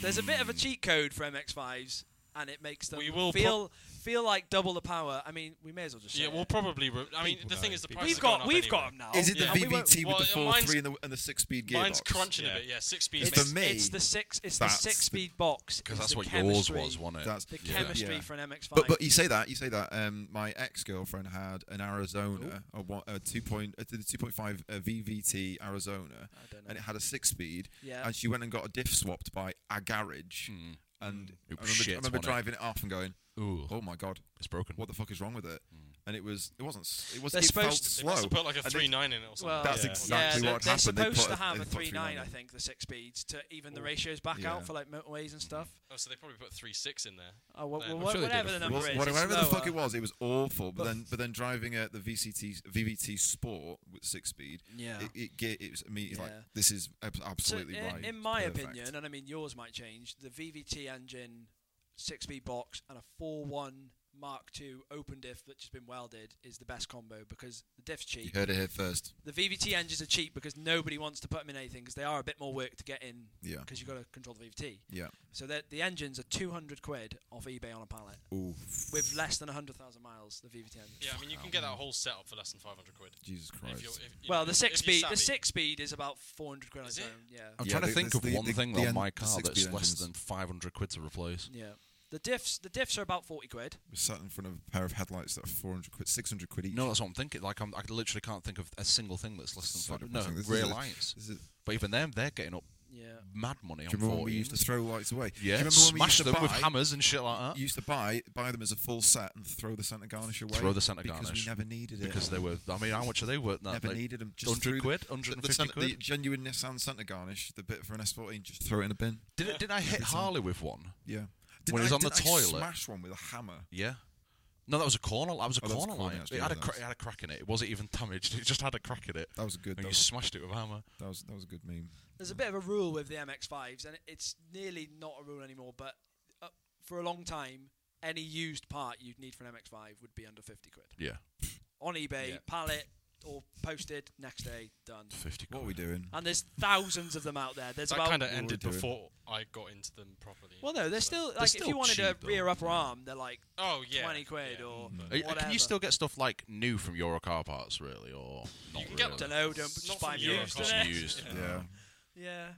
There's a bit of a cheat code for MX5s, and it makes them
We will
feel feel like double the power. I mean, we may as well just.
yeah,
say
we'll
it.
probably. Re- I mean,
People
the thing
know,
is, the
people
price
we've
has
got
gone up
we've
anyway.
got 'em now.
Is it the
Yeah.
Oh, And we won't-
VVT
Well,
with the
yeah,
four
mine's-
three and the, and the six speed gearbox?
Mine's crunching
Yeah.
a bit. Yeah, six speed.
It's
makes-
for me.
It's the six. It's the
That's the-
six speed box.
Because
It's
that's
the
what yours
chemistry,
was, wasn't it?
That's
The
Yeah.
chemistry
Yeah.
for an MX5.
But but you say that you say that um, my ex girlfriend had an Arizona a, one, a two point a two point five VVT Arizona,
I don't know.
and it had a six speed,
Yeah.
and she went and got a diff swapped by a garage,
Mm.
and I
It was
remember, I
shit,
remember
wasn't it?
driving it off and going,
Ooh,
oh my god,
it's broken.
what the fuck is wrong with it? and it was it wasn't s- it was
They're
it felt
supposed to-
slow.
They put like a
And it-
three nine in it or something.
Well,
That's
yeah.
exact- exactly
yeah,
what
they're,
happened. They
supposed
put
to
a-
have
they
a
put
three nine,
3.9.
I think, the six speeds to even the ratios back
Yeah.
out for like motorways and stuff.
Oh, so they probably put three six in there.
Oh, wha- wha-
Yeah, I'm
wha-
sure they did
whatever
a
the
full-
number
Wha-
is,
whatever,
it's
the fuck
lower.
it was, it was awful. But,
But
then, but then driving at the VCT VVT Sport with six speed,
Yeah.
it, it, ge- it was immediately like
Yeah.
this is ab-
So
absolutely
in,
right.
in my
Perfect.
opinion, and I mean yours might change, the VVT engine, six-speed box, and a four-one Mark II open diff that's just been welded is the best combo because the diff's
you
cheap.
heard it here first.
The VVT engines are cheap because nobody wants to put them in anything because they are a bit more work to get in
Yeah,
because you've got to control the VVT.
yeah.
So that the engines are 200 quid off eBay on a pallet
Ooh,
with less than 100,000 miles. The VVT engine.
Yeah, I mean you can get that whole setup for less than five hundred quid.
Jesus
If
Christ.
you're, if, you
Well,
know,
the
if-
six
if you're
speed, the
savvy.
six speed is about 400 quid on
Is
its
it?
own. Yeah.
I'm
Yeah,
trying to
the-
think
the-
of
the-
one
the-
thing
the
on
en-
my
the
car
six-speed
that's less
engines.
than 500 quid to replace.
Yeah. The diffs, the diffs are about 40 quid.
We're sat in front of a pair of headlights that are 400 quid, 600 quid each.
No, that's what I'm thinking. Like, I'm, I literally can't think of a single thing that's less than
So
500.
depressing.
No,
This is
rear
a-
lights.
This is- do
But even them, they're getting up
Yeah.
mad money
you
on
remember when we
40.
used to throw lights away? Do you
Yeah,
remember when we
smash
used to
them with
buy-
hammers and shit like that.
used to buy buy them as a full set and throw the centre garnish away.
Throw the centre
because
garnish.
we never needed it.
Because they were, I mean, how much are they worth now?
never
Like
needed them. Just
100
threw
quid?
The,
150
the, centre,
quid?
the genuine Nissan centre garnish, the bit for an S14, just throw it in a bin.
Did, it, did I hit
Every time.
Harley with one?
Yeah.
When he's
I-
on the
didn't I
toilet.
smash one with a hammer.
Yeah. No, that was a corner. That was a
Oh, that was
corner
a corner,
line.
that's
It had, a
really
cra-
nice.
it had a crack in it. It wasn't even damaged. It just had a crack in it.
That was a good.
And
That
you
was,
smashed it with a hammer.
that was that was a good meme.
There's a bit of a rule with the MX5s, and it- it's nearly not a rule anymore, but uh, for a long time, any used part you'd need for an MX5 would be under 50 quid.
Yeah.
On eBay,
Yeah.
pallet, or posted, next day, done.
50 quid.
What are we doing?
And there's thousands of them out there. There's
that
about
kind of
we
ended
doing.
before I got into them properly.
Well, no, they're still like
still
if you wanted a
cheap, though. Mm.
rear upper arm, they're like
oh yeah,
twenty quid
yeah.
or
Are you-
whatever.
Can you still get stuff like new from Euro car parts, really, or not
You can
really?
get
don't know, don't
Not
just buy
from
them used,
Eurocar.
innit?
used.
Yeah.
Yeah,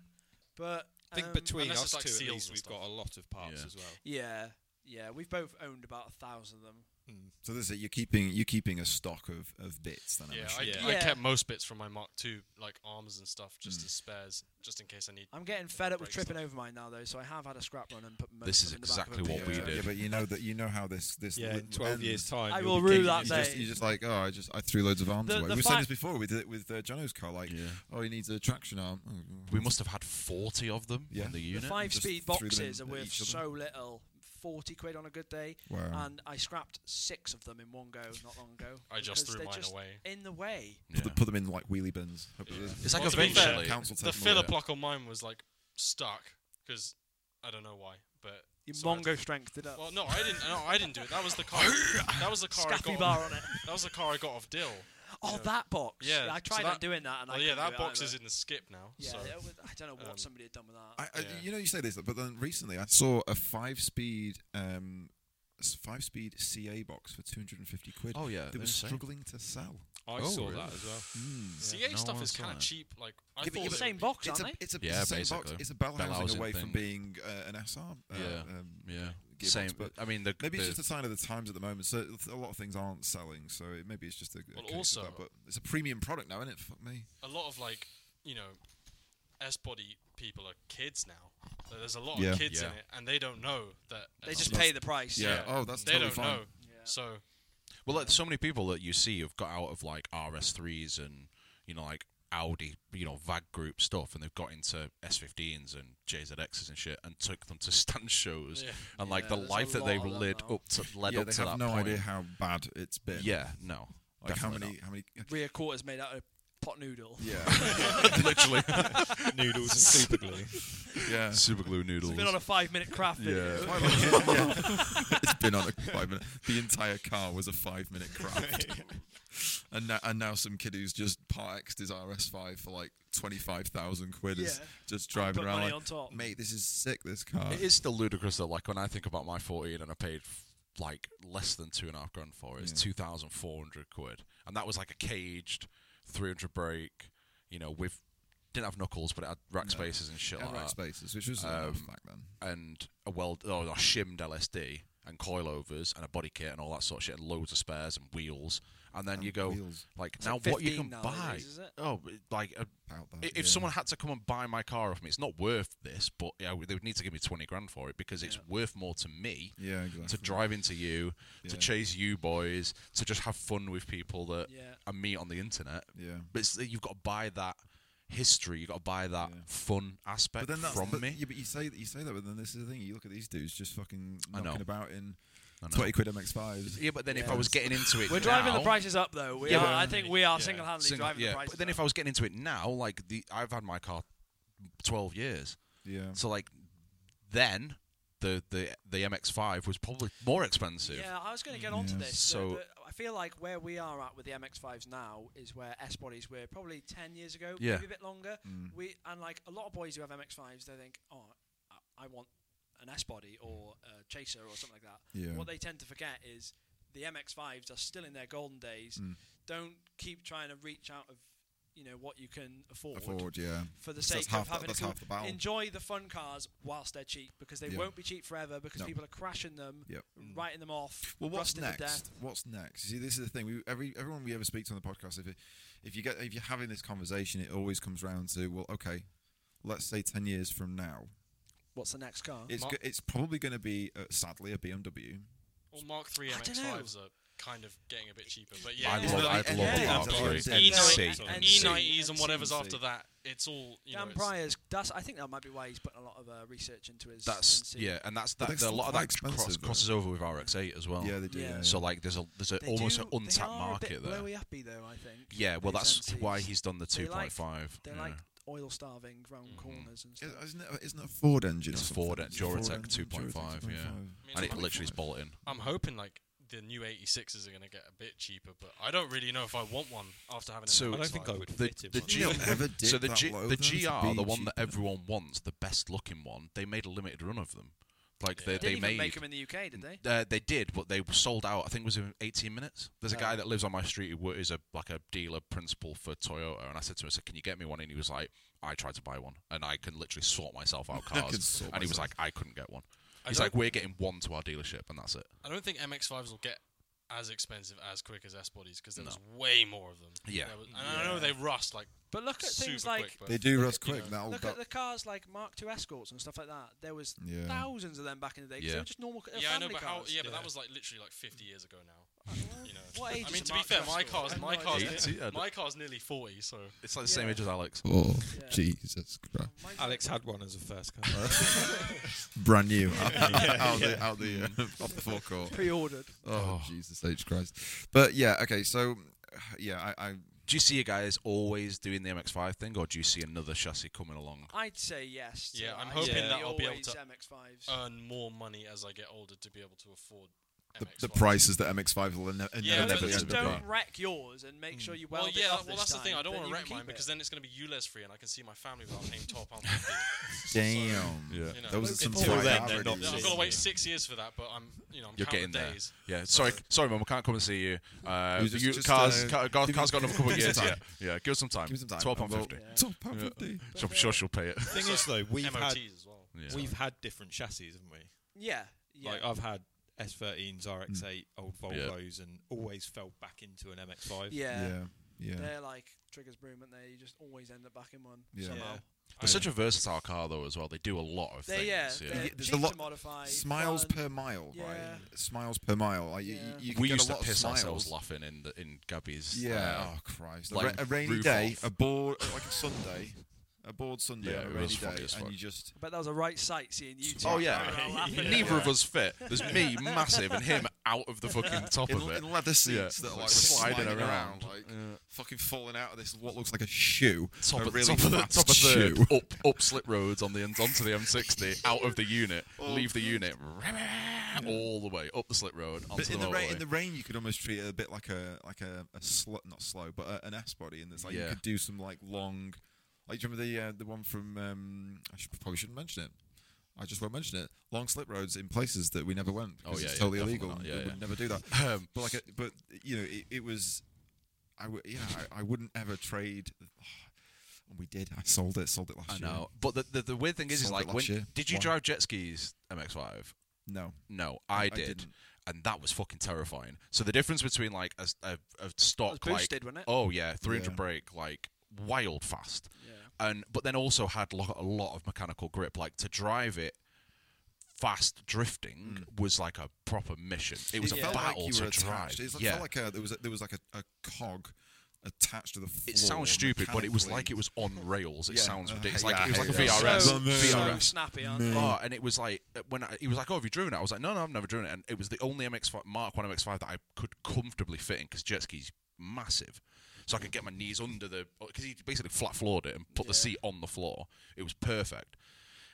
but
I think
um,
between
Unless
us
it's like
two, at
seals
least,
and
we've
stuff.
got a lot of parts
Yeah.
as well.
yeah, yeah, we've both owned about a thousand of them.
Mm.
So this is it. You're keeping you're keeping a stock of, of bits. Then I'm
Yeah, I,
assuming.
Yeah.
I
Yeah.
kept most bits from my Mark II, like arms and stuff, just as spares, just in case I need.
I'm getting fed up with
Break
tripping
stuff.
over mine now, though, so I have had a scrap run and put most
This
of
is
them in the back of a
exactly what
pickup
we
truck.
did.
Yeah, but you know that you know how this this
Yeah, in
li-
12 years'
ends.
time.
I
you'll
will
be
rule
kicking
that
You
yourself.
day.
just, you're just like, oh, I just I threw loads of arms
The-
away.
the
We've seen
fact-
this before with it- with uh, Jono's car. Like,
Yeah.
oh, he needs a traction arm. Oh,
We must have had 40 of them
Yeah.
in the
The
unit.
five speed
just threw them
boxes are
in
worth
each of them.
so little, forty quid on a good day,
wow.
and I scrapped six of them in one go not long ago.
I just
because
threw
they're
mine
just
away.
In the way.
Yeah.
Put them in like wheelie bins. Hope
Yeah.
there's-
It's like
Well, to be fair,
eventually.
council
The
take them
filler
all.
block on mine was like stuck because I don't know why, but
Your
so I had to-
Mongo strength did up.
Well, no, I didn't. No, I didn't do it. That was the car. that was the car I
Scaffy
got.
bar
off-
on it.
That was the car I got off Dill.
Oh,
Yeah.
that box.
Yeah,
I
so
tried
that-
on doing that, and
Oh
I
yeah,
couldn't do
that
it
box
either.
is in the skip now.
Yeah,
so.
it was- I don't know what
Um,
somebody had done with that.
I, I,
Yeah.
You know, you say this, but then recently I saw a five-speed, um, s- five-speed CA box for 250 quid.
Oh, yeah.
they were
they're insane.
struggling to sell.
I
Oh,
saw
really?
that as well.
CA
No
stuff
one
is
saw
kind of
it.
cheap. Like I
Yeah, but
thought
you're
they
the same
would-
box,
it's
aren't
a,
they?
it's a
Yeah,
it's the same box.
basically.
It's a bell housing
Bellhousing
away from
thing.
being uh, an SR. Uh,
Yeah.
Um,
Yeah.
gearbox,
Same.
but
I mean, the,
Maybe
the,
it's just a sign of the times at the moment. So th- a lot of things aren't selling. So it, maybe it's just a, a
Well,
case of
also-
that, but it's a premium product now, isn't it? Fuck me.
a lot of like you know S body people are kids now. So there's a lot
Yeah.
of kids in
Yeah.
it, and they don't know that
They
it's
just
not-
pay the price.
Yeah. Oh, that's
they
totally
don't
fine.
know. So
Well, like, so many people that you see have got out of like RS3s and you know like Audi, you know VAG group stuff, and they've got into S15s and JZXs and shit, and took them to stand shows,
Yeah.
and like
Yeah,
the
there's a
life that they
lot of them
led
now.
up to led
yeah,
up
they
to
have
that
no
point.
idea how bad it's been.
Yeah, no,
Like how many?
definitely
How many?
Rear quarters made out of pot noodle.
Yeah.
not. literally
Noodles and super glue.
yeah.
super glue noodles.
It's been on a five minute craft video.
Yeah. Yeah. it's been on a five minute. The entire car was a five minute craft. And now, and now some kid who's just part X'd his RS5 for like 25,000 quid is
Yeah.
just
Put
driving around
money
like,
on top.
mate, this is sick, this car.
It is still ludicrous though. Like when I think about my 14 and I paid f- like less than two and a half grand for it, it's
Yeah.
2,400 quid. And that was like a caged 300 brake, you know, with didn't have knuckles, but it had rack
No.
spaces and shit
And
like
rack
that.
spaces, which was
Um,
enough back then.
And a well, oh, a shimmed LSD and coilovers and a body kit and all that sort of shit and loads of spares and wheels. and then you go
wheels
like
It's
now
like
what you
15
can buy.
nowadays, is it?
Oh, like a,
out there.
i- if
yeah.
someone had to come and buy my car off me, it's not worth this, but yeah, they would need to give me twenty grand for it because it's
Yeah.
worth more to me
yeah, exactly.
to drive into you, to
Yeah.
chase you boys, to just have fun with people that
Yeah.
I meet on the internet.
yeah.
But it's, you've got to buy that history. You've got to buy that
Yeah.
fun aspect
But then that's
from
but,
me.
Yeah, but you say that you say that, but then this is the thing. You look at these dudes just fucking
I know.
knocking about in
I know.
twenty quid MX fives.
Yeah, but then if I
Yeah.
was getting into it,
We're driving the
now-
prices up, though. We
Yeah,
are,
but-
I think we are
yeah.
single-handedly
Single-
driving
yeah,
the prices.
But then
up.
if I was getting into it now, like the I've had my car twelve years,
Yeah,
so like then the the the MX-5 was probably more expensive.
Yeah, I was going to get onto
Yeah.
this. So
So-
but I feel like where we are at with the MX5s now is where S bodies were probably 10 years ago,
Yeah.
maybe a bit longer.
Mm.
We and like a lot of boys who have MX5s, they think, oh, I- I want an S body or a chaser or something like that.
Yeah.
What they tend to forget is the MX5s are still in their golden days.
Mm.
Don't keep trying to reach out of you know what you can afford.
afford. Yeah,
For the
That's
sake
half
of
the-
having a
that's
cool,
half the battle.
enjoy the fun cars whilst they're cheap because they
Yeah.
won't be cheap forever because
No.
people are crashing them
Yep.
writing them off.
Well, what's
rusting To
next?
death.
What's next? You see, this is the thing. We, every everyone we ever speak to on the podcast, if it, if you get if you're having this conversation, it always comes round to well, okay, let's say ten years from now,
What's the next car?
it's
Mark-
go, it's probably going to be uh, sadly a BMW.
Well, Mark Three
I dunno.
MX5s are kind of getting a bit cheaper, but yeah,
I'd
it's
love,
the-
I'd love
Yeah,
a Mark
E
it's
III.
like-
E90s,
Yeah.
and
NC.
E90s E and whatever's
NC.
after that, it's all you know.
Dan
it's-
Pryor's. That's. I think that might be why he's putting a lot of uh, research into his.
That's
NC.
yeah, and that's
they're
that. there- A
still
lot of
quite
that cross,
expensive, though.
crosses over with RX-8 as well.
Yeah, they do.
Oh. Yeah.
Yeah.
So like, there's a there's a,
They
almost
do-
an untapped
they are
market
a bit
there.
Blowy uppy though, I think.
Yeah, well,
these
that's why
NCs.
he's done the
They
2.5.
like- They're
yeah.
like oil starving round
Mm-hmm.
corners and stuff.
Is- Isn't it, isn't it a Ford engine? or
It's
something?
Ford
It's a
Duratec
Ford engine,
2.5, yeah.
2.5.
I mean,
and it
I'm-
literally is bolted in.
I'm hoping like the new 86s are going to get a bit cheaper, but I don't really know if I want one after having. an
So-
MX5.
I don't think I would
The-
fit in
the
one.
G-
They'll never
so
dip
the
that
G-
low,
the
though, to
GR,
be
the one that
cheaper.
everyone wants, the best looking one, they made a limited run of them. Like
Yeah.
they,
they
they
didn't even
made
make them in the UK, did they?
Uh, they did, but they were sold out. I think it was in 18 minutes. There's a
Oh.
guy that lives on my street who wo- is a like a dealer principal for Toyota, and I said to him, I said, "Can you get me one?" And he was like, "I tried to buy one, and I can literally sort myself out
I can
cars."
sort
and he was
myself.
like, "I couldn't get one."
I
He's
don't-
like, "We're getting one to our dealership, and that's it."
I don't think MX5s will get as expensive as quick as S bodies because there was way more of them.
Yeah.
There was- and I know they rust like
But look at things
super
like.
quick. But
They do
look
rust
at, you
quick.
know,
That'll
Look
that-
at the cars like Mark II Escorts and stuff like that. There was
Yeah.
thousands of them back in the day. 'cause They
Yeah.
were just normal. they were
yeah, I know,
family
but how?
cars. oh,
Yeah, but
Yeah.
that was like literally like 50 years ago now. You know.
What age
I
is
mean,
a
to be
Mark
fair,
II
my
Escort?
car's
I have
my
no
car's
idea.
Yeah, I d-
my car's nearly 40, so
It's like the same
Yeah.
age as Alex.
Oh
Yeah.
Jesus Christ!
Mine's
Alex had one as a first car.
Brand new out the out the uh, off the forecourt.
pre-ordered.
Oh, Jesus H Christ! But yeah, okay, so yeah, I, I
Do you see a guy is always doing the MX-5 thing, or do you see another chassis coming along?
I'd say yes. to
Yeah,
that.
I'm
I'd
hoping
say
that I'll be able
always
to- Uh,
MX5s.
earn more money as I get older to be able to afford.
the,
MX5s.
the prices that MX5 will ne-
Yeah,
inevitably
but
but never
just
just
end
don't
up at.
wreck yours and make sure you weld
well, yeah,
it up
that- well,
this
that's the thing.
time,
I don't
then
want to
you
wreck
can
mine
keep
because
it.
then it's going to be ULEZ free, and I can see my family without paying top pound.
Damn,
Yeah.
You know,
those are some
Until
tight
then,
they're not
averages.
I've
Jeez.
got to wait six years for that, but I'm, you know, I'm
You're
counting
getting there.
days.
Yeah, sorry, sorry, mum. I can't come and see you. Uh,
It was just-
you
just,
cars,
uh,
ca-
give me-
cars got another couple of
give me
years.
some
Yeah,
time.
yeah. Give us some time.
Give me some time.
Twelve pound
Well,
fifty.
Yeah.
Twelve pound fifty.
So I'm sure she'll pay it.
thing is, though, we've had
MOTs as well.
Yeah.
we've had different chassis, haven't we?
Yeah, yeah.
Like I've had S13s, RX8, old
Yeah.
Volvos, and always fell back into an MX5.
yeah.
Yeah, yeah.
They're like triggers broom, aren't they? You just always end up back in one
Yeah.
somehow.
Yeah.
They're such a versatile car though as well. They do a lot of
They're,
things.
yeah,
yeah.
they're
Yeah, there's a
cheap to
lot-
modify.
Smiles
fun.
per mile,
Yeah.
right? Smiles per mile. Like, you-
Yeah.
you, you can
we
get
used
a
to
lot
piss
of smiles.
ourselves laughing in the, in Gabby's.
Yeah.
uh,
oh Christ!
like,
a, ra- a rainy
roof
day,
off.
a bored, like a Sunday, a bored Sunday,
Yeah,
on a
it
rainy
was
day,
funny as
and
fuck.
you just
I bet that was a right sight seeing you two.
Oh yeah,
running around laughing at
neither
it.
of us fit. There's me massive and him out of the fucking top
in,
of it.
in leather seats that are like sliding, around, like fucking falling out of this what looks like a shoe,
Top
a
of,
really
top of the
fast
top of
shoe.
the up up slip roads on the onto the M60 out of the unit,
Oh,
leave the unit all the way up the slip road onto
But in
the
the rain,
motorway.
in the rain, you could almost treat it a bit like a like a, a sl- not slow, but a, an S body, and it's like you
Yeah.
could do some like long, like do you remember the uh, the one from um, I should, probably shouldn't mention it. I just won't mention it. Long slip roads in places that we never went because
Oh, yeah,
it's
yeah,
totally
definitely
illegal.
not.
and
Yeah,
we
yeah.
would never do that.
Um,
but like, a, but you know, it, it was. I would, yeah, I, I wouldn't ever trade. and we did. I sold it. Sold it last
I
year.
know, but the, the the weird thing is, is
Sold it
like,
last
when
year.
did you
Why?
drive jet skis MX5?
No,
No, I, did.
didn't.
and that was fucking terrifying. So the difference between like a, s- a- a stock
That was boosted,
like
wasn't it?
oh yeah, 300
Yeah.
brake like wild fast,
Yeah.
and but then also had lo- a lot of mechanical grip. Like to drive it fast drifting was like a proper mission. It was
Mm. it
a
felt
battle
like you
to
were
drive.
attached. It
yeah.
felt like a, there was a, there was like a, a cog attached to the floor.
it sounds stupid, but it was like
mechanically.
it was on rails. It
Yeah.
sounds
Uh,
ridiculous.
yeah,
like it was
I
like a
hate that.
VRS.
So, so
VRS.
snappy, aren't
Mm.
they?
Oh, and it was like uh, when I, he was like, "Oh, have you driven it?" I was like, "No, no, I've never driven it." And it was the only MX5 Mark One MX5 that I could comfortably fit in because jet ski's massive, so I could get my knees under the because he basically flat floored it and put the
Yeah.
seat on the floor. It was perfect.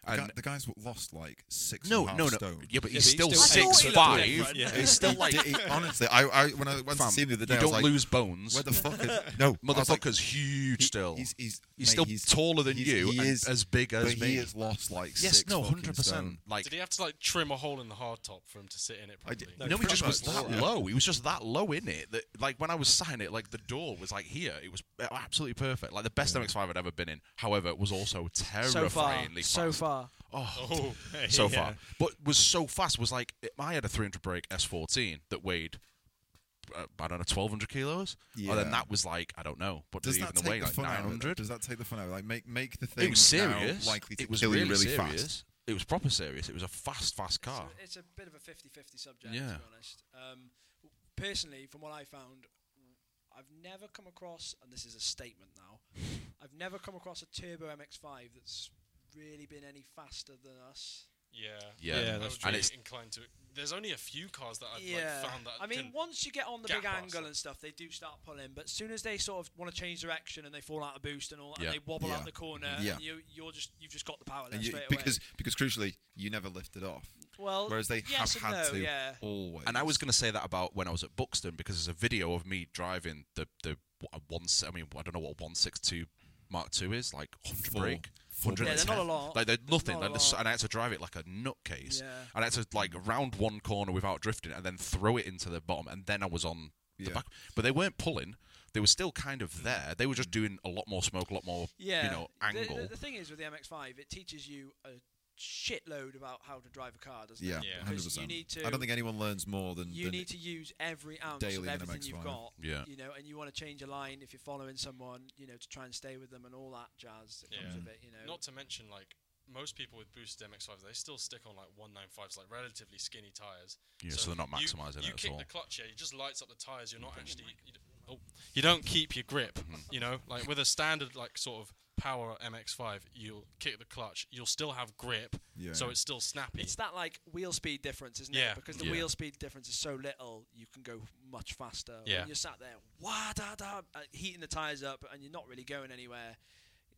The, guy,
And
the guys lost like six and
no,
a half
no, no,
stone.
yeah, but
Yeah,
he's
but
still
he's still-
six
I thought he
five.
looked different, yeah.
He's still like,
He did- he- honestly, I, I when I went to
fam,
see him the other day,
you
I was
don't
like,
lose bones.
where the fuck is no I was like,
Motherfucker's huge
he-
still.
He's, he's,
He's
mate,
still
he's-
taller than
he's-
you
He
and
is
as big as
but
me.
He has lost like
yes,
six
no,
fucking
hundred percent.
stone.
Like
Did he have to like trim a hole in the hard top for him to sit in it
I
properly?
did-
No, he
pretty
just was
much,
that
yeah.
low. He was just that low in it. That like when I was signing it, like the door was like here. It was absolutely perfect. Like the best MX5 I'd ever been in. However, it was also
so far,
terrifyingly
so
fast.
far.
Oh, yeah.
So far, but was so fast. Was like it- I had a 300 brake S14 that weighed. Uh, I don't know, 1200 kilos. Yeah. And
Yeah.
then that was like, I don't know, what did
Does
it
that
even
take
weigh?
the
Like
fun out of it?
900?
Does that take the fun out? of it? Like make make the thing
It was serious.
Now likely to
it was
kill
really,
you really
serious.
fast.
It was proper serious. It was a fast, fast car.
It's a, it's a bit of a 50-50 subject, to
Yeah.
be honest. Um, w- personally, from what I found, I've never come across, and this is a statement now, I've never come across a turbo MX-5 that's really been any faster than us.
Yeah.
Yeah,
Yeah.
I
that's
was
true.
really
And it's-
inclined to. There's only a few cars that I've
yeah.
like, found that
I mean,
can-
once you get on the
gap
big angle
us.
and stuff, they do start pulling. But as soon as they sort of want to change direction and they fall out of boost and all,
Yeah.
and they wobble
Yeah.
out the corner,
Yeah.
and you, you're just you've just got the power there
And you,
straight
because because crucially, you never lifted off.
away. Well,
Whereas they
yes
have
and
had
no,
to
yeah.
always.
And I was going to say that about when I was at Buxton because there's a video of me driving the the a one. s- I mean, I don't know what a one six two Mark II is like hundred
Four.
brake.
Four
Yeah, they're
110.
not a lot.
Like they're nothing.
not a
like this,
lot.
and I had to drive it like a nutcase.
Yeah.
And I had to like round one corner without drifting, and then throw it into the bottom, and then I was on the
Yeah.
back. But they weren't pulling. They were still kind of there. They were just doing a lot more smoke, a lot more
yeah,
you know
The-
angle.
The, the thing is with the MX-5, it teaches you a shitload about how to drive a car, doesn't
Yeah,
it?
Yeah.
hundred
Because you
percent.
need to.
I don't think anyone learns more than
you
than
need to use every ounce
daily
of
in an
everything you've
MX-5.
got.
Yeah.
You know, and you want to change a line if you're following someone, you know, to try and stay with them and all that jazz that comes
Yeah.
with it. You know.
Not to mention, like most people with boosted MX5s, they still stick on like 195s, like relatively skinny tires.
Yeah, so they're not
you-
maximising
You
it at
kick
all. Mm-hmm.
the clutch here, it just lights up the tires. You're not actually. You, d- oh, you don't keep your grip. You know, like with a standard like sort of power MX5, you'll kick the clutch. You'll still have grip,
Yeah.
so it's still snappy.
it's that like wheel speed difference, isn't
Yeah.
it? Because the
Yeah.
wheel speed difference is so little, you can go much faster.
Yeah.
When you're sat there, wah da da, uh, heating the tires up, and you're not really going anywhere.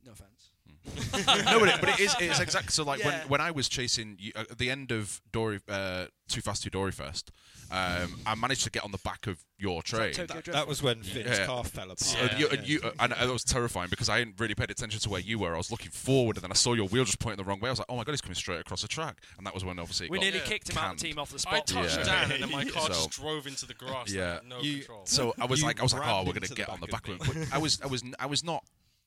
No offense.
no, but it, but it is it's exactly so. Like
Yeah.
when, when I was chasing you, uh, at the end of Dory, uh, Too Fast Too Dory Fest, um, I managed to get on the back of your train.
Tokyo Drift
That was when Finn's
Yeah.
car fell apart.
And you, and, you, uh, and that was terrifying because I hadn't really paid attention to where you were. I was looking forward, and then I saw your wheel just pointing the wrong way. I was like, "Oh my god, he's coming straight across the track!" And that was when obviously it
We
got
nearly
Yeah.
kicked him out of the
canned.
team off the spot.
I touched
Yeah.
down and then my car
So-
just drove into the grass.
Yeah.
Yeah, like, no
You-
control.
So I was
You
like, I was like, oh,
rammed
we're gonna
into the
get on the
back
back
of
of it. But I was, I was, I was not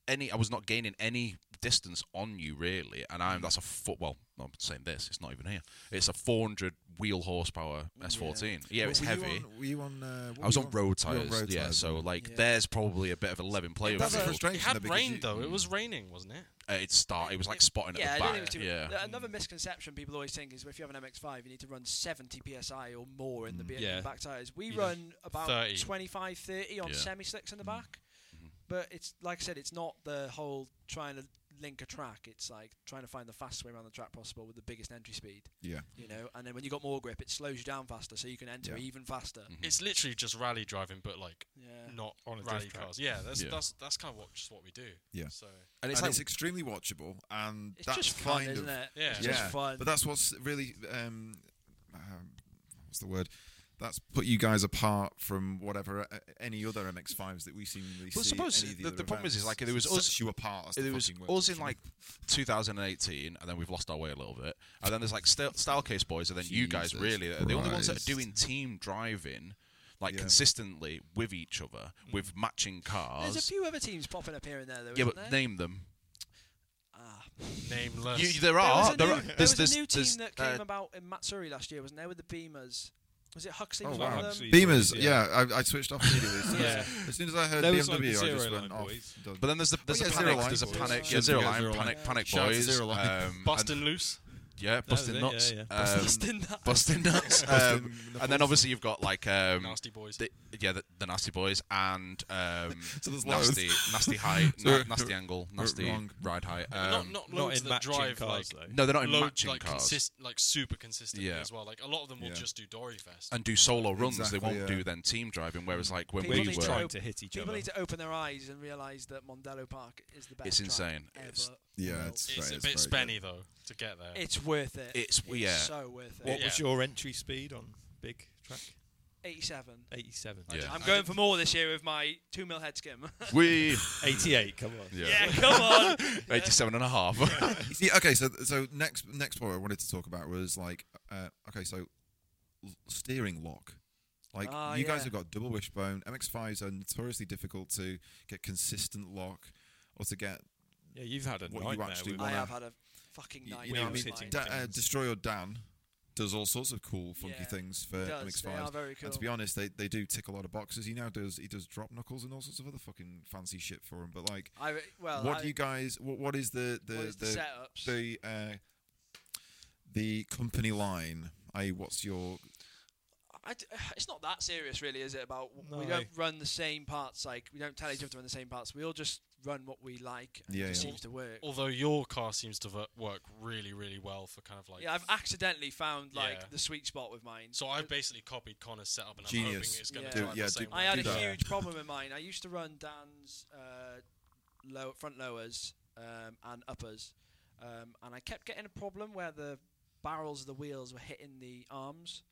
any, I was not gaining any distance on you really. And I'm that's a foot. Well, I'm saying this. It's not even here. It's a 400 wheel horsepower S14. Yeah,
Were-
it's
were
heavy.
You on, were you on? Uh, what
I was
were you
on road
You were
tires. yeah, so like
Yeah.
there's probably a bit of a leaven play
that's
with
the
it.
frustration.
it had
though, because
rain
you-
though. It was raining, wasn't it?
Uh, It start. It was like spotting
yeah,
at
I
the
don't
back.
think it was too
yeah.
th- Another misconception people always think is if you have an MX-5, you need to run 70 psi or more in the be-
Yeah.
back tires. We
You know,
run about
30.
25, 30 on
Yeah.
semi-slicks in the back, but it's like I said, it's not the whole trying to link a track. It's like trying to find the fastest way around the track possible with the biggest entry speed.
Yeah.
You know, and then when you got more grip, it slows you down faster, so you can enter
Yeah.
even faster.
Mm-hmm. Mm. Hmm.
It's literally just rally driving, but like
Yeah.
not
On a drift
rally
track.
cars. Yeah, that's
Yeah.
that's that's kind of what just what we do.
Yeah.
So
And
And
it's
it's,
like
extremely watchable, and
It's
that's
just fun,
kind
isn't
of
it?
Yeah.
It's
yeah.
just fun.
But that's what's really um, um, what's the word? That's put you guys apart from whatever uh, any other MX5s that we seemingly
Well,
see. at
suppose
any of
the-
other
the problem is, is,
events.
like, there was
sets
us-
you apart. That's the
it was
fucking word.
us in like 2018, and then we've lost our way a little bit. And then there's like St- Stylecase boys, and then you guys
Jesus
really that are the only ones that are
Christ.
doing team driving, like
Yeah.
consistently with each other, with matching cars.
There's a few other teams popping up here and there, though.
yeah,
isn't
but
there? Ah.
name them.
nameless.
You, there
There was
are.
a
there
new,
are.
there was
There's, there's,
a new team
there's,
that
uh,
came about in Matsuri last year, wasn't there, with the Beamers? Was it Huxley?
Oh,
was one
wow.
um,
of them?
Huxley.
Beamers,
Yeah.
yeah, I, I switched off immediately. As soon as-
Yeah.
As soon as I heard
There was, like,
BMW, I
Zero
just went
Line
off.
Boys.
done.
But then there's the there's
yeah,
a
Zero
panic,
Line
there's a
Boys.
panic,
Yeah,
yeah, zero
Zero
line,
Line.
panic, panic
Shout out to
boys,
Zero Line.
um,
Busting loose.
and- yeah,
was
busting
it,
nuts,
yeah, yeah.
um,
Didn't that-
busting nuts, um,
Busting
and then obviously you've got like um,
Nasty boys.
the, yeah, the, the nasty boys and um,
So there's loads.
nasty, nasty height, na-
Sorry.
nasty angle, nasty
wrong.
ride height. Um,
not not
Not
loads
in
that
matching
drive
cars
like
though.
no, they're not in
load,
matching
like,
cars
Consist, like super consistently
Yeah.
as well. Like a lot of them will
Yeah.
just do Dory Fest.
and do solo runs.
Exactly,
they won't
yeah.
do then team driving. Whereas like when
People
we
need
were,
to
trying
op-
to hit each
People
other.
need to open their eyes and realise that Mondello Park is the best.
It's
track
insane.
ever
It's-
Yeah,
built.
it's-
It's
Right,
a bit
very
spenny though to get there.
It's worth it.
It's- yeah.
so worth it.
What
Yeah.
was your entry speed on big track?
87.
87.
Yeah.
I'm
I
going
did-
for more this year with my two mil head skim.
we
88, come on.
yeah,
yeah, come on.
87 and a half.
You See, okay, so so next next point I wanted to talk about was like, uh, okay, so l- steering lock. Like
Ah,
you
yeah.
guys have got double wishbone. MX5s are notoriously difficult to get consistent lock or to get
Yeah, you've had a
What you
nightmare.
actually
with
I
wanna-
have had a fucking
You- you
nightmare.
know,
with
it's
mine.
hitting
da- uh,
things.
destroy or Dan does all sorts of cool funky
Yeah,
things for
It does. They are
MX5s.
very cool.
And to be honest, they, they do tick a lot of boxes. He now does he does drop knuckles and all sorts of other fucking fancy shit for him. But like,
I re- well,
what
I,
do you guys? What, what is the the
what is the,
the,
setups?
the uh, the company line. I what's your
I d- it's not that serious, really, is it? About w- we
No.
don't run the same parts. Like we don't tell each other to run the same parts. We all just run what we like. And
Yeah,
it
yeah.
seems to work.
Although your car seems to ver- work really, really well for kind of like.
yeah, I've accidentally found like
Yeah.
the sweet spot with mine.
so I've basically copied Connor's setup and I'm
Genius.
hoping it's going
Yeah.
to
Do-
drive
yeah,
the same
do-
I
way.
had a
that.
huge problem with mine. I used to run Dan's uh, low, front lowers um, and uppers, um, and I kept getting a problem where the barrels of the wheels were hitting the arms,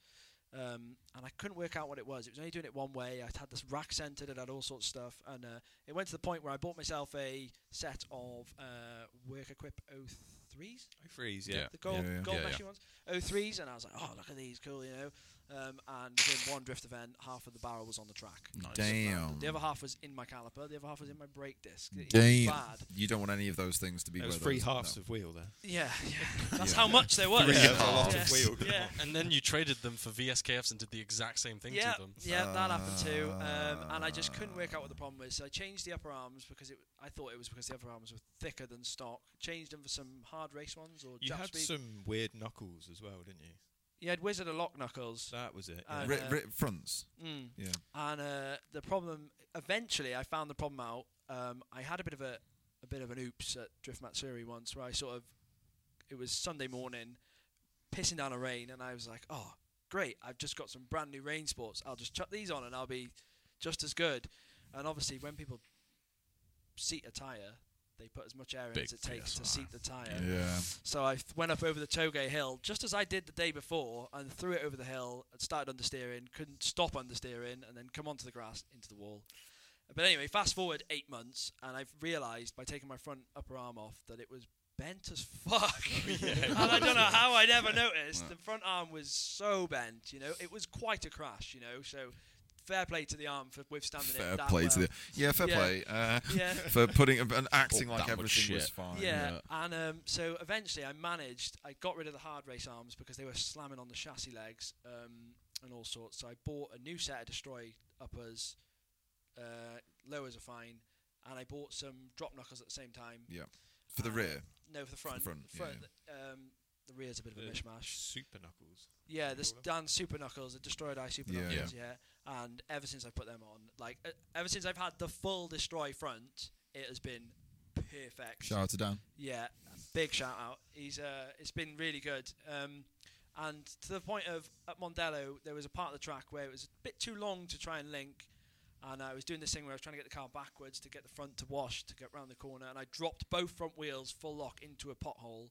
um, and I couldn't work out what it was. It was only doing it one way. I'd had this rack centered and had all sorts of stuff, and uh, it went to the point where I bought myself a set of uh, Work Equip 03s
Freeze, yeah.
Yeah.
the gold,
Yeah, yeah.
gold
Yeah, yeah.
meshy ones, oh threes, and I was like, oh look at these, cool, you know. Um, and within one drift event, half of the barrel was on the track.
Nice.
damn?
The other half was in my caliper. The other half was in my brake disc. It was
Damn.
Bad.
You don't want any of those things to be.
It was
where
three
those-
halves
no.
of wheel there.
Yeah, yeah. That's
Yeah.
how much they were.
Three
yeah.
of a lot of
Yes.
wheel.
Yeah.
And then you traded them for VSKFs and did the exact same thing
Yeah,
to them.
yeah, that happened too, um, and I just couldn't work out what the problem was. So I changed the upper arms because it. I thought it was because the upper arms were thicker than stock. Changed them for some hard race ones or
You
Jap
had
speed.
some weird knuckles as well, didn't you?
you had Wizard of Lock Knuckles.
That was it.
Uh,
yeah.
Ri-
uh,
ri- fronts.
Mm.
Yeah.
and uh, the problem eventually I found the problem out. Um, I had a bit of a, a bit of an oops at Drift Matsuri once where I sort of it was Sunday morning, pissing down a rain, and I was like, oh great, I've just got some brand new rain sports. I'll just chuck these on and I'll be just as good. And obviously, when people seat a tire, they put as much air in
Big
as it takes to
PSI.
seat the tire.
Yeah.
So I th- went up over the Togay Hill just as I did the day before and threw it over the hill and started understeering, couldn't stop understeering, and then come onto the grass into the wall. But anyway, fast forward eight months, and I've realised by taking my front upper arm off that it was bent as fuck.
Oh,
and I don't know how I never noticed. The front arm was so bent, you know, it was quite a crash, you know, so fair play to the arm for withstanding
Fair
it. that
play
well.
to the. Yeah, fair
Yeah.
play. Uh,
Yeah.
for putting and acting
Oh,
like
that much
everything was
shit.
fine.
Yeah, and um, so eventually I managed. I got rid of the hard race arms because they were slamming on the chassis legs um, and all sorts. So I bought a new set of destroy uppers, uh, lowers are fine, and I bought some drop knuckles at the same time.
For the
Uh,
rear.
No, for the front.
front,
the,
yeah,
um, the rear's a bit of a
The-
mishmash.
Super knuckles.
Yeah,
you
this
call 'em?
Dan Super Knuckles, the Destroyed Eye Super
Yeah.
Knuckles, yeah. And ever since I put them on, like uh, ever since I've had the full Destroy front, it has been perfect.
Shout out to Dan.
Yeah, big shout out. He's uh, it's been really good. Um, and to the point of at Mondello, there was a part of the track where it was a bit too long to try and link, and I was doing this thing where I was trying to get the car backwards to get the front to wash to get round the corner, and I dropped both front wheels full lock into a pothole.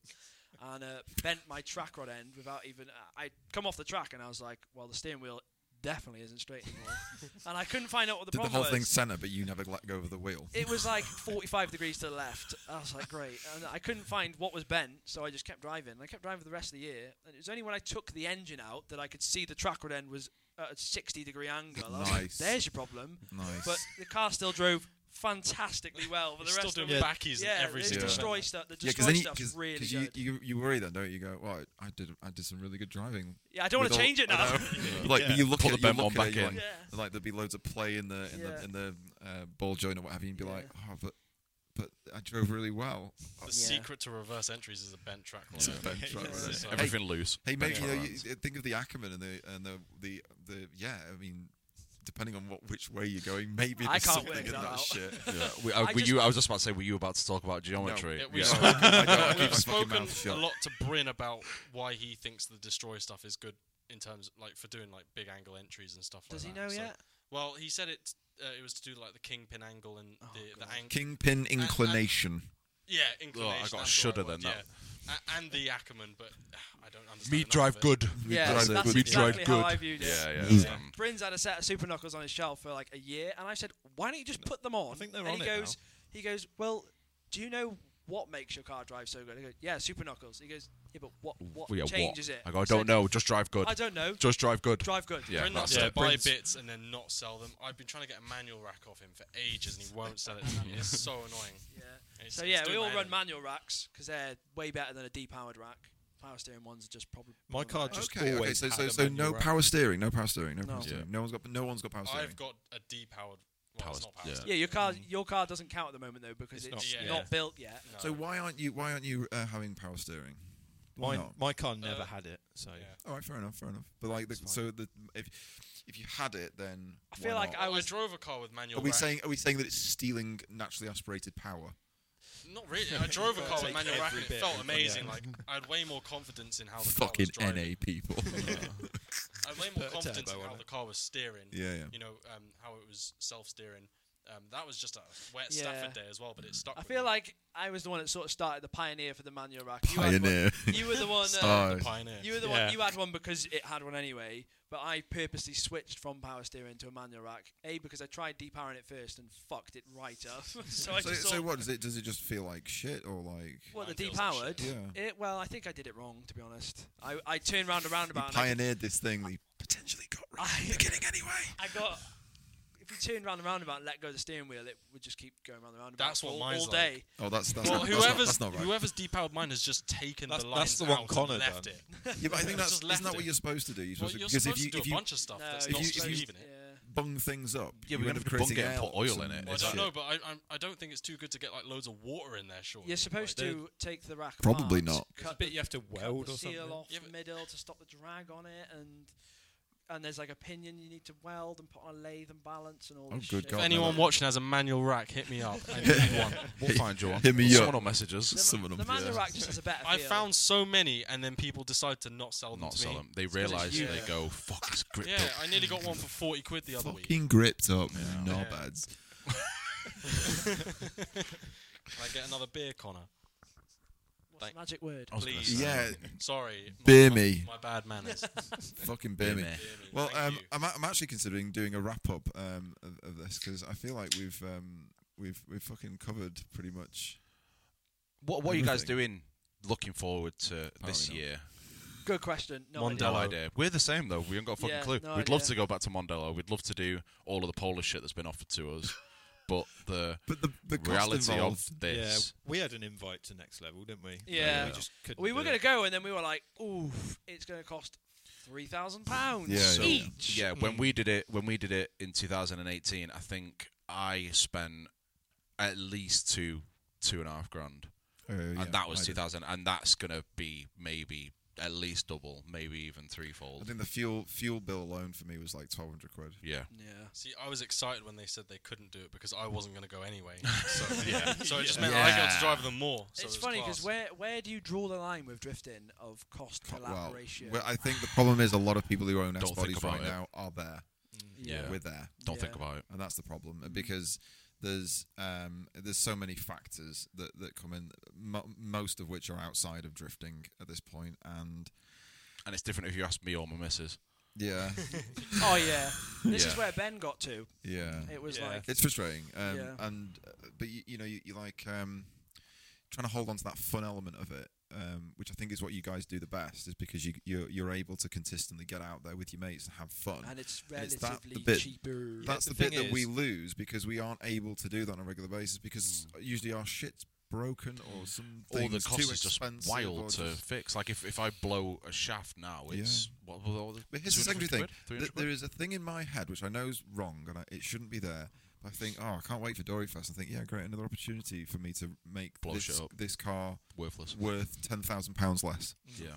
And uh, bent my track rod end without even. I I'd come off the track and I was like, "Well, the steering wheel definitely isn't straight anymore." and I couldn't find out what the
Did the
problem
whole
was
thing center, but you never let go of the wheel.
it was like 45 degrees to the left. I was like, great. And I couldn't find what was bent, so I just kept driving. And I kept driving for the rest of the year. And it was only when I took the engine out that I could see the track would end was at a 60 degree angle. I was like,
Nice.
There's your problem.
Nice.
But the car still drove fantastically well for the
Still
rest of
doing
the
Yeah.
backies in
yeah,
every
the
single
destroy
event.
stuff. The
Yeah,
destroy
because then you,
stuff's
cause,
really
'cause
good.
you, you you worry then, don't you? Go, well, I, I did I did some really good driving.
yeah, I don't want
with
to
all-
change it now.
Like
Yeah.
you look at
Pull the
you
bent one
look at it,
back
you're
in.
like,
Yeah.
like there'd be loads of play in the in
Yeah.
the in the uh, ball joint or what have you, and be like, oh, but but I drove really well.
The
Yeah.
secret to reverse entries is a bent track.
It's a
lineup.
bent track
It's
lineup.
so-
Everything loose.
Hey, mate, you know,
Benchmark
you,
runs.
you think of the Ackerman and the and the the, the yeah. I mean, depending on what which way you're going, maybe
I
there's
can't
something
work
in
that
that
out.
shit.
Yeah. We, uh,
I
were
just-
you, I was just about to say, were you about to talk about geometry?
Yeah,
Yeah.
we've
I
spoken,
don't- I keep my
we've
fucking
spoken
mouth
a
shut.
lot to Bryn about why he thinks the destroy stuff is good in terms like for doing like big angle entries and stuff.
Does he
like
know
that. So-
yet?
well, he said it. Uh, it was to do like the kingpin angle and
Oh,
the, the angle.
Kingpin inclination.
yeah, inclination.
Oh, I got a
that's the
shudder
right
then,
word,
that-
Yeah. A- and the Ackerman, but I don't understand.
Meat
enough of
drive
it.
good.
yeah,
drive
that's
good. We
exactly
drive
how
good.
I viewed it.
Yeah, yeah.
Yeah.
um,
Bryn's had a set of super knuckles on his shelf for like a year, and I said, "Why don't you just put them on?"
think they're
and he
on it
goes, "He goes, well, do you know what makes your car drive so good?" I go, "Yeah, super knuckles." He goes, "Yeah, but what what
yeah, what?
changes it?"
I go, I
said,
don't know. Just drive good.
I don't know.
Just drive good.
Drive good.
Yeah,
Bryn
that's
loves to
it.
buy
Bryn's-
bits and then not sell them. I've been trying to get a manual rack off him for ages, and he won't sell it to me. It's so annoying.
Yeah.
It's-
So
it's
yeah, we
doing
all
my head
run
in.
manual racks because they're way better than a depowered rack. Power steering ones are just probably
My car
probably-
just
Okay, okay.
always
So
had
so,
a
so
manual
no
rack.
power steering, no power steering, no
No.
power
Yeah.
steering. No one's got no one's got power steering.
I've got a depowered. Well,
Power-
it's not power
yeah.
steering.
yeah, your car your car doesn't count at the moment though because it's,
Hmm. It's
not,
not,
yeah.
built yet.
No.
so why aren't you why aren't you uh, having power steering? Why
Mine,
not?
my car never
Uh,
had it, so
yeah.
All right, fair enough, fair enough. But like, the,
It's fine.
so the if if you had it, then
I
why
feel like
not?
I,
I was-
drove a car with manual.
Are we
rack.
saying are we saying that it's stealing naturally aspirated power?
Not really. I drove a car with
Take
manual rack
every
and it
bit
felt
and-
amazing.
yeah.
Like I had way more confidence in how the
Fucking
car was driving.
NA people.
I had way more
Put a
confidence
turbo
in
on
how
it.
the car was steering.
yeah, yeah.
You know um, how it was self-steering. Um, that was just a wet
Yeah.
Stafford day as well, but it stuck.
I
with
feel
me.
like I was the one that sort of started the pioneer for the manual rack. You had one-
Pioneer.
You were the one. Uh,
Stars.
Pioneer.
you were the
Yeah.
one. You had one because it had one anyway. But I purposely switched from power steering to a manual rack. A because I tried depowering it first and fucked it right up. so I
so,
just
so
thought,
what does it? Does it just feel like shit or like?
what the
Mine feels like
depowered?
shit.
It, well, I think I did it wrong to be honest. I, I turned round a roundabout.
you
and I-
pioneered this thing. That you potentially got right
I-
at the beginning anyway.
I got. If you turned round the roundabout and let go of the steering wheel, it would just keep going round the roundabout
That's what
all,
mine's
all
like.
day.
Oh, that's that's
well,
not,
whoever's
that's not, that's not right.
whoever's depowered mine has just taken
That's-
the
that's
lines
the one
out
Connor
and left
done.
it.
Yeah, but I think that's
just left
isn't that
it.
what you're supposed to do? You're
Well,
supposed
you're
to because
supposed
if you
to do
if
a
you
bunch of stuff
No,
that's
if
not
you- if
supposed
you-
to leave in it.
Yeah.
bung things up, you
Yeah, we're
end
gonna
up
have to bung
creating
it and put
elves
oil in it.
Well, I
It's
don't
shit.
know, but I, I'm- I don't think it's too good to get like loads of water in there. Surely
You're supposed
Like,
to take the rack.
Probably
apart,
not.
There's a
Cut
bit you have to
cut
weld
the
or something.
seal off
Yeah,
the
but-
middle to stop the drag on it, and and there's like a pinion you need to weld and put on a lathe and balance and all.
Oh,
this
good
shit.
God,
If
no,
anyone
no.
watching has a manual rack, hit me up. I need one.
We'll find you on.
hit me up.
Someone will message us.
The, ma-
Some of them,
the manual
yeah.
rack just has a better.
I
feel.
found so many, and then people decide to not sell them.
Not
to
sell
me.
them. They
'cause it's
realise
you.
they
Yeah.
go, fuck, it's gripped
Yeah,
up.
I nearly got one for forty quid the other week.
Fucking gripped up, knobheads.
Can I get another beer, Connor?
What's the magic word.
I was gonna
Please.
say.
Yeah,
Sorry, my-
Beer
my,
me.
My bad manners.
fucking beer me.
me.
Beer me.
Well,
Thank
um,
you.
I'm, a- I'm actually considering doing a wrap up um, of, of this because I feel like we've um, we've we've fucking covered pretty much.
What, what are you guys
Everything.
doing looking forward to this
Apparently not.
year?
Good question. No idea.
No
Hello.
idea. We're the same though. We haven't got a fucking
Yeah,
clue.
no
We'd love
idea.
to go back to Mondello. We'd love to do all of the Polish shit that's been offered to us, but the,
But the the cost
reality
involved.
of
Yeah,
this.
we had an invite to next level, didn't we?
Yeah.
we just couldn't.
We were
do
going
it.
to go, and then we were like, "Ooh, it's going to cost three thousand pounds
Yeah, yeah.
each."
Yeah, mm. when we did it, when we did it in 2018, I think I spent at least two, two and a half grand,
Uh, yeah,
and that was
I did.
2000, and that's gonna be maybe at least double, maybe even
I
threefold.
think the fuel fuel bill alone for me was like twelve hundred quid.
Yeah,
Yeah.
See, I was excited when they said they couldn't do it because I wasn't going to go anyway. So, so it just meant I got to drive them more.
it's
So it was
funny
class.
because where where do you draw the line with drifting of cost
Co-
per lap
Well,
ratio?
well, I think the problem is a lot of people who own S
Don't think
bodies right
about it.
now are there.
Mm.
Yeah.
We're there.
don't think
Yeah.
about it.
and that's the problem uh, because there's um, there's so many factors that, that come in, mo- most of which are outside of drifting at this point, and
And it's different if you ask me or my missus.
yeah,
oh yeah, this
Yeah.
is where Ben got to.
yeah,
It was
Yeah.
like
it's frustrating, um,
Yeah.
and uh, but you, you know you, you like um, trying to hold on to that fun element of it um, which I think is what you guys do the best, is because you you're, you're able to consistently get out there with your mates and have fun.
and it's
And it's that- the
relatively
bit-
cheaper.
That's
the
the, bit
thing
that we
is-
lose because we aren't able to do that on a regular basis because
Mm.
usually our shit's broken or some
all the
things too
cost is just
expensive or
wild to
just-
fix. Like if, if I blow a shaft now,
Yeah.
it's what, what, what,
But here's the secondary
250
thing.
quid?
Th-
300
there
quid?
is a thing in my head which I know is wrong and I, it shouldn't be there. But I think, oh, I can't wait for Doryfest. And I think, yeah, great, another opportunity for me to make
Blow
this,
shit up.
this car
worthless.
worth ten thousand pounds less.
Yeah,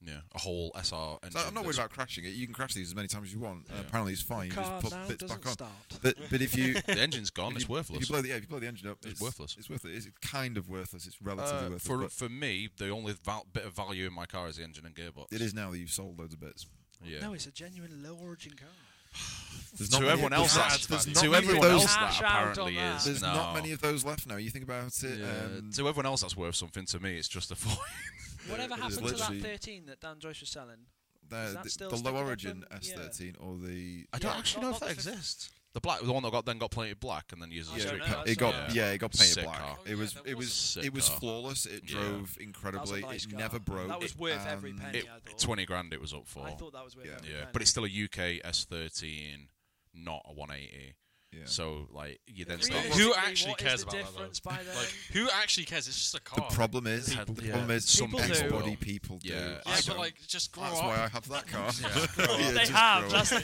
yeah, a whole SR.
So
engine
I'm not worried
that's-
about crashing it. You can crash these as many times as you want.
Yeah.
And apparently, it's fine. You
car
just put
now
bits
doesn't
back on.
start.
But but if you
the engine's
if
gone. Oh, it's
you-
worthless.
If you blow the yeah, if you blow the engine up, it's,
worthless.
It's worth it. It's kind of worthless. It's relatively
Uh,
worthless.
for
but
for me, the only val- bit of value in my car is the engine and gearbox.
it is now that you've sold loads of bits.
Yeah.
No, it's a genuine low origin car.
There's
to
many-
everyone
there's
else,
not-
that's
there's
value.
not many
to
of
everyone
those-
else that
Cash out
apparently
on that.
is.
There's
no.
not many of those left now. You think about it.
Yeah.
Um,
to everyone else, that's worth something. To me, it's just a foil.
Whatever
it is
happened to that
literally-
13 that Dan Joyce was selling?
the,
Is that
the-
still
the
sticking
low
up
origin
on- yeah.
S13 or the
I don't
Yeah,
actually
not-
know
not
if that
the fif-
exists. The black, the one that got then got painted black and then used.
I
as a
don't
street
know,
car.
that's
it got
alright.
yeah. it got painted
Sick
black.
car.
It was
Oh, yeah,
it was
sick
it was
car.
flawless. It
Yeah.
drove
That was a
incredibly.
nice
it
car.
never broke.
That was worth every
and-
penny.
It,
I thought.
Twenty grand it was up for.
I thought that was worth
Yeah.
every
Yeah,
penny.
but it's still a UK S13, not a 180.
Yeah.
So like you then
really
start.
is- Who
Realistically,
actually
what is
cares
the
about that, though?
difference by then?
Like, who actually cares? It's just a
The
car.
problem is
People-
the
yeah.
problem is
Some
people
ex
do.
body Oh, people do.
Yeah.
yeah,
I
but
don't.
like, just grow
that's
up.
why I have that car. Yeah,
they
just
have.
grow up.
That's the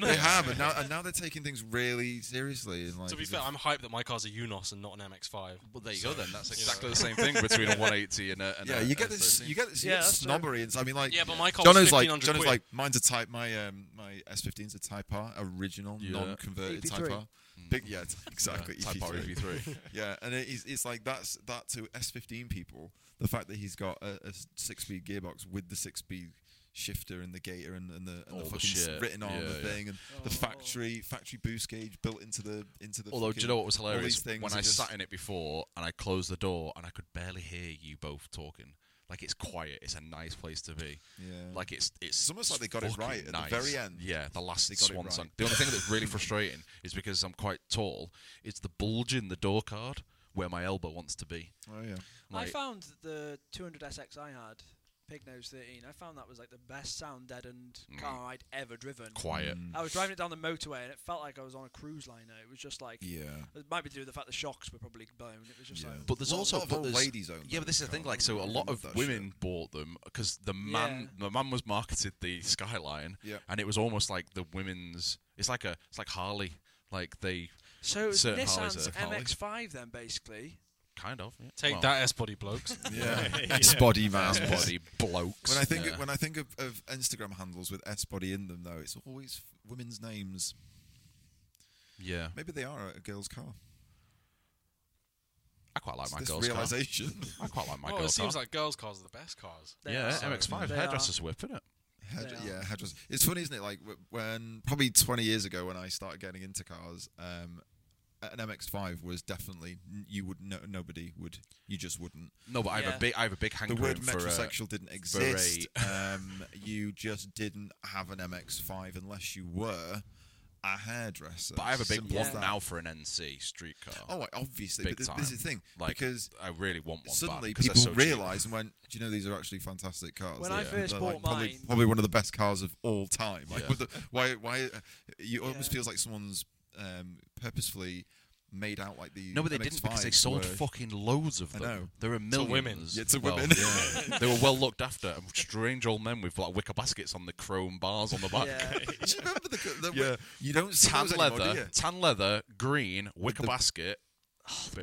They have, and now, and now they're taking things really seriously. And like,
to be
as
fair,
if-
I'm hyped that my car's a Unos and not an MX-5.
Well, there you go. Then that's exactly the same thing between a 180 and a. And
yeah,
a
you get
S13.
this, you get this, you
Yeah,
get
that's
snobbery. And I mean, like,
Yeah, but my car was
Jono's like,
1500
Jono's
quid.
like, mine's a type, my um, my S15's a Type R, original,
Yeah.
non-converted Type
EP3.
R. Big, Mm. yeah, it's- exactly.
Yeah, Type R
EP3.
EV3.
Yeah, and it is, it's like that's that to S15 people. The fact that he's got a, a six-speed gearbox with the six-speed shifter and the gator and, and the and
All
the
the
fucking s-
shit.
written on
Yeah,
the
yeah.
thing and the factory factory boost gauge built into the into the.
Although, do you
fucking-
know what was
all these
hilarious?
things
When
are
I
just-
sat in it before and I closed the door and I could barely hear you both talking. Like it's quiet. It's a nice place to be.
Yeah.
Like it's it's.
It's almost like they got it
fucking
right at the
nice.
very end.
Yeah, the last
They got it
swan
right.
song. The only thing that's really frustrating is because I'm quite tall. It's the bulge in the door card where my elbow wants to be.
Oh yeah.
I
Like,
found the 200 SX I had, Pig Nose 13. I found that was like the best sound deadened
Mm.
car I'd ever driven.
quiet.
I was driving it down the motorway and it felt like I was on a cruise liner. It was just like
Yeah.
it might be due to the fact the shocks were probably blown. It was just
Yeah.
like
But there's
Well, a
also
lot of
but
old
there's-
ladies own
Yeah, but this is the
those
thing. Like,
cars,
so a
don't they?
lot
Love
of
that
women bought them because the man the man was marketed the Skyline,
Yeah.
and it was almost like the women's. It's like a it's like Harley, like they
so it was
certain Harleys
Nissan's
are Harleys.
MX-5 then basically.
kind of yeah.
Take
Well,
that S-body, blokes.
Yeah. S body man.
body blokes.
When I think
yeah.
when I think of, of Instagram handles with S body in them though, it's always f- women's names.
yeah,
Maybe they are a girl's car.
I quite like
It's
my
this
girl's car.
realization.
I quite like my
well, it
girl's car.
seems like girls' cars are the best cars.
They
yeah,
are.
MX-5
They
hairdresser's whip, isn't it?
Head,
They
yeah, headdress. It's funny, isn't it? Like wh- when probably 20 years ago, when I started getting into cars, um, an MX-5 was definitely you would no, nobody would you just wouldn't.
No, but I have
Yeah.
a big I have a big
The
hankering
word
for uh, a,
metrosexual didn't exist. um, you just didn't have an MX-5 unless you were a hairdresser.
but I have a big
Simple
want
as that.
now for an NC street car.
Oh, I- obviously,
Big
but this,
time.
this is the thing
like
because
I really want one.
suddenly
back, 'cause they're
people
so cheap.
realised and went, "Do you know these are actually fantastic cars?"
When
They're-
I first
they're,
bought
probably,
mine-
probably one of the best cars of all time. Like,
Yeah.
with the, why? Why? uh, It almost
Yeah.
feels like someone's um, purposefully made out like the
No, but they
MX-5
didn't because they sold
were-
fucking loads of
I
them.
know.
There were millions.
women.
Yeah, to
Well,
women.
yeah. they were well looked after. And strange old men with like wicker baskets on the chrome bars on the back.
Yeah.
Do you remember the, the
Yeah.
You don't see
Tan
those anymore, do
leather,
you?
tan leather, green wicker basket. Bit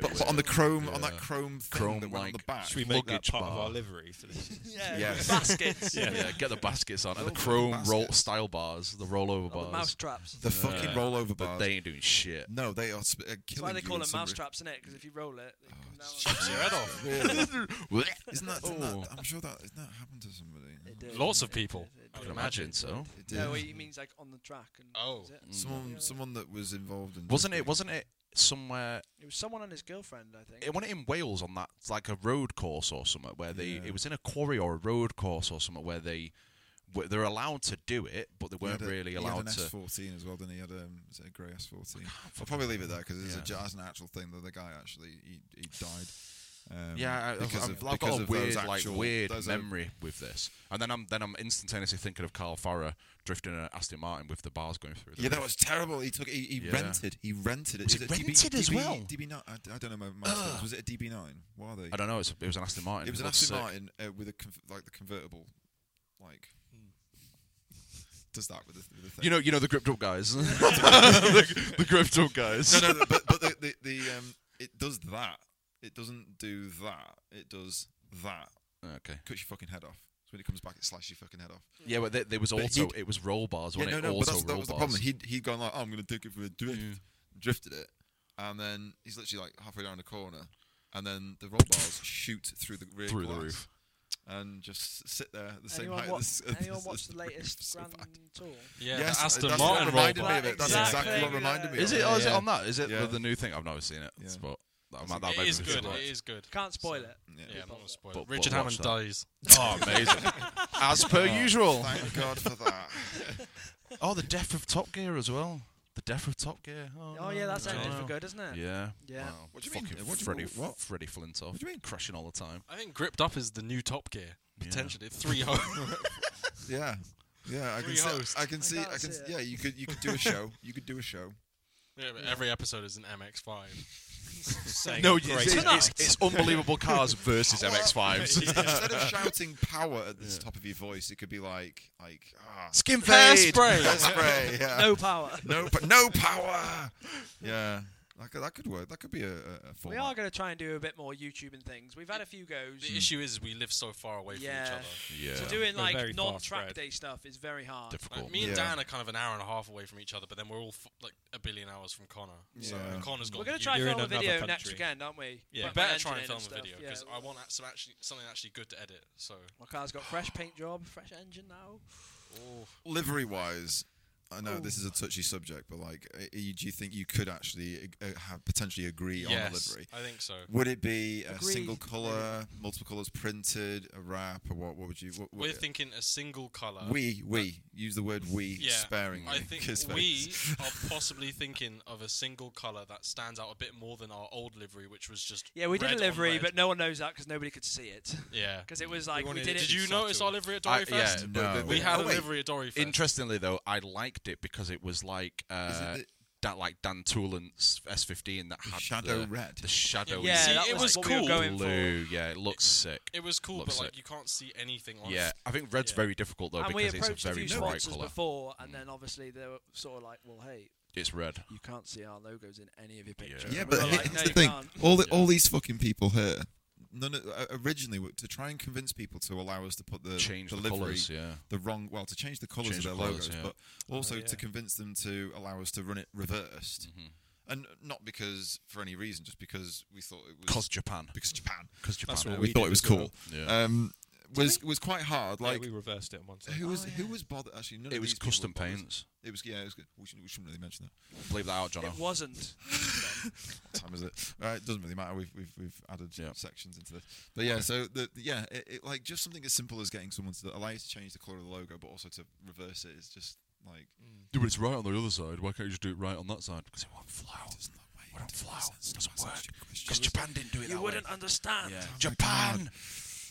But, but
weird.
on the chrome, on
Yeah.
that chrome thing
Chrome,
that went on the
like,
back.
Should we make that
Luggage
part of
bar.
our livery for this?
Yeah,
Yes.
baskets,
yeah. get the baskets on and the
Little
chrome
Oh, basket.
roll style bars, the rollover
or
bars.
the mouse traps.
The fucking rollover
but
bars.
they ain't doing shit.
no, they are sp- uh, killing
That's why they
you
call
in
them
some
mouse
re-
traps, innit? Because if you roll it, they come down.
Chips your head off.
Really?
Isn't
Isn't that, isn't
Oh.
that? I'm sure that isn't that happened to somebody.
They do.
Lots of
They do,
people.
they do.
I can imagine so. Mm.
It did.
No, he means like on the track. And
Oh.
is it?
Someone, someone that was involved in
Wasn't
drifting.
it? Wasn't it somewhere?
it was someone and his girlfriend, I think.
It wasn't in Wales on that like a road course or something where they.
Yeah.
It was in a quarry or a road course or something where they. were They're allowed to do it, but they
He
weren't
had a-
really
he had
allowed
an
to.
S14 as well. Then he had um, was it a grey S14. I'll probably leave it there because it's a
Yeah.
j- that's an actual thing that the guy actually he, he died. Um,
Yeah, I,
because
I've,
of,
I've
because
got a
of
weird,
those
like
actual,
weird
those um, are-
memory with this, and then I'm then I'm instantaneously thinking of Carl Farrer drifting an Aston Martin with the bars going through. the
Yeah, that
roof.
was terrible. He took. He, he
Yeah.
rented. He rented it.
Was
Is
it
DB
rented as
DB
well?
DB9. I, d- I don't know my milestones. Was it a DB9? What are they?
I don't know. It's, it was an Aston Martin.
It was an
looks
Aston
sick.
Martin uh, with a conv- like the convertible, like
Hmm.
does that with the, with the thing.
You know, you know the gripped up guys. the, the gripped up guys.
no, no, no, but but the the, the um, it does that. It doesn't do that. It does that.
Okay.
Cuts your fucking head off. So when it comes back, it slashes your fucking head off.
Yeah, but there, there was
But
also
he'd-
it was roll bars when
yeah,
it
no, no, but
also
that's,
roll
that was the
bars.
problem. He'd, he'd gone like, oh, I'm going to take it for a drift. Drifted it. And then he's literally like halfway down the corner. And then the roll bars shoot through the rear
Through the
glass
roof.
And just sit there at the same
anyone
height.
watch,
as, as-
anyone
as
watch the
roof,
latest
so
Grand
bad.
Tour?
Yeah,
Yes,
the Aston
that's
Martin
what
roll
reminded me
bar.
of it. That's
Exactly.
exactly what reminded me
Is
of
it?
it.
Oh, is it
Yeah.
on that? Is it
Yeah.
with the new thing? I've never seen it,
Yeah.
but that,
It's
might- that
It
maybe
is
it's
good.
right.
It is good.
Can't spoil it.
Yeah.
Yeah, I'm not gonna spoil
But-
it.
but
Richard Hammond
watch that.
dies.
Oh, amazing! As per usual.
Oh, Thank God for that.
Oh, the death of Top Gear as well. The death of Top Gear. Oh,
Oh yeah, that's ended for
uh,
wow.
good, isn't it?
Yeah.
Yeah.
Wow.
What do you mean?
Fucking
What do you-
Freddie,
what?
Freddie Flintoff.
What do you mean?
Crashing all the time.
I think gripped up is the new Top Gear potentially. Three home.
Yeah. Yeah, I can
Free
see.
host.
I can see. I
can't
can.
see
s-
it.
Yeah, you could. You could do a show. You could do a show.
yeah, but every episode is an MX-5.
Saying
No,
it
it's,
great now.
it's, it's unbelievable cars versus MX5s.
Instead of shouting power at the top of your voice, it could be like, like, ah,
Skin fade.
Hairspray.
spray. Yeah.
No power.
no, but no power. Yeah, that could, that could work. That could be a, a a
we
format.
are going to try and do a bit more YouTube and things. We've had a few goes.
the issue is we live so far away from each
Yeah.
other.
Yeah.
So doing
We're very
like
far
non-track
spread.
day stuff is very hard.
difficult.
Like, me and
Yeah.
Dan are kind of an hour and a half away from each other, but then we're all f- like a billion hours from Connor. So
Yeah.
Connor's got.
We're going to
you-
try and
You're in
film a
another
video next
country.
weekend, aren't we?
Yeah.
Put
You
my
better
engine
try and
in
film a
stuff,
video
yeah.
because I want some actually something actually good to edit. So
My car's got fresh paint job, fresh engine now.
Livery wise, I know this is a touchy subject, but like, uh, you- do you think you could actually uh, have potentially agree on a
yes,
livery?
I think so.
Would it be a
Agreed,
single color, multiple colors printed, a wrap, or what? What would you? What, what,
We're thinking a single
Uh,
color.
we we use the word we
yeah,
sparingly.
I think
'cause
we
that's-
are possibly thinking of a single color that stands out a bit more than our old livery, which was just
Yeah, we did
red
a
on
livery,
red.
but no one knows that because nobody could see it.
yeah.
Because it was like we,
wanted
did it.
it to
Did you
Subtle.
notice our livery at
I-
Doryfest?
yeah,
No.
but
We
the-
had
oh,
a
wait.
livery at Doryfest.
Interestingly, though, I liked it because it was like uh,
Is it
that, like Dan Toolan's S15 that had
shadow
the,
red.
the shadow.
Yeah,
yeah,
See,
that
it was
like what we were
cool.
going for.
blue. Yeah, it looks sick.
It was cool,
Looks
but like
sick.
you can't see anything on.
Yeah, I think red's
yeah.
very difficult though
and we
because it's
approached
a
a
very
few
bright
sponsors
color.
before, and then obviously they were sort of like, "Well, hey,
It's red.
you can't see our logos in any of your
Yeah.
pictures."
Yeah,
And we
but
were
he-
like,
that's
"No,
the
you
thing.
can't."
All the, all these fucking people here. None of, uh, originally w- to try and convince people to allow us to put the
Change the,
livery,
colors. Yeah.
the wrong well to change the colours
Change
of
the
their
colours,
logos,
yeah.
but also
Oh,
to
yeah.
convince them to allow us to run it reversed,
Mm-hmm.
and not because for any reason, just because we thought it was
Cause Japan.
because Japan.
Because Japan.
That's what
we,
we
thought
did
it was
as well.
cool.
Yeah.
Um, was was quite hard. Like
Like we reversed it on one side.
who was who was bothered? Actually, none
It
of
was
these people
custom
were bothered.
paints.
It was yeah. It was good. We shouldn't, we shouldn't really mention that.
Leave that out, Jono.
It wasn't.
time is it? Uh, it doesn't really matter. We've we've, we've added
Yeah.
sections into this, but yeah. So the, the- yeah, it, it, like just something as simple as getting someone to allow you to change the color of the logo, but also to reverse it is just like
Dude, but it's right on the other side. Why can't you just do it right on that side? Because it won't fly out.
doesn't that way?
It won't fly out. It doesn't
That's
work.
actually a question.
Because Japan didn't do it
You
that way.
wouldn't understand.
Yeah.
God.
Japan.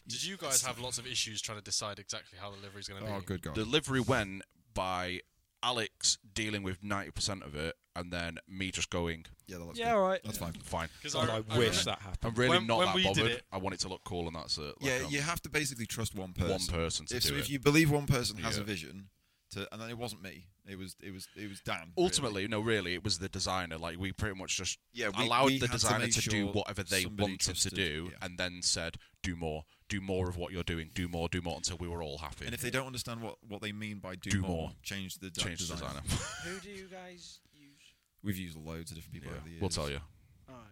Did you guys have lots of issues trying to decide exactly how the livery's going to be?
Oh, good god!
The livery went by Alex dealing with 90% of it and then me just going,
yeah, that looks
Yeah,
good.
all right.
That's fine.
fine.
Because
God, I, wish that
I'm
happened.
really
When-
not
when
that
we did
bothered.
it-
I want it to look cool and that's it. Like,
yeah,
um,
you have to basically trust one person.
One person to
If,
do
so
it.
if you believe one person has a
Yeah.
vision, to and then it wasn't me. It was it was it was Dan. really.
Ultimately, no, really, it was the designer. Like we pretty much just
Yeah, we-
allowed
we
the
had to
designer
make
to, do
sure
whatever they
somebody
wanted
trusted,
to do,
yeah.
and then said, "Do more, do more of what you're doing, do more, do more," until we were all happy.
And if they don't understand what, what they mean by do,
Do
more,
more.
change the de-
change the
design.
designer,
Who do you guys use?
We've used loads of different people
yeah,
over the years.
we'll tell you.
All right.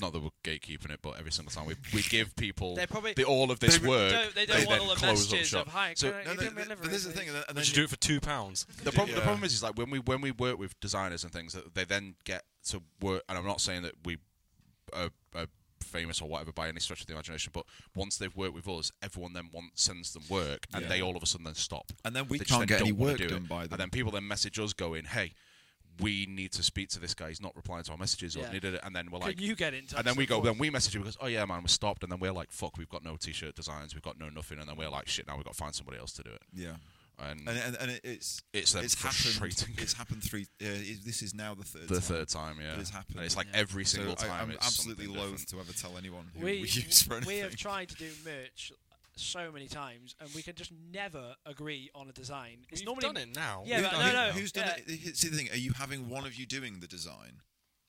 Not that we're gatekeeping it, but every single time we, we give people
They're probably-
the all of this
They-
work,
don't- they don't want
then
all the
close up
messages
shop.
of, "Hi,
so
can I-
No, no,
You do me a
th-
livery,
but this is the
please.
thing, and then, and
Would
then
you do it for two pounds?
the problem, the
Yeah.
problem is, is like when we when we work with designers and things, that they then get to work. And I'm not saying that we are, are famous or whatever by any stretch of the imagination, but once they've worked with us, everyone then want, sends them work, and
Yeah.
they all of a sudden then stop.
And then we
They just
can't
then
get any
don't wanna
work
do it.
done by them.
And then people then message us going, "Hey, we need to speak to this guy. He's not replying to our messages. Or
Yeah.
da, da, da, and then we're
Can
like,
you get in touch?
and then we
with
go,
us?
then we message him because, oh yeah, man, we're stopped. And then we're like, fuck, we've got no t-shirt designs, we've got no nothing. And then we're like, shit, now we've got to find somebody else to do it.
Yeah.
And,
And, and, and it- it's
It's then frustrating.
happened. It's happened three. Uh, it, this is now the third.
the
time.
third time, yeah,
has happened,
And it's like
yeah.
every
So
single time.
I, I'm
it's
absolutely
something
loath
different.
to ever tell anyone who we,
we,
use for anything.
we have tried to do merch so many times, and we can just never agree on a design. It's
We've
normally
done it now.
Yeah, but
We've done
no,
it
no,
now.
Who's done
yeah.
it? See the thing. Are you having one of you doing the design?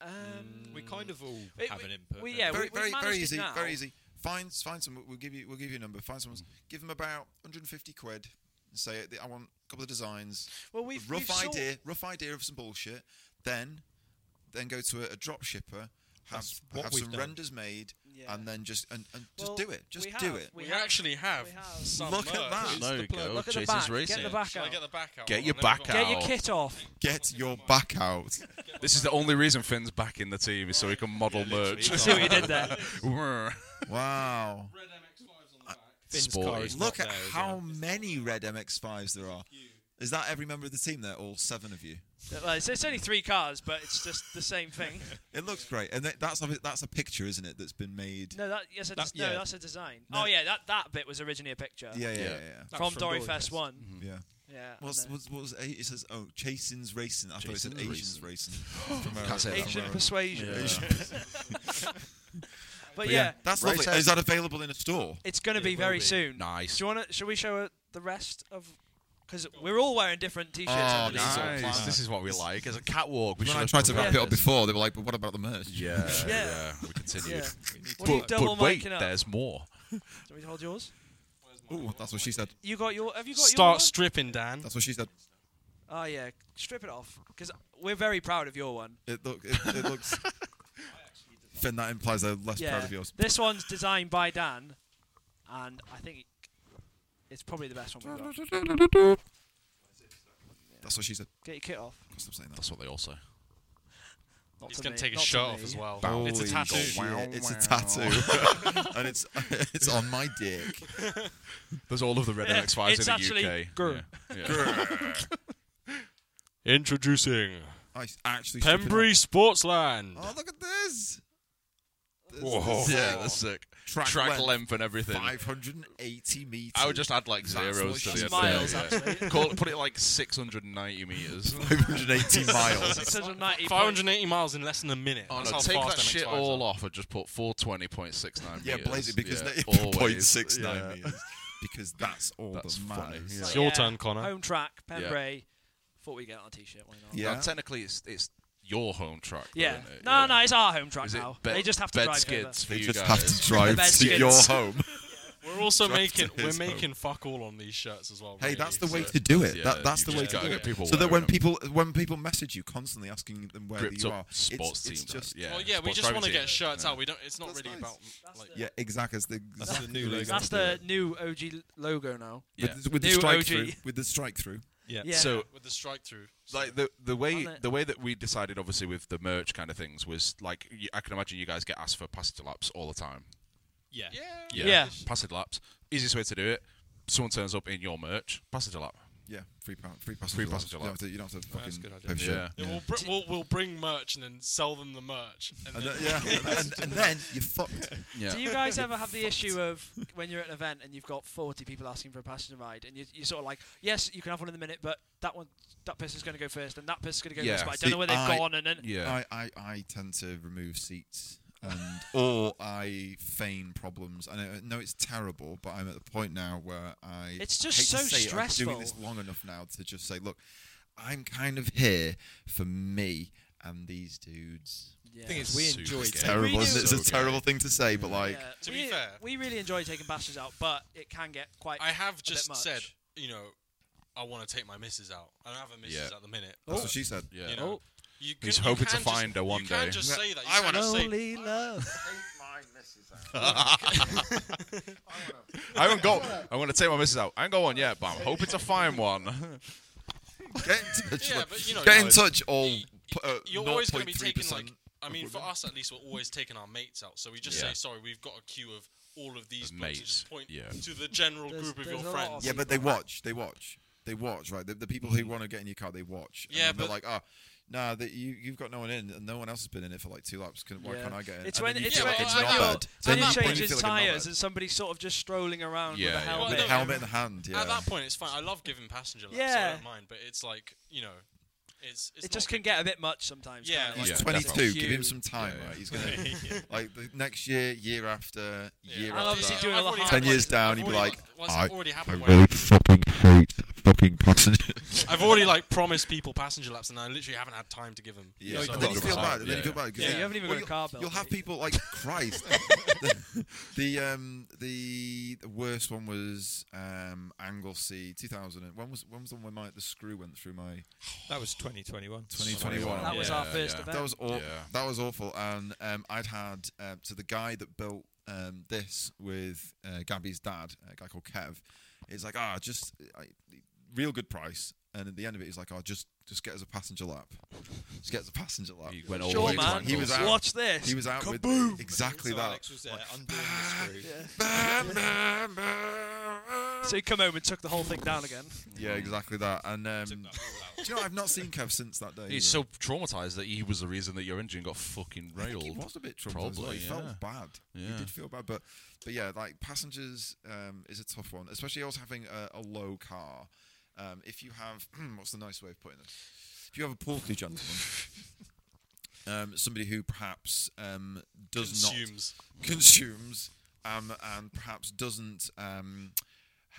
Um,
We kind of all
It-
have
we-
an input.
we-
don't
yeah,
we?
very,
we've
very, very
managed it
easy.
now.
Very easy. Find, find some. We'll give you. We'll give you a number. Find someone. Give them about 150 quid. and Say I want a couple of designs.
Well, we've-
rough
we've sort-
idea. Rough idea of some bullshit. Then, then go to a, a drop shipper. Have,
That's what
have
we've
some
done.
renders made,
Yeah.
and then just and, and just
Well,
do it. Just
we
do
have-
it.
We,
We have-
actually have,
we have.
some
Look at
merch.
that.
There you go.
Look at the
Jason's
back. Get
racing.
the back
Shall I
out.
get the back out?
Get
I've
your
never
back
got-
out.
Get your kit off.
Get your back out.
This is the only reason Finn's back in the team is so he can model merch.
I see what you did there.
wow.
Red MX5s on the back.
Finn's
Sporty.
car is
Look
not
at
there, is
how
it?
many red MX5s there are. Is that every member of the team there? All seven of you.
Well, it's, it's only three cars, but it's just the same thing.
It looks great, and that- that's a, that's a picture, isn't it? That's been made.
No, that yes, a
That-
des- no,
yeah.
that's a design.
No.
Oh yeah, that, that bit was originally a picture
Yeah, yeah, yeah,
Yeah.
yeah.
That
from,
was from
Dory
Doryfest.
Fest One.
yeah.
Yeah.
What's,
and, uh,
what's, what was it says? Oh, Chasen's racing. I thought it said Asian's racing. From America.
Can't say that
Asian
word.
persuasion.
Yeah.
But
But
yeah,
that's
Right,
lovely.
so-
Is that available in a store?
it's going to
It
be
will
very
be.
soon.
Nice.
Do you want to? Shall we show her the rest of? Because we're all wearing different T-shirts.
Oh,
underneath.
nice.
Nice. This is what we like. As a catwalk, we
When
should
I
have
tried to wrap
prepared
it up
this.
before, they were like, "But what about the merch?"
Yeah,
Yeah.
yeah. We continued.
Yeah. What are you
But,
double
but wait,
micing up?
there's more.
Do we hold yours?
Ooh, that's what she said.
You got your? Have you got your? one?
Start stripping, Dan.
That's what she said.
Oh yeah, strip it off because we're very proud of your one.
It look. It, it looks. Finn, that implies they're less
yeah,
proud of yours.
this one's designed by Dan, and I think it's probably the best one we've got.
That's what she said.
Get your kit off.
Stop saying that.
That's what they all say.
Not
He's
to
going
me,
to take
not
his
to
shirt
me.
off as well.
Bow.
It's a
Holy
tattoo.
shit,
Wow,
It's a
wow.
tattoo, and it's it's on my dick.
There's all of the Red
Yeah,
MX5s
it's
in
actually
the UK.
grr.
Yeah. Yeah.
Introducing
I s- actually. strip it
Pembrey Sportsland.
off. Oh, look at this. This-
Whoa.
this is
yeah, that's sick.
Track
Track,
length,
length, and everything.
580 meters.
I would just add like
That's what
zeros
she
to the
It's
end.
miles
yeah, yeah.
actually.
Call it, put it like 690 meters.
580 miles.
690 point-
580 miles in less than a minute.
Oh,
That's
no,
how
take
fast
that shit
MX5s are.
all off and just put 420.69
Yeah,
meters.
blaze it because
yeah,
they-
always.
0.69
Yeah.
meters. Because that's all
That's
that
funny,
matters.
yeah.
It's your turn, Connor.
Home track,
Yeah.
Pembrey. Thought we get on a T-shirt. Why not?
Yeah.
Now, technically, it's it's your home track. though,
Yeah.
isn't it?
No,
Yeah.
no, it's our home track
Is it
now.
bed-
they just have to
bed
drive
skids for
They
you
just
guys.
have to drive
Bed
to
skins.
your home.
We're also
Drive to
making we're
his home.
making fuck all on these shirts as well.
Hey,
really,
that's the way
so-
to do it.
Yeah,
that, that's the
you
way
just
to
gotta
do
get
it.
people
so that
wearing
when
them.
people when people message you constantly asking them where
gripped
you
up
are,
sports
it's, it's
team.
just
yeah.
Well, yeah, we
sports
just want to
gravity.
get shirts out. We don't. It's not
That's nice.
really about
That's
like.
the-
yeah, exactly. That's the
That's the
exact-
new logo.
That's the new OG logo now.
Yeah.
with, the- with the
New
strike
OG.
through. With the strike through.
Yeah.
Yeah.
So
with the strike through.
like the the way
On it.
the way that we decided obviously with the merch kind of things was like y- I can imagine you guys get asked for pastel laps all the time.
Yeah.
yeah.
Yeah.
pastel laps. Easiest way to do it. Someone turns up in your merch, pastel lap.
Yeah, free pa- free passenger.
Free
laps. You
passenger
don't
lap.
have to, you don't have to fucking
That's a good idea.
paper shit.
Yeah.
Yeah, We'll, br- we'll we'll bring merch and then sell them the merch. And
And
then
then, yeah, and, and then you're fucked.
Yeah.
Do you guys ever have the issue of when you're at an event and you've got 40 people asking for a passenger ride, and you, you're sort of like, yes, you can have one in a minute, but that one, that person's going to go first, and that person's going to go
Yeah.
first, but I
See,
don't know where they've
I-
gone, and then
Yeah.
I, I, I tend to remove seats and or I feign problems. I know, I know it's terrible, but I'm at the point now where I
It's just
hate to
so
say it, I've been doing this
stressful.
long enough now to just say, look, I'm kind of here for me and these dudes.
yeah.
thing is, we
Super
enjoy
gay.
taking-
Terrible,
We
isn't
do-
it? It's a
So gay.
terrible thing to say, but like,
Yeah.
To
we,
be fair-
we really enjoy taking passengers out, but it can get quite.
I have
bit
just
much.
said, you know, I want to take my missus out. I don't have a missus
Yeah.
at the minute.
that's what she said.
yeah.
You know, you can,
He's
you
hoping
can
to
just-
find her one
you can
day.
just say that. You
I
can't just say,
Only love. Oh,
I haven't got. I'm gonna take my missus out. I ain't got one yet, but I'm hoping to find one.
Get in touch.
Oh. Yeah,
like-
but, you know,
get in
like,
touch. All
y-
p- uh,
you're always going to be
0.3%
taking like. I mean,
of
for
women.
us at least, we're always taking our mates out. So we just
Yeah.
say, sorry, we've got a queue of all of these
Of
books and just
mates,
point
yeah.
to the general
There's-
group of
there's
your
a lot of
friends.
Yeah, but they watch. They watch. They watch, right? The, the people who want to get in your car, they watch. And
Yeah,
then they're
but-
like, oh, nah, that you you've got no one in, and no one else has been in it for like two laps. Can, why
Yeah.
can't I get in?
It's
And
when
then you
it's
feel
when
like
it's
a
when
not
you're
knobhead.
when
At
you
that point,
change
you
his
feel like a
tires
knobhead.
and somebody's sort of just strolling around
Yeah,
with a
yeah.
helmet.
Well,
With a
don't-
helmet in the hand, yeah.
At that point, it's fine. I love giving passenger laps. so I
Yeah.
don't mind. But it's like you know, it's, it's
it just
not-
can get a bit much sometimes.
Yeah,
can't it?
He's
Yeah,
22.
definitely.
Give him
Huge.
some time,
Yeah,
right? He's gonna like the next year, year after,
Yeah.
year
And
I've
obviously
already-
after.
doing
I've
a
already
hard-
had
Ten years
one-
down,
I've
he'd be
already-
like,
once
"I-
I've already had
I
one where
really fucking hate fucking passengers.
I've already like promised people passenger laps, and I literally haven't had time to give them.
Yeah,
So-
and then you
got
feel
to
bad. And then you
decide.
feel bad. 'cause
Yeah,
you-
you
haven't even
well,
got a car belt
You'll have
yet.
people like Christ. the um the the worst one was um Anglesey 2000. and- When was when was the one when my the screw went through my
That was 2021.
2021?
That was
Yeah,
our first
yeah.
event. Oh.
That was aw-
Yeah.
that was awful. And um, I'd had uh, so the guy that built um, this with uh, Gabby's dad, a guy called Kev, is like, ah, just I, real good price. And at the end of it, he's like, oh, just just get us a passenger lap. Just get us a passenger lap.
He went all the
sure,
way to
man.
He was
Anglesey.
out.
Watch this.
He was out with exactly
So
that.
Alex was there undoing the screw.
so he come home and took the whole thing down again.
Yeah, exactly that. And um, do
Took that all out.
you know I've not seen Kev since that day.
He's
either.
so traumatized that he was the reason that your engine got fucking
I think
railed.
he was a bit traumatized.
Probably,
like, he
yeah.
felt bad.
Yeah.
He did feel bad, but but yeah, like passengers um, is a tough one, especially also having a, a low car. Um, if you have what's the nice way of putting this? If you have a portly gentleman, um, somebody who perhaps um, does not
consumes.
consumes um, and perhaps doesn't um,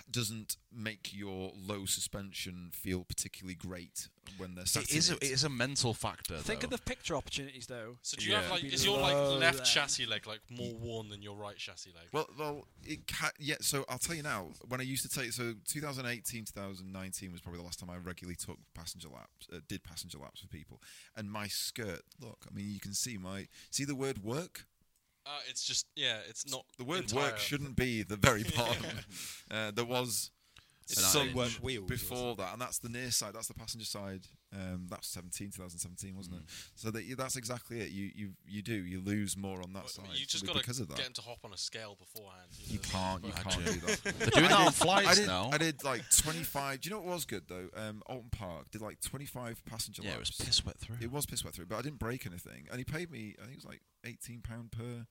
doesn't make your low suspension feel particularly great when they're sat
It is, a,
in
it is a mental factor.
Think of
though.
the picture opportunities though.
So do you have
Yeah.
like
Be
is your like
low
left
there.
chassis leg like more worn than your right chassis leg?
Well, well, it ca yeah. So I'll tell you now. When I used to take, so 2018, 2019 was probably the last time I regularly took passenger laps, uh, did passenger laps for people. And my skirt, look, I mean, you can see my see the word work.
Uh, it's just yeah, it's not
The word
entire.
work shouldn't be the very bottom. uh, there was
It's
an
some
eye
weren't wheels.
before that, and that's the near side. That's the passenger side. Um, that was 17, 2017, wasn't it?
Mm.
So that, yeah, that's exactly it. You you you do you lose more on that
But, I
side
mean, you just
simply
got
because
to
of that.
get him to hop on a scale beforehand.
you can't you can't do that.
They're doing that on
I
flights
did,
now.
I did like 25. Do you know what was good though? Um, Alton Park did like 25 passenger
yeah, it was
laps.
piss wet through.
It was piss wet through, but I didn't break anything. And he paid me, I think it was like 18 pound per,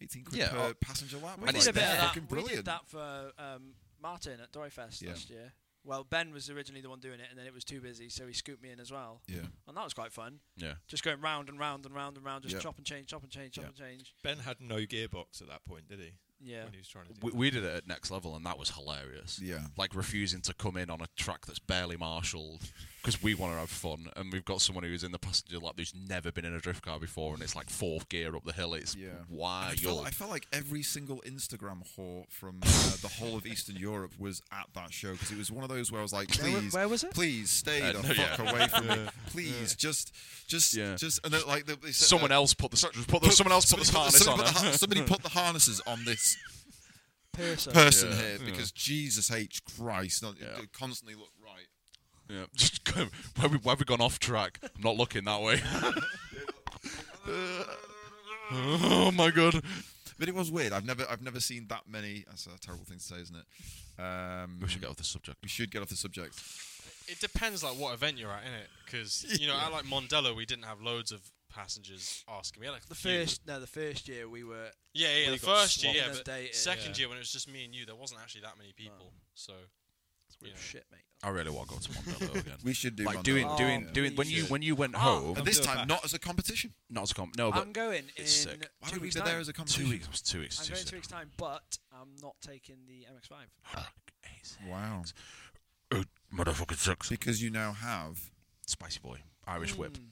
18 quid
Yeah,
per
oh,
passenger lap.
We
I was
did
like,
a bit of
"That's
that.
fucking
We
brilliant.
did that for um, Martin at Doryfest
Yeah.
last year. Well, Ben was originally the one doing it, and then it was too busy, so he scooped me in as well.
Yeah,
And that was quite fun.
Yeah.
Just going round and round and round and round, just
Yeah.
chop and change, chop and change, chop
Yeah.
and change.
Ben had no gearbox at that point, did he?
Yeah.
When he was trying to do
We,
that.
we did it at next level, and that was hilarious.
Yeah.
like refusing to come in on a track that's barely marshalled because we want to have fun, and we've got someone who's in the passenger lap who's never been in a drift car before, and it's like fourth gear up the hill. It's
Yeah.
wild.
I, felt, I felt like every single Instagram whore from uh, the whole of Eastern Europe was at that show because it was one of those where I was like,
Where, wa-
please,
where was it?
please stay
Uh,
the
no, yeah.
fuck away from me. Please, just, just,
Yeah.
just, and then, like they- they said,
someone
uh,
else put the put the, someone else put the
somebody
harness on.
put the
her.
har- somebody put the harnesses on this
Pearson.
person
Yeah.
here because Jesus H Christ, not,
Yeah.
they constantly look right.
Yeah, just go, where, we, where have we gone off track? I'm not looking that way. oh my god.
But it was weird. I've never, I've never seen that many. That's a terrible thing to say, isn't it? Um,
We should get off the subject.
we should get off the subject.
It depends like what event you're at, innit? Because you know, at like Mondello, we didn't have loads of passengers asking. We had like a
The
few.
first, no, the first year we were.
yeah, yeah,
we
the
got
first year, yeah,
swamped.
but
Inundated,
second
yeah.
year when it was just me and you, there wasn't actually that many people.
Um,
So
we were
Yeah.
Shit, mate.
I really want to go to Mondello again.
We should do
like
Rondello.
doing,
Oh,
doing, doing. When
please.
you when you went
Oh.
home,
and this
I'm doing
time
that.
not as a competition.
not as com. No, but
I'm going in
it's sick.
Oh, Why
two
would we
weeks'
go there
time.
as a competition?
two weeks. It was two weeks.
I'm
Two
going
weeks.
two weeks' time, but I'm not taking the MX-5.
Wow.
Motherfucking sucks.
Because you now have.
Spicy boy, Irish whip.
Mm.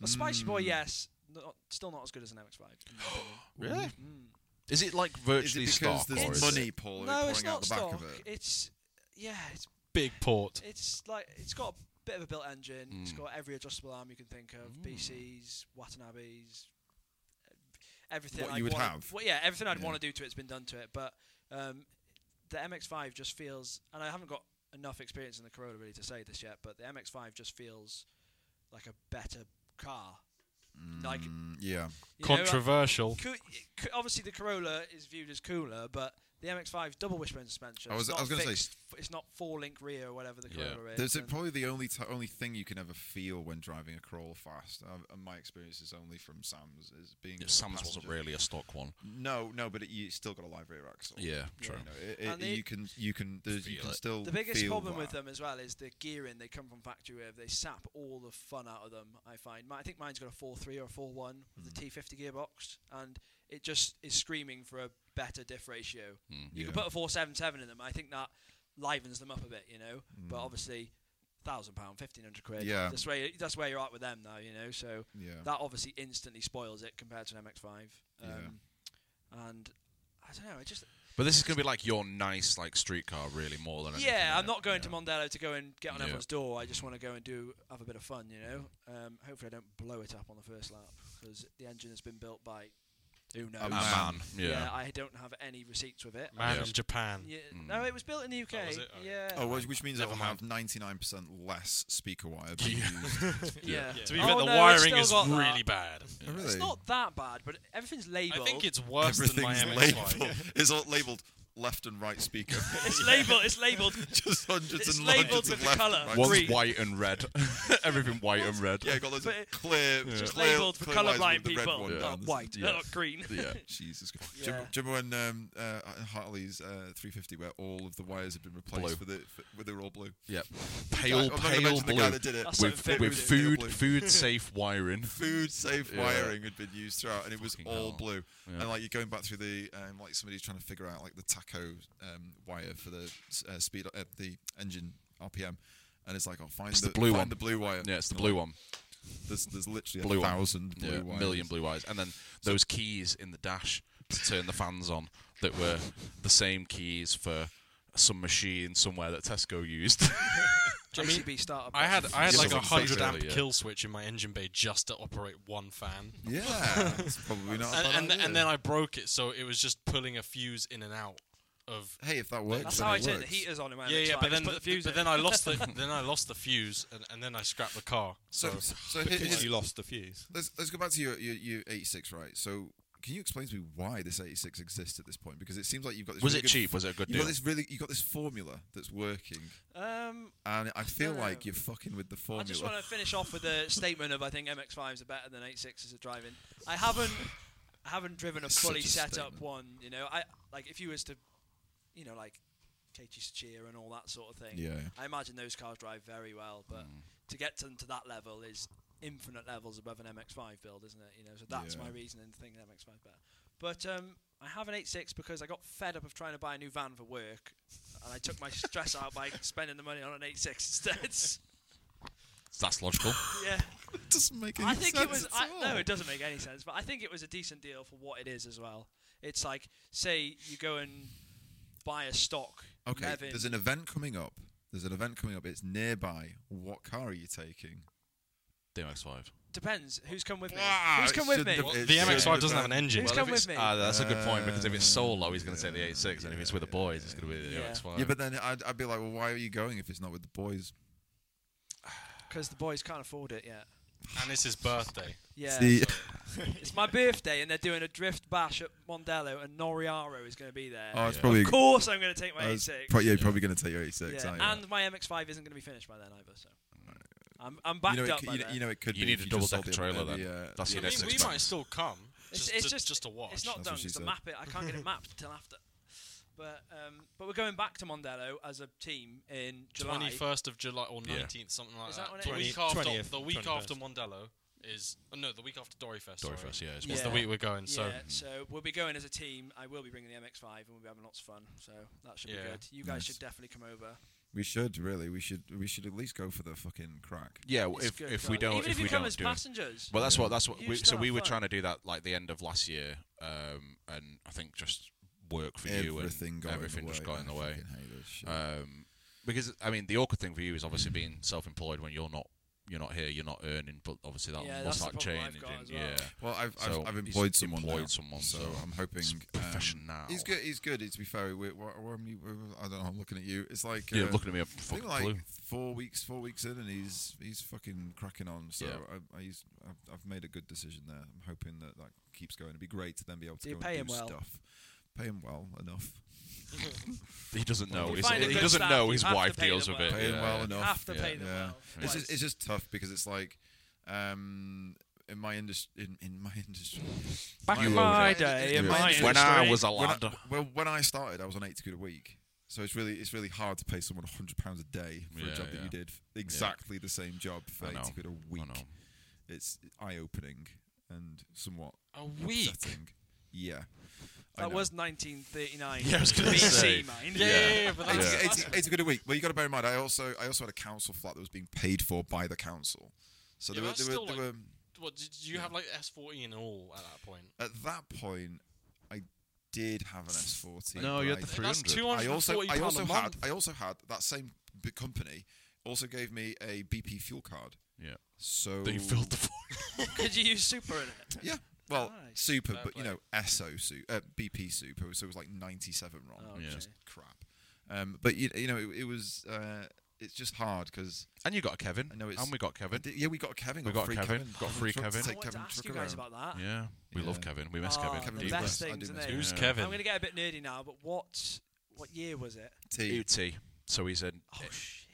A spicy boy,
Mm.
yes. Not, still not as good as an MX-5. in my opinion.
Really?
Mm.
Is it like
Is it
virtually
because
stock or
there's
is
money,
it?
Paul,
no,
pouring
it's
out
not
the back
stock.
of it?
It's yeah, it's
big port.
it's like it's got a bit of a built engine. It's
Mm.
got every adjustable arm you can think of:
Mm.
BCs, Watanabes, everything.
What
I'd
you would
wanna-
have.
Well, yeah, everything I'd
Yeah.
want to do to it's been done to it. But um, the MX-5 just feels, and I haven't got enough experience in the Corolla really to say this yet, but the MX-5 just feels like a better car. Like
Mm, yeah.
you know, I-
Controversial.
Coo- it- co- obviously the Corolla is viewed as cooler, but the MX-5 's double wishbone suspension.
I was-
it's
I was
not
gonna say-
fixed, f- it's not four link rear or whatever the
Yeah.
Carrera is.
There's
and-
probably the only t- only thing you can ever feel when driving a crawl fast. Uh, and my experience is only from Sam's is being. a
Sam's wasn't
passenger.
really a stock one.
No, no, but it, you still got a live rear axle.
Yeah,
You
true.
know, it- it-
And the-
you can you can there's, you
Feel
can
it.
still
The biggest
feel
problem
that.
with uh, them as well is the gearing they come from factory with. They sap all the fun out of them. I find. Mi- I think mine's got a four three or four one with
Hmm.
the T50 gearbox, and it just is screaming for a better diff ratio.
Hmm.
You could
Yeah.
put a four seven seven in them. I think that livens them up a bit, you know. But
Mm,
obviously, thousand pound, fifteen hundred quid.
Hmm. Yeah.
That's where that's where you're at with them now, you know. So
Yeah.
that obviously instantly spoils it compared to an MX5. Um, And I don't know. It just
But this is going to be like your nice like street car, really, more than anything,
yeah,
innit?
I'm not going to Mondello to go and get on
Yeah.
everyone's door. I just want to go and do have a bit of fun, you know. Um, hopefully, I don't blow it up on the first lap because the engine has been built by who knows.
A
man.
man. Yeah.
I don't have any receipts with it.
Man
Yeah.
in Japan.
Yeah, no, it was built in the UK.
was it? Oh,
Yeah,
Oh, which, which means
Never
it'll have 99% less speaker wire. being used.
yeah.
To be
Oh,
fair, the
no, it's
wiring
still
is
got that.
really bad.
Oh, really?
It's not that bad, but everything's
I
labelled.
think it's worse than my
Everything's
MX5.
labeled. It's all labeled left and right speaker.
it's labelled. It's labelled.
Just hundreds
It's
and
labelled
hundreds
with
of
the
left
colour.
and right
One's
Green.
white and red. Everything white and red.
Yeah, got loads
But it-
of clear,
Just
clear,
labelled for
clear wires
colourblind
with the red
people.
one
Not
down.
white,
Yeah.
not green.
Yeah.
Jesus Christ.
Yeah.
Do, you, do you remember when um, uh, Hartley's uh, 350, where all of the wires had been
Blue.
replaced with it, for, where they were all blue?
Yep.
I-
Pale,
I'm not gonna
pale
mention The guy
blue
that did it.
That's
with
something
with
very
blue.
food food safe wiring.
food safe
Yeah.
wiring had been used throughout, and it was
Fucking
all
hell.
blue.
Yeah.
And like you're going back through the um, like somebody's trying to figure out like the taco um, wire for the s- uh, speed uh, the engine RPM, and it's like oh find
It's
the,
the blue
find
one.
the blue wire.
Yeah, it's the blue one.
There's there's literally
Blue
a
one.
thousand blue
yeah,
wires.
million blue eyes, and then those keys in the dash to turn the fans on that were the same keys for some machine somewhere that Tesco used.
JCB startup.
I had I had
Yeah,
like a
something
hundred
basically,
amp
yeah.
kill switch in my engine bay just to operate one fan,
Yeah, it's probably not. a bad
and and,
idea.
and then I broke it, so it was just pulling a fuse in and out of.
hey, if that works,
That's
then
how I
it
turned the
works.
uh,
heaters on in my
Yeah,
MX5.
yeah, but
Just
then
put the fuse
but
in.
then I lost the then I lost the fuse, and, and then I scrapped the car.
So,
So
so, here-
Because
here's-
you lost the fuse.
let's let's go back to your, your your 86, right? So. Can you explain to me why this 86 exists at this point? Because it seems like you've got this.
was
really
it
good
cheap? Was it a good
You
deal?
got this really, you got this formula that's working,
Um,
and I feel
no, no.
like you're fucking with the
I
formula.
just want to finish off with a statement of I think MX5s are better than 86s at driving. I haven't I haven't driven a
It's
fully
such a
set up
statement.
one, you know. I like if you was to you know like Keiichi Tsuchiya and all that sort of thing.
Yeah.
I imagine those cars drive very well, but
Mm.
to get to them to that level is infinite levels above an MX5 build, isn't it? You know, so that's
Yeah.
my reason in thinking MX5 better. But um, I have an 86 because I got fed up of trying to buy a new van for work, and I took my stress out by spending the money on an 86 instead.
That's logical.
yeah.
it doesn't make any
I think
sense
it was.
at
I, no,
all.
it doesn't make any sense. But I think it was a decent deal for what it is as well. It's like, say, you go and buy a stock.
Okay,
Levin.
there's an event coming up. There's an event coming up. It's nearby. What car are you taking?
DMX5.
Depends who's come with me.
Ah,
who's
it
come with
shouldn't
me?
have-
Well,
it
the
shouldn't
MX5 doesn't have an
been.
engine.
Who's
Well,
come
if it's-
with me?
Ah, that's a good point because if it's
Uh,
solo, he's going to take the 86, and if it's with the
yeah,
boys, it's going to be the
yeah.
MX5.
Yeah, but then I'd, I'd be like, well, why are you going if it's not with the boys?
Because the boys can't afford it yet.
and it's his birthday.
Yeah,
See,
it's my birthday, and they're doing a drift bash at Mondello, and Noriaro is going to be there.
oh, it's probably.
of course, I'm going to take my
I was
86.
pro- yeah, you're probably going to take your 86.
yeah.
aren't you?
and my MX-5 isn't going to be finished by then either. So, I'm I'm backed
you know,
up
it, could-
by
you, know,
then.
you know, it could
You
be
need
if
a
just
double-decker
sold the-
trailer
uh,
then.
the, uh,
That's
I
your
mean,
next
we might
expense.
still come.
It's-
Just,
it's
to,
just-
just to watch.
It's not
That's what
done
she
because to
said.
map it. I can't get it mapped till after. But um, but we're going back to Mondello as a team in July.
Twenty first of July or
Yeah.
nineteenth, something like
Is that
that.
when it
the
is?
week after
20th,
the week
21st.
after Mondello is oh, no, the week after Doryfest.
Sorry
sorry.
first, yeah. it's
Yeah.
It's the week we're going.
Yeah,
So
so we'll be going as a team. I will be bringing the MX5 and we'll be having lots of fun. So that should be
Yeah.
good. You guys
Nice.
should definitely come over.
we should really, we should, we should at least go for the fucking crack.
Yeah, w-
It's
if,
good
if
fun.
we don't,
even
if
you
we
come
don't
as
do it.
passengers,
Well, that's what that's what.
You
We,
still
so we
have
were
fun.
trying to do that like the end of last year, um, and I think just work for you
Everything
and
got
everything
in the way.
just got
I
in the way.
fucking hate this shit.
Um, because I mean, the awkward thing for you is obviously being self-employed when you're not you're not here, you're not earning, but obviously that
Yeah,
will
that's the
start
problem I've
changing.
got as well.
Yeah,
Well, I've,
So
I've, I've
he's
employed someone.
employed
now,
someone,
so
so
I'm hoping
it's
um,
profession now.
he's good. He's good. It's to be fair. We're, we're, we're, we're- I don't know. I'm looking at you. It's like
Yeah,
uh,
looking at me, I'm
I think
fucking
like
blue.
four weeks, four weeks in, and he's he's fucking cracking on. So
Yeah.
I, I he's, I've, I've made a good decision there. I'm hoping that that keeps going. It'd be great to then be able to
Do you
go
pay
and
him
do
well?
stuff. Pay him well enough.
He doesn't know.
you
He's-
find a
he
good
doesn't
staff,
know.
you
His
have to
wife
pay
deals
them
with it.
well.
Pay him
yeah.
well enough.
have to pay them
yeah.
well.
It's
Like-
just, it's just tough because it's like um, in my industry, in, in my industry,
Back
My
in
old
my
days.
day, in
Yeah.
my
When I
industry-
was a
When I-
lad,
well, when I started, I was on eighty quid a week. So it's really it's really hard to pay someone hundred pounds a day for
Yeah,
a job
yeah.
that you did exactly the same job for
I know.
eighty quid a
I
week.
know.
It's eye opening and somewhat
A week.
upsetting. Yeah, I
That
know.
was 1939.
Yeah, I was gonna
BC,
say.
mind.
Yeah, yeah, yeah, but
It's,
that's,
it's-
that's-
it's a good a week. Well, you got to bear in mind. I also I also had a council flat that was being paid for by the council. So
Yeah,
there, were,
that's
there, were,
still
there
like-
were
what did you have like S14 and all at that point?
at that point I did have an S forty.
No, you had the three
That's
hundred.
240
I also I
pound
also
a
had
month.
I also had that same b- company also gave me a BP fuel card.
Yeah.
So
They filled the void.
Could you use super in it?
yeah. Well,
Nice.
super,
Fair
but you
play.
know, SO super, uh, BP super, so it was like ninety-seven wrong.
Oh,
Yeah.
okay.
Just crap. Um, but you, you know, it, it was uh, it's just hard because
And you got Kevin.
I know it's-
and we got Kevin.
yeah, we got Kevin.
We got
free
Kevin, got
Kevin
free
Truck-
Kevin.
I
take
wanted to
Kevin
ask
Truck
you guys
around.
about that.
Yeah, we love
Yeah.
Kevin. We miss
Oh,
Kevin.
the
Kevin
deeply.
best
Dean. I
things,
do
isn't
miss
it?
Kevin.
Who's
Yeah.
Kevin?
I'm going to get a bit nerdy now, but what what year was it?
Tea.
UT. E So he's a
Oh shit!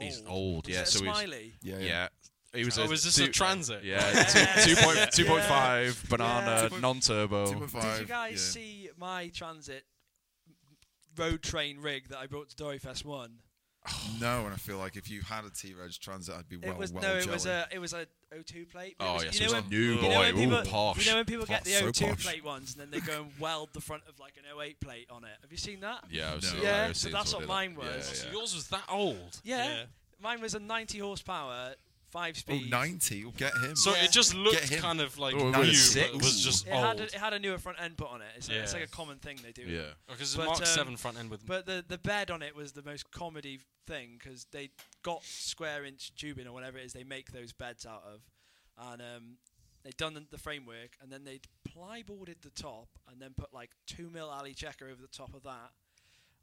Eh, he's old.
Was
yeah.
it a
so he's
smiley.
Yeah, yeah.
yeah. He was
Oh,
a
is this
two,
a transit?
Yeah, two, two point two point
Yeah.
five
Yeah.
banana
Two point- Two
non-turbo.
point
Did you
five,
guys
yeah.
see my transit road train rig that I brought to Doryfest one?
No, and I feel like if you had a T-Reg Transit, I'd be well,
it was
well
no,
jelly.
it was a it was a O2 plate. but it
Oh
was-
yes,
you
it
know
was
when-
a new
you know
boy.
when people-
Ooh, posh.
You know when people get the
Posh, so
O2
posh.
plate ones and then they go and weld the front of like an 08 plate on it. Have you seen that?
Yeah, I've
No.
seen-
Yeah,
I've
so
seen
that's
someone
what
do that.
mine was.
Yeah,
So
yeah.
yours was that old.
Yeah.
Yeah.
Mine was a 90 horsepower, five
Oh,
speed.
90. You'll get him.
So
Yeah.
it just looked
him.
kind of like
Oh, it
new,
was
but
six.
it was just
It
old.
had, a, it had a newer front end put on it. It's, it's like
Yeah.
a common thing they do.
Yeah.
Because
But,
Oh, Mark
um,
Seven front end with.
But the the bed on it was the most comedy thing because they got square inch tubing or whatever it is they make those beds out of, and um, they'd done the- the framework and then they'd plyboarded the top and then put like two mil alley checker over the top of that,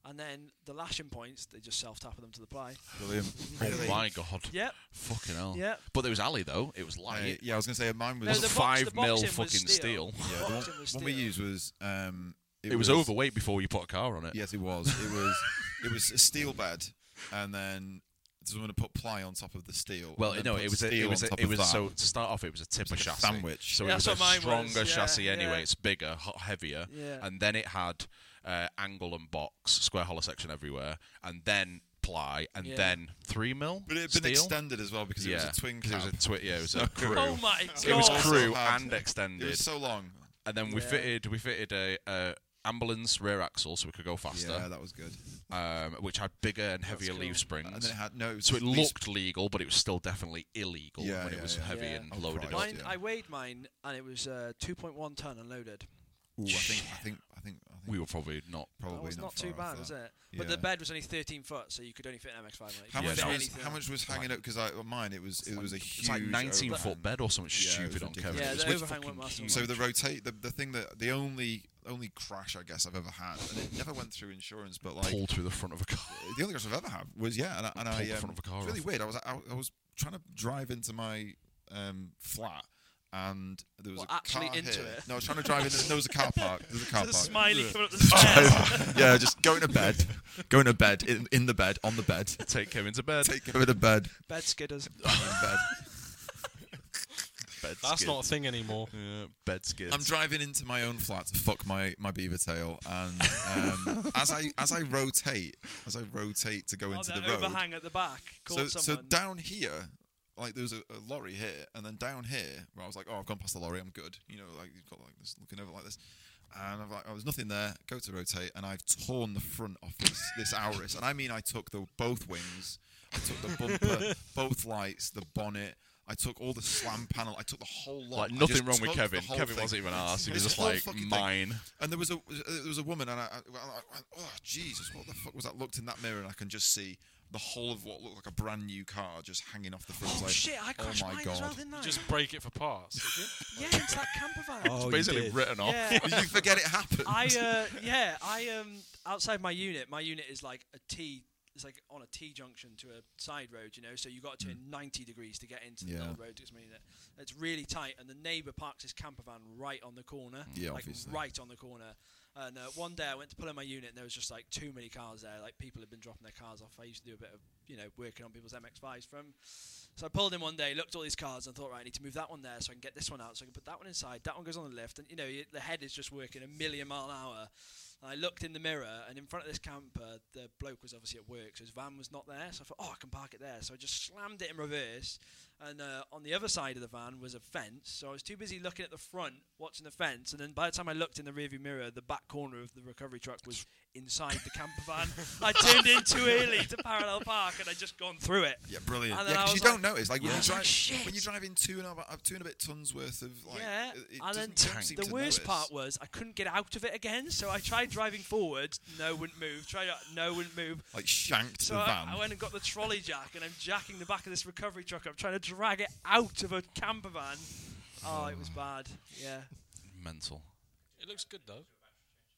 and then the lashing points they just self tapped them to the ply.
Brilliant.
Oh my god.
Yep.
Fucking hell.
Yeah.
But there was Ali though. It was
Uh,
light.
yeah, I was going to say mine was.
No,
wasn't
the box-
five
the
mil
boxing was
fucking
steel.
steel.
yeah, the one,
boxing was
one we
steel.
used was. Um,
It, was, overweight before you put a car on it.
Yes, it was. It was. it was a steel bed, and then someone had put ply on top of the steel.
Well,
and then
no,
put
it was a,
steel
it was
on
a,
top
it
of
was
that.
so to start off it was a tipper
like a
chassis.
sandwich.
So
That's
it
what
was a
mine was,
stronger
yeah,
chassis anyway.
yeah.
It's bigger, ho- heavier,
Yeah.
and then it had uh, angle and box, square hollow section everywhere, and then ply, and
Yeah.
then three mil
But it had
steel.
been extended as well because
yeah,
it was a twin
'cause
cab.
It was a twi- yeah, it was a crew.
Oh my god!
it was
God.
crew
So hard.
and
It
extended,
was so long.
and then we
Yeah.
fitted we fitted a. a ambulance rear axle so we could go
Yeah,
faster
that was good.
um, which had bigger and heavier leaf springs
And then it had no.
so it
least-
looked legal, but it was still definitely illegal
Yeah,
when
yeah,
it was
yeah.
heavy
Yeah.
and
Oh,
loaded
Christ.
up.
Mine,
yeah.
I weighed mine and it was uh, 2.1 ton and loaded.
Ooh, I think. I think. I think. I think
We were probably not.
probably
that was not, too
Oh, far off
bad, was
that.
it? But
Yeah.
the bed was only 13 foot, so you could only fit an MX5. on it. You
How
couldn't
much
fit
no.
was
anything
how
else.
much was hanging up? Because I mine it was it was a huge.
It's like 19 foot
overhang.
bed or something
Yeah, it was
stupid on Kevin.
ridiculous.
It
Yeah,
was
the
with
overhang
fucking
went massive.
huge-
So the rotate the, the thing that the only only crash I guess I've ever had, and it never went through insurance, but like
pulled through the front of a car.
the only crash I've ever had was yeah, and I, and
Pulled
I
the
um,
front of a car
it's really
off.
weird. I was I, I was trying to drive into my um, flat. And there was
What,
a
actually
car
into
here.
it?
No, I was trying to drive in. There was a car park. There's a car
The
park.
smiley coming up the stairs.
yeah, just go into bed, go into bed, in, in the bed, on the bed,
Take Kevin to bed.
take over the bed,
Bed skidders.
bang in bed.
bed
That's
skid.
not a thing anymore.
Yeah, bed skids.
I'm driving into my own flat to fuck my, my beaver tail, and um, as I as I rotate, as I rotate to go
Oh,
into
that
the road,
overhang at the back.
so
Caught
so
someone.
down here, like there was a, a lorry here, and then down here, where I was like, oh, I've gone past the lorry, I'm good, you know, like you've got like this looking over like this, and I'm like, oh, there's nothing there. Go to rotate, and I've torn the front off this this Auris, and I mean, I took the both wings, I took the bumper, both lights, the bonnet. I took all the slam panel. I took the whole lot.
like
I
nothing
just
wrong with
took the
Kevin.
whole
Kevin
thing.
wasn't even asked. He
It's
was just
the whole
like
fucking thing.
mine.
And there was a there was a woman, and I, I, I, I oh Jesus, what the fuck was that? Looked in that mirror, and I can just see the whole of what looked like a brand new car just hanging off the front.
Oh
like,
shit! I
oh
crashed
my
mine
god!
as well, didn't I?
Just break it for parts.
yeah, into that camper van.
Oh, you
Basically
did.
written off.
Yeah.
Did you forget it happened?
I uh, yeah, I um, outside my unit. My unit is like a T. It's like on a T junction to a side road, you know. So you got to turn 90 degrees to get into the
Mm. Yeah.
little road. It's, my unit. it's really tight, and the neighbour parks his camper van right on the corner,
Yeah,
like
obviously.
right on the corner. And uh, one day I went to pull in my unit, and there was just like too many cars there. Like people had been dropping their cars off. I used to do a bit of you know working on people's MX5s from. So I pulled in one day, looked at all these cars, and thought, right, I need to move that one there so I can get this one out, so I can put that one inside. That one goes on the lift, and you know y- the head is just working a million mile an hour. And I looked in the mirror, and in front of this camper, the bloke was obviously at work, so his van was not there. So I thought, oh, I can park it there. So I just slammed it in reverse, and uh, on the other side of the van was a fence. So I was too busy looking at the front, watching the fence, and then by the time I looked in the rearview mirror, the back corner of the recovery truck was inside the camper van. I turned in too early to parallel park, and I'd just gone through it.
Yeah, brilliant.
And
Yeah,
then I
because you
was
don't
like-
notice. Like
Yeah.
when you
It's like,
drive,
shit.
when you drive in two and a half, two and a bit tons worth of like,
yeah,
it, it
and then
doesn't- you don't seem
the
to
worst
notice.
part was I couldn't get out of it again. So I tried driving forward, no wouldn't move. Tried uh, no wouldn't move.
like shanked
So
the
I,
van.
I went and got the trolley jack, and I'm jacking the back of this recovery truck up, trying to drag it out of a camper van. Oh, it was bad. Yeah.
Mental.
It looks good though.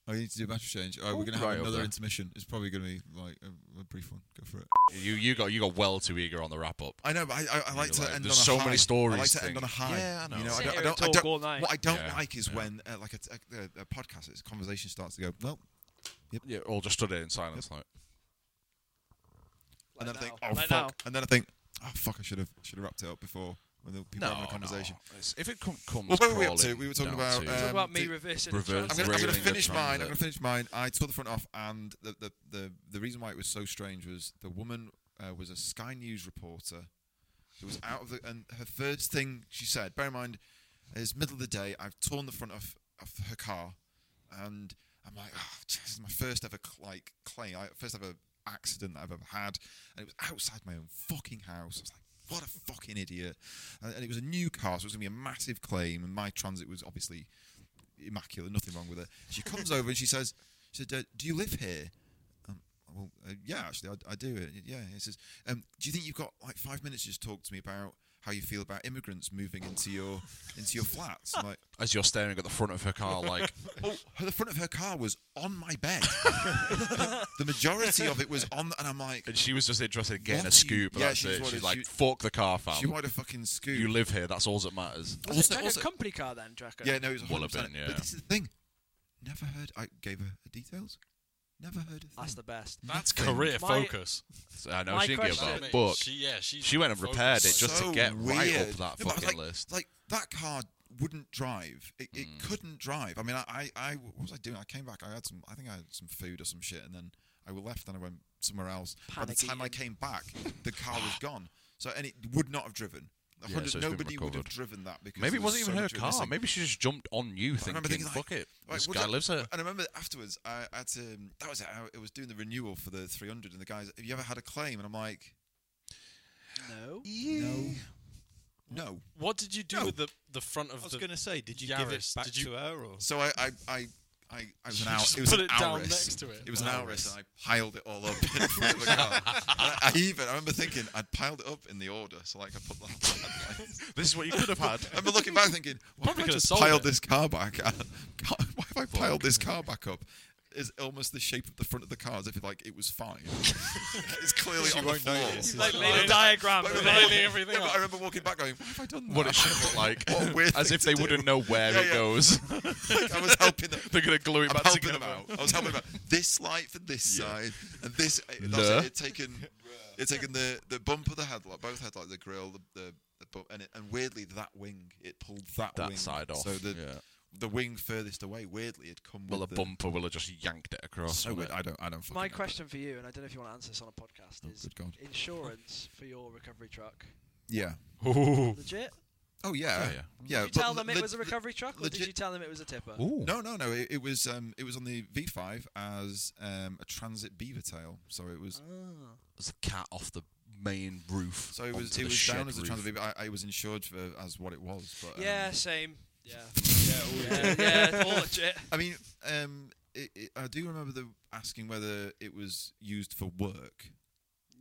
oh, you need to do a battery change. Oh, we're gonna
Right,
have another
okay.
intermission. It's probably gonna be like a, a brief one. Go for it.
You you got you got well too eager on the wrap up.
I know, but I, I, I like to
like,
end
there's
on a
so
high.
many stories
I like to
thing.
end on a high.
Yeah, I know.
You know,
Sit
I don't,
here
I
and
don't, I
talk
don't-
all night.
What I don't
Yeah,
like is when uh, like a, t- a, a podcast, it's conversation starts to go. Well,
Yeah, all just stood there in silence like.
and then I
Like
think,
now.
oh
Like
fuck,
now.
and then I think, oh fuck, I should have should have wrapped it up before when the people were having a conversation.
no. It's- If it com- comes,
Well, what were we up to?
crawling
We were talking
down
about,
to-
Talk
um,
about me
did-
reversing.
Reverse-
Reverse.
I'm gonna, I'm gonna
Railing the
finish mine. I'm
transit.
gonna finish mine. I tore the front off, and the the the, the reason why it was so strange was the woman uh, was a Sky News reporter who was out of the and her first thing she said. Bear in mind, it's middle of the day. I've torn the front off of her car, and I'm like, oh, geez, this is my first ever cl- like claim, I, first ever accident that I've ever had, and it was outside my own fucking house. I was like. What a fucking idiot! And, and it was a new car, so it was gonna be a massive claim. And my transit was obviously immaculate, nothing wrong with it. She comes over and she says, she said, uh, "Do you live here?" Um, well, uh, yeah, actually, I, I do. uh, Yeah, he says, um, "Do you think you've got like five minutes to just talk to me about how you feel about immigrants moving into your into your flats?" I'm like,
as you're staring at the front of her car, like
oh, her, the front of her car was on my bed. the majority of it was on, and I'm like,
And she was just interested in getting
What
a
do you-
scoop. and
yeah,
that's
she just
it.
wanted-
She's like,
she-
fuck the car, fam.
she wanted a fucking scoop.
you live here. That's all that matters.
Was
Also-
it like
also-
a company car then, do you reckon?
yeah, no, it was
Will
100%.
have been, yeah.
But this is the thing. Never heard. I gave her the details. Never heard of
That's the best.
That's
Nothing.
career
My-
focus.
So I know
My
she didn't give
question-
a
Mate,
fuck.
She,
She,
yeah, she,
went and repaired it
focused.
just
so
to get right up
weird.
that
No, but I was
fucking
like,
list. Mm.
Like that car wouldn't drive. It, it couldn't drive. I mean, I, I, I, what was I doing? I came back. I had some. I think I had some food or some shit, and then I left. and I went somewhere else. By the
Panicky
time I
and-
came back, the car was gone. So and it would not have driven. A
Yeah,
hundred-
so it's been
nobody would have
recovered.
driven that because
Maybe
there
it
was
wasn't
so
even her
much
car.
missing.
Maybe she just jumped on you
I
thinking,
remember thinking, like,
fuck it.
right,
this
we'll
guy
do-
lives here.
And I remember afterwards, I had to. That was it. I, it was doing the renewal for the 300, and the guys, have you ever had a claim? And I'm like,
No.
no.
What did you do
No.
with the the front of
I was
the?
going to say, did you give it
Yaris,
back
did you-
to her or?
So I, I, I, I, I was an hour.
just
It was
put
an
it down
Auris.
next to it.
It was an Auris, and I piled it all up. in front of the car. I, I even I remember thinking I'd piled it up in the order, so like I put that.
This is what you could have had.
I remember looking back thinking, why
Probably
have I
could've
just
sold
piled
it.
this car back? God, why have I piled this car back up? Is almost the shape of the front of the car as if it, like it was fine. it's clearly on the floor.
Like made a diagram.
But I
of
remember-
lining everything
yeah, but
up.
I remember walking back going, why have I done that?
What it should look like.
What a weird
As
thing
if
to
they
do.
wouldn't know where
Yeah,
it
yeah.
goes.
I was helping them.
They're going to glue it
I'm
back
helping
together.
them out. I was helping them out. This light for this side, and this. It, that was
The-
it. It'd taken, it taken the the bump of the headlight, both headlights, the grill, the the, the bump, and it, and weirdly that wing, it pulled that,
That
wing.
side off,
So the
yeah.
the wing furthest away, weirdly, had come.
Well, a
with the,
bumper will have just yanked it across.
So weird.
wouldn't it?
I don't. I don't. Fucking
My
know.
question for you, and I don't know if you want to answer this on a podcast, is
Oh, good God.
insurance for your recovery truck
Yeah.
legit?
Oh yeah.
Oh, yeah.
yeah.
Did you tell
but
them it
le-
was a recovery truck, or
legit-
did you tell them it was a tipper?
Ooh.
No, no, no. It, it was um, it was on the V5 as um, a transit beaver tail. So it
Oh.
was
It's the cat off the main roof.
so it was
onto
it
the
was down
shed
as a
roof.
transit beaver. I, I was insured for as what it was. But um,
Yeah, same. Yeah. yeah, yeah, all legit.
I mean, um, it, it, I do remember the asking whether it was used for work,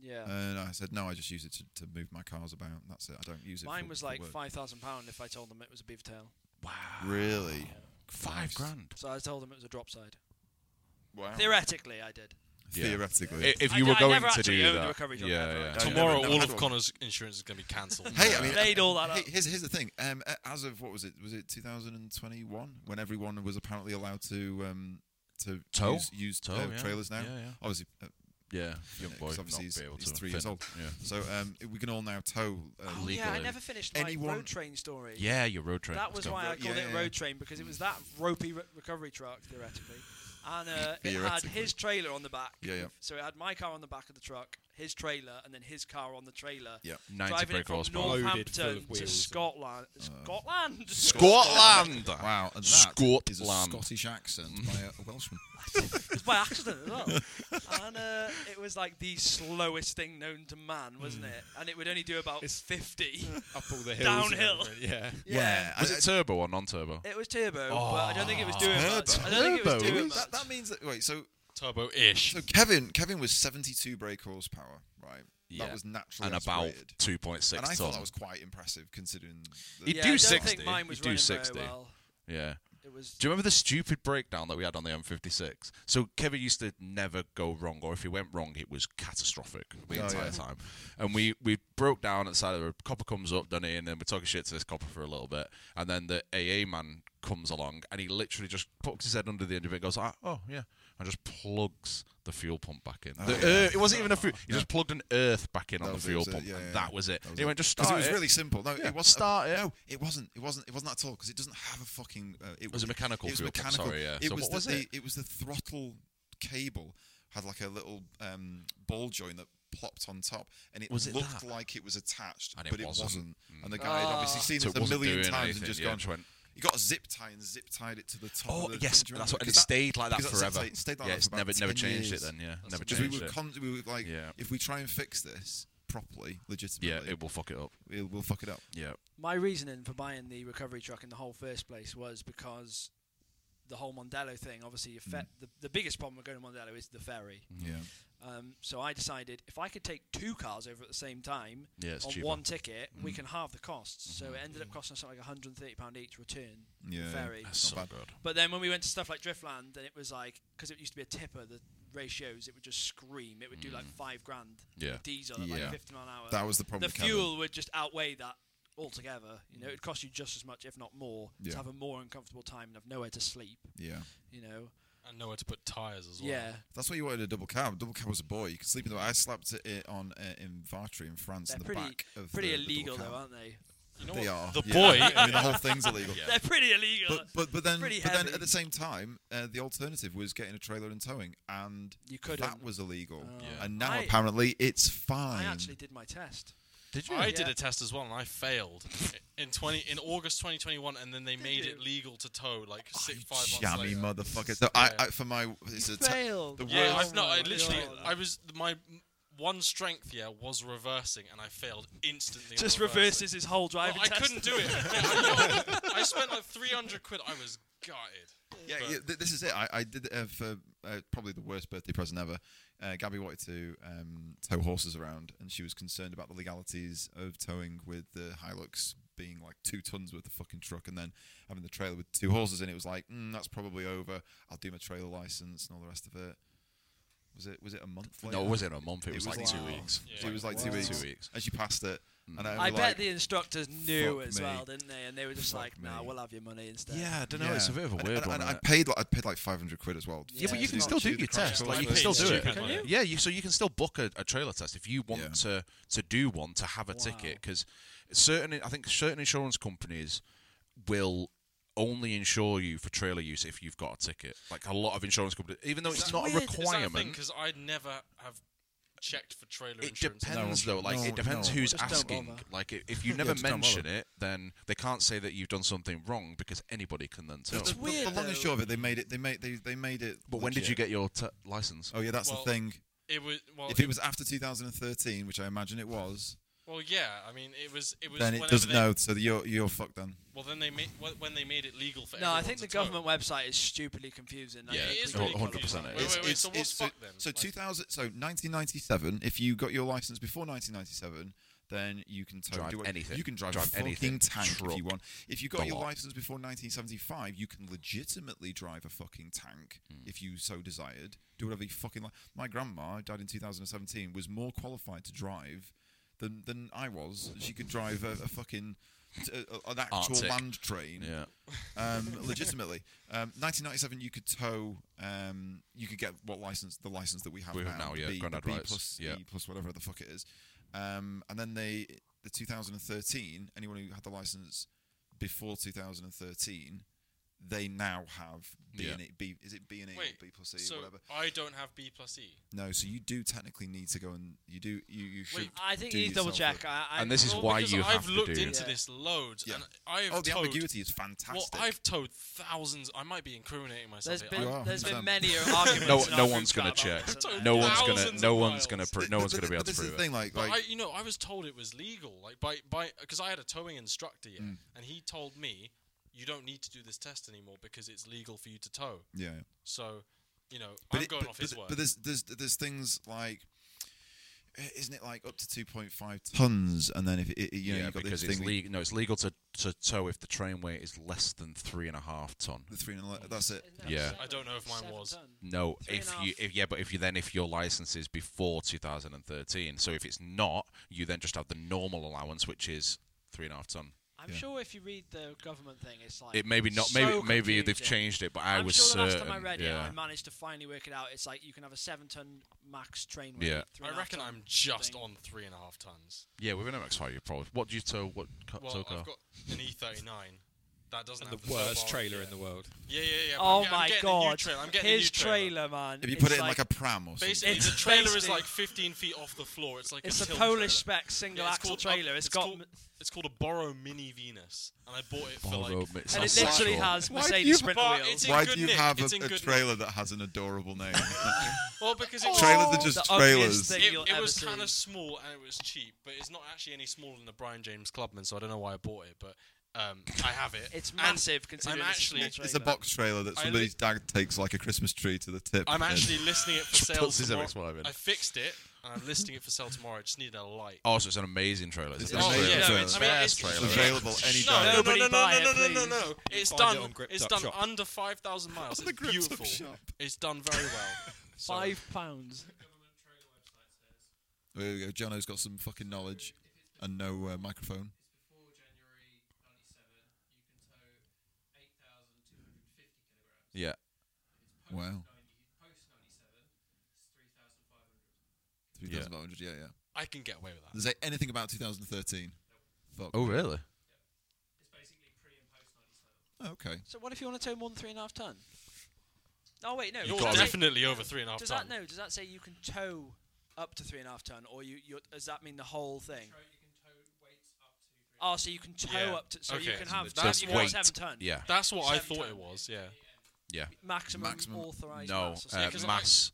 Yeah.
and I said no. I just use it to, to move my cars about. That's it. I don't use it.
Mine
for,
was
for
like
work.
five thousand pound if I told them it was a beaver tail.
Really?
Five grand.
So I told them it was a drop side.
Wow.
Theoretically, I did.
Theoretically.
I- If
I
you
d-
were
I
going
never
to
actually
do
owned a
that,
recovery job, never.
yeah, yeah.
I never-
Tomorrow,
never
all
had
of
one.
Connor's insurance is going to be cancelled.
Hey, I mean,
Made all that
hey,
up.
here's, here's the thing. Um, a- as of what was it? Was it 2021 when everyone was apparently allowed to um, to
Toe?
use, use
Toe,
uh,
Oh, yeah.
trailers now.
Yeah, yeah.
Obviously, uh,
Yeah, young
Yeah,
boy,
'cause
not
obviously he's-
be able
he's
to
three
fit.
years old.
Yeah,
so um, we can all now tow. Uh,
Oh
Legally.
yeah, I never finished my
Anyone-
road train story.
yeah, your road trip.
That was why I
Yeah,
called it
yeah,
road
yeah.
train because it was that ropey re- recovery truck theoretically, and uh, it had
Theoretically.
his trailer on the back.
Yeah, yeah.
So it had my car on the back of the truck, his trailer, and then his car on the trailer.
Yeah.
90
driving
brake
it from
horsepower.
Loaded full of
Northampton to
wheels.
Scotland.
Uh,
Scotland.
Scotland.
Wow, and that is a
Scotland.
Scottish accent by a, a Welshman.
It's by accident as well. and uh, it was like the slowest thing known to man,
Hmm.
wasn't it? And it would only do about
It's-
50.
Up all the hills.
Downhill.
and everything, Yeah.
Was it turbo or non-turbo?
It was turbo, but I don't think
Ah.
it was doing much. I don't think it was
Turbo.
doing much.
that, that means that wait, so
Turbo-ish.
so Kevin Kevin was 72 brake horsepower, right?
Yeah.
That was naturally
And about
aspirated.
2.6
and I
ton.
thought that was quite impressive considering. The,
It-
yeah,
do
I don't
60.
think mine was
You do
running
60.
Very well.
yeah.
It was
Do you remember the stupid breakdown that we had on the M56? So Kevin used to never go wrong, or if he went wrong, it was catastrophic the
Oh,
entire
yeah.
time. And we, we broke down at the side of the road. Copper comes up, doesn't he? And then we're talking shit to this copper for a little bit. And then the AA man comes along, and he literally just pucks his head under the end of it and goes, ah, oh, yeah. And just plugs the fuel pump back
Oh,
in. The ear- it wasn't even a fuel. He just plugged an earth back in on
That
the
was it,
fuel
was it?
pump.
Yeah,
and
yeah,
that
yeah.
was it.
That was
he
it.
went, just
because
start
it was really simple. No,
Yeah,
it wasn't.
start it.
No, it wasn't. It wasn't. It wasn't at all because it doesn't have a fucking. Uh, it,
was a mechanical
It was
fuel pump,
mechanical.
sorry, yeah.
It
So
was
what
the,
was
the-
it?
was the throttle cable had like a little um, ball joint that plopped on top, and it,
Was it
looked
that?
like it was attached,
And it
but it
wasn't. Mm. Ah.
wasn't. And the guy had obviously seen
So it
this a
wasn't
million
doing
times
anything,
and just
yeah,
gone.
just went-
you got a zip tie and zip tied it to the top.
Oh
of the
yes,
thing, do you
that's
remember?
what. And it
'Cause
stayed like that
because that's-
forever.
it stayed like
yeah,
that
it's
for
never
about
never
10
changed
years.
it then. Yeah, never
because we
changed
were,
it.
con- we were like,
Yeah.
if we try and fix this properly,
yeah,
legitimately,
it will fuck it up.
we'll, we'll fuck it up.
Yeah,
my reasoning for buying the recovery truck in the whole first place was because the whole Mondello thing. Obviously,
Mm.
your fe- the, the biggest problem with going to Mondello is the ferry.
Yeah.
Mm.
Um, so I decided if I could take two cars over at the same time
Yeah, it's
on
cheaper. Mm.
one ticket, we can halve the costs. So it ended up costing us something like 130 pound each return
Yeah.
ferry.
that's so
bad.
good.
But then when we went to stuff like Driftland, then it was like because it used to be a tipper, the ratios it would just scream. It would do like five grand.
Mm. Uh, Yeah.
The diesel at
Yeah.
like 50 mile an hour.
That was the problem
The
with Kevin.
fuel would just outweigh that altogether. You know, it'd cost you just as much, if not more,
Yeah.
to have a more uncomfortable time and have nowhere to sleep.
Yeah.
You know.
And nowhere to put tyres as well.
Yeah.
That's why you wanted a double cab. Double cab was a boy. You could sleep in the I slept it on uh, in Vartry in France
They're
in the
pretty
back of
pretty
the,
illegal
the double
though,
cab.
aren't they?
You know
They
what?
are.
The
yeah.
boy.
I mean, the whole thing's illegal.
They're pretty illegal.
But, but but then
Pretty
but then
heavy.
at the same time, uh, the alternative was getting a trailer and towing, and
You couldn't.
that was illegal.
Yeah.
And now
Uh, I-
apparently it's fine.
I actually did my test.
Did
I did
Yeah.
a test as well, and I failed in twenty in August 2021, and then they made
you?
it legal to tow like six,
Oh, You
five months
Jammy
later.
motherfucker. So I,
Yeah.
I for my it's a te-
failed.
the
yeah,
worst-
I've, no, I
Oh my
literally,
God.
I was my one strength yeah was reversing, and I failed instantly. on
Just
reversing.
reverses his whole
Well,
driving
I
test.
couldn't do it. I, I spent like 300 quid. I was gutted.
Yeah,
But-
yeah th- this is it. I, I did it uh, for uh, probably the worst birthday present ever. Uh, Gabby wanted to um, tow horses around, and she was concerned about the legalities of towing with the Hilux being like two tons worth of fucking truck, and then having the trailer with two horses in it. Was like, mm, that's probably over. I'll do my trailer license and all the rest of it. Was it? Was it a month? Later?
No, it wasn't a month. It,
It
was,
was
like two
like-
weeks.
Yeah.
It was like two
Wow.
weeks.
Two weeks. Mm.
and she passed it. And I,
I
was
bet
like,
the instructors knew
fuck
as
me.
well, didn't they? And they were just
Fuck
like, "Nah,
me.
we'll have your money instead."
Yeah, I don't know.
yeah.
It's a bit of a
And-
weird
and,
one.
And,
isn't
I
it?
paid like I paid like five hundred quid as well.
yeah, but
Yeah,
you
to
can
do-
still do
to
your
the crash
test.
test.
Like you
I
can
paid
still do it.
stupid money.
Yeah, you, so you can still book a, a trailer test if you want
Yeah.
to to do one to have a ticket because certain I think certain insurance companies will only insure you for trailer use if you've got a ticket. Like a lot of insurance companies, even though it's not a requirement.
Because I'd never have checked for trailer
It
insurance.
depends,
No,
though. Like
no,
it depends
no.
who's
Just don't
asking.
bother.
Like i- if you never
just don't
mention it, then they can't say that you've done something wrong because anybody can then tell.
It's
The- the,
weird,
long and
though.
short of it, they made it. They made. They, they made it.
But when did
legit.
you get your t- license?
Oh yeah, that's
Well,
the thing.
It was well.
If it was after 2013, which I imagine it was,
well, yeah. I mean, it was. It was.
then it
whenever
doesn't
they,
know. So you're you're fucked then.
Well, then they made wh- when they made it legal for.
No, I
everyone
think
to
the
tow.
government website is stupidly confusing. I
Yeah,
think
It is
we
Oh,
could-
really 100%.
100% it
Wait,
is.
wait, wait. so what's
so,
fuck then?
so
Like,
2000. So 1997. If you got your license before 1997. Then you can tow,
Drive
do what-
anything.
You can drive,
Drive
a fucking
anything.
tank if
Truck.
you want. If you got
The
your
lot.
license before 1975, you can legitimately drive a fucking tank
Hmm.
if you so desired. Do whatever you fucking like. My grandma who died in 2017. Was more qualified to drive than than I was. She could drive a, a fucking t- uh, an actual
Arctic.
land train.
Yeah.
Um, legitimately, um, 1997, you could tow. Um, you could get what license? The license that we have
We
now.
have now, yeah,
the, the
Grandad
B
rights,
plus
yeah.
E plus whatever the fuck it is. Um, and then they, the 2013. Anyone who had the license before 2013, they now have B
Yeah.
and E. B, is it B and E
Wait,
or B plus E
so
or whatever?
I don't have B plus E.
No, so you do technically need to go and you do you you should.
I think
do
you need to double
yourself
check.
a-
I, I,
And this is
Well,
why
because
you
I've
have to
looked
do-
into
Yeah.
this loads,
Yeah.
and I have
oh, the
towed-
ambiguity is
Well,
fantastic.
I've towed thousands. I might be incriminating myself.
There's
here.
been
You are,
there's been
100%.
many arguments.
No,
in our
no
group
one's
chat
gonna
about
check.
this, isn't
No
there?
one's gonna.
Thousands
No
of
one's gonna.
miles.
Pr-
Th-
no
th-
one's gonna
th-
be able to
this is
prove
the
it.
thing, like,
But
like
I, you know, I was told it was legal, like by by because I had a towing instructor here, and he told me you don't need to do this test anymore because it's legal for you to tow.
yeah. yeah.
So, you know,
But
I'm
it-
going
but,
off his
but,
word.
But there's there's there's things like. eh, Isn't it like up to 2.5 tons, and then if it, it- you know
yeah,
you've got
because
this
it's
thing,
legal. No, it's legal to, to tow if the train weight is less than three and a half ton.
the three and ele- that's it.
Isn't that
Yeah.
seven-
I don't know if mine
seven
was.
ton?
No,
Three and
if
a half.
you if yeah, but if you then if your license is before 2013, so if it's not, you then just have the normal allowance, which is three and a half ton.
I'm
Yeah.
sure if you read the government thing, it's like
It maybe not.
so
Maybe maybe they've
confusing.
changed it, but I
I'm
was
sure the
certain.
last time I read
yeah.
it, I managed to finally work it out. It's like you can have a seven-ton max train weight.
Yeah.
three and
I
a half
reckon
ton
I'm just
thing.
on three and a half tons.
yeah, with an MX-5, you probably. What do you tow? What co-
Well,
tow
I've
car?
got an E39. That doesn't
And
have
the worst
Oh,
turbine.
trailer in the world.
Yeah, yeah, yeah. but I'm
Oh
get- I'm
my
getting a new
god!
trailer. I'm getting a
His
new trailer.
trailer, man.
If you
it's
put it in like a pram or something,
Basically,
It's
the trailer is
basically-
like 15 feet off the floor. It's like
it's
a
a
tilt
Polish
trailer.
spec single
Yeah, it's
axle
called-
trailer.
uh,
it's got
called,
m-
it's called a Borrow Mini Venus, and I bought it for
Volvo,
like.
but
and
sounds
it literally
sexual.
has
do
Mercedes
you-
Sprinter
But
wheels.
it's in
why
good
do you
nick.
have a,
It's in
a
good
trailer that has an adorable name?
Well,
Oh!
because Oh, it was,
Trailers are just
the
trailers.
ugliest thing you'll
it, it
ever
was
see.
kind of small and it was cheap, but it's not actually any smaller than the Brian James Clubman, so I don't know why I bought it, but um, I have it.
It's
And
massive considering
I'm
it's a small
actually-
trailer.
It's a box trailer that
I
somebody's dad takes like a Christmas tree to the tip.
I'm
and-
actually listing it for sale
Puts his
tomorrow.
MX-5 in.
I fixed it and I'm listing it for sale tomorrow. I just needed a light. Oh,
Oh, so it's an amazing trailer. It's
It's
a
an
nice
amazing
trailer.
trailer.
It's
I
a
mean,
fast
it's-
trailer.
it's available any
No,
time.
no, no,
Nobody
no, no,
buy
no,
it,
no, no, no, no.
please.
It's
find it
done.
on Grip
it's
Duck
done
Shop.
under five thousand miles. It's
Grip Duck
beautiful.
Shop.
It's done very well. So-
Five pounds.
There we go. Jono's got some fucking knowledge and no uh, microphone.
Yeah.
Wow. Three thousand five hundred. Yeah, yeah.
I can get away with that.
Does it say anything about 2013? Fuck.
Oh really?
Oh, okay.
So what if you want to tow more than three and a half ton? Oh wait, no.
You're
does it-
definitely over three and a half
Does
ton.
that no? Does that say you can tow up to three and a half ton, or you? you does that mean the whole thing? Oh, so you can tow
Yeah.
up to. So you
Okay.
can
So
have
it's
that.
just
You can have
weight.
seven ton.
Yeah.
That's what I
Seven
thought
ton.
it was. Yeah.
Yeah.
Maximum,
Maximum.
authorized. mass
No.
or
Uh,
something.
because I-
mass.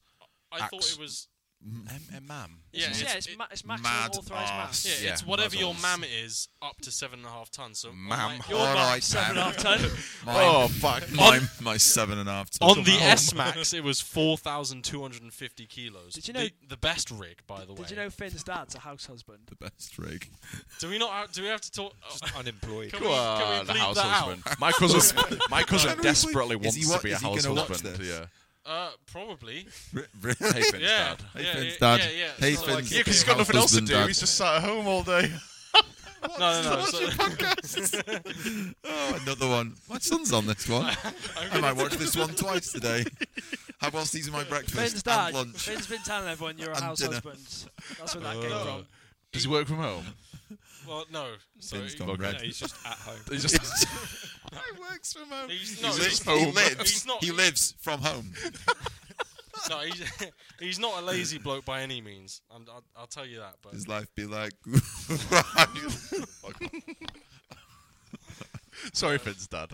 I thought
Axe.
it was.
MMM.
Yeah,
yeah,
it's-
it's,
it-
ma- it's maximum
mad
authorized mass.
ass.
Yeah,
Yeah,
it's whatever your
muzzles.
mam is up to seven and a half tons. So on
Mam.
my-
Your
All
max
right,
seven and a half ton.
Mine,
Oh, fuck.
mine, my seven and a half. ton
on the
amount.
S Max, it was four thousand two hundred and fifty kilos.
Did you know-
the, the best rig, by the way?
Did you know Finn's dad's a house husband?
The best rig.
Do we not? Have, do we have to talk? oh,
Unemployed.
can, we,
Go
can
on,
we
Uh, the
bleep
house
that
husband. My cousin, my cousin
Henry,
desperately
please. Is
wants
he
to
wa-
be a
is he
house
gonna watch
husband.
this?
Yeah.
out? Uh, probably.
Really?
Hey, Finn's
Yeah.
dad.
Hey,
yeah,
Finn's
yeah,
dad.
Yeah, yeah.
Hey,
So,
Finn's-
like,
Yeah, because he's got
House
nothing else to
husband
do.
dad.
He's just sat at home all day.
no, no, no. so-
Oh, another one. My son's on this one. I might watch this one twice today. Have whilst these are my
Finn's
breakfast
dad.
and lunch.
Finn's been telling everyone you're a
And
house
dinner.
husband. That's where that came
Oh.
from.
Does he work from home?
well, no. So
Finn's
he-
gone
No,
red.
he's just at home.
He's just
He works from home.
He's,
He,
no,
lives,
he's,
he
home.
lives.
He's not-
he lives from home.
no, he's, he's not a lazy bloke by any means. I'm, I'll, I'll tell you that. But
His life be like.
sorry, Finn's dad.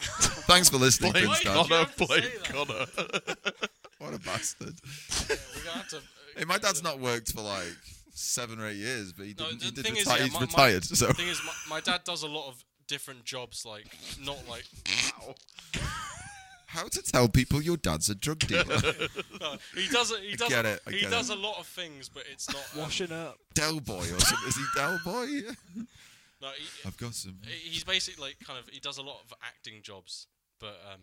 Thanks for listening,
Blame
Prince
Why did
Dad.
you
Connor,
have to
blame
say that?
Connor.
What a bastard.
we're gonna have to. uh,
Hey, my dad's not worked for like seven or eight years, but he,
No,
didn't,
the
he did
thing is,
retire.
yeah,
he's
my- my-
retired, so.
The thing is, my, my dad does a lot of different jobs, like not like
How to tell people your dad's a drug dealer.
no, he does. A, he does.
get it, I
he
get
does
it.
a lot of things, but it's not. Um,
Washing up.
Del Boy or something. Is he Del Boy?
no, he,
I've got some.
he's basically like kind of. He does a lot of acting jobs, but um,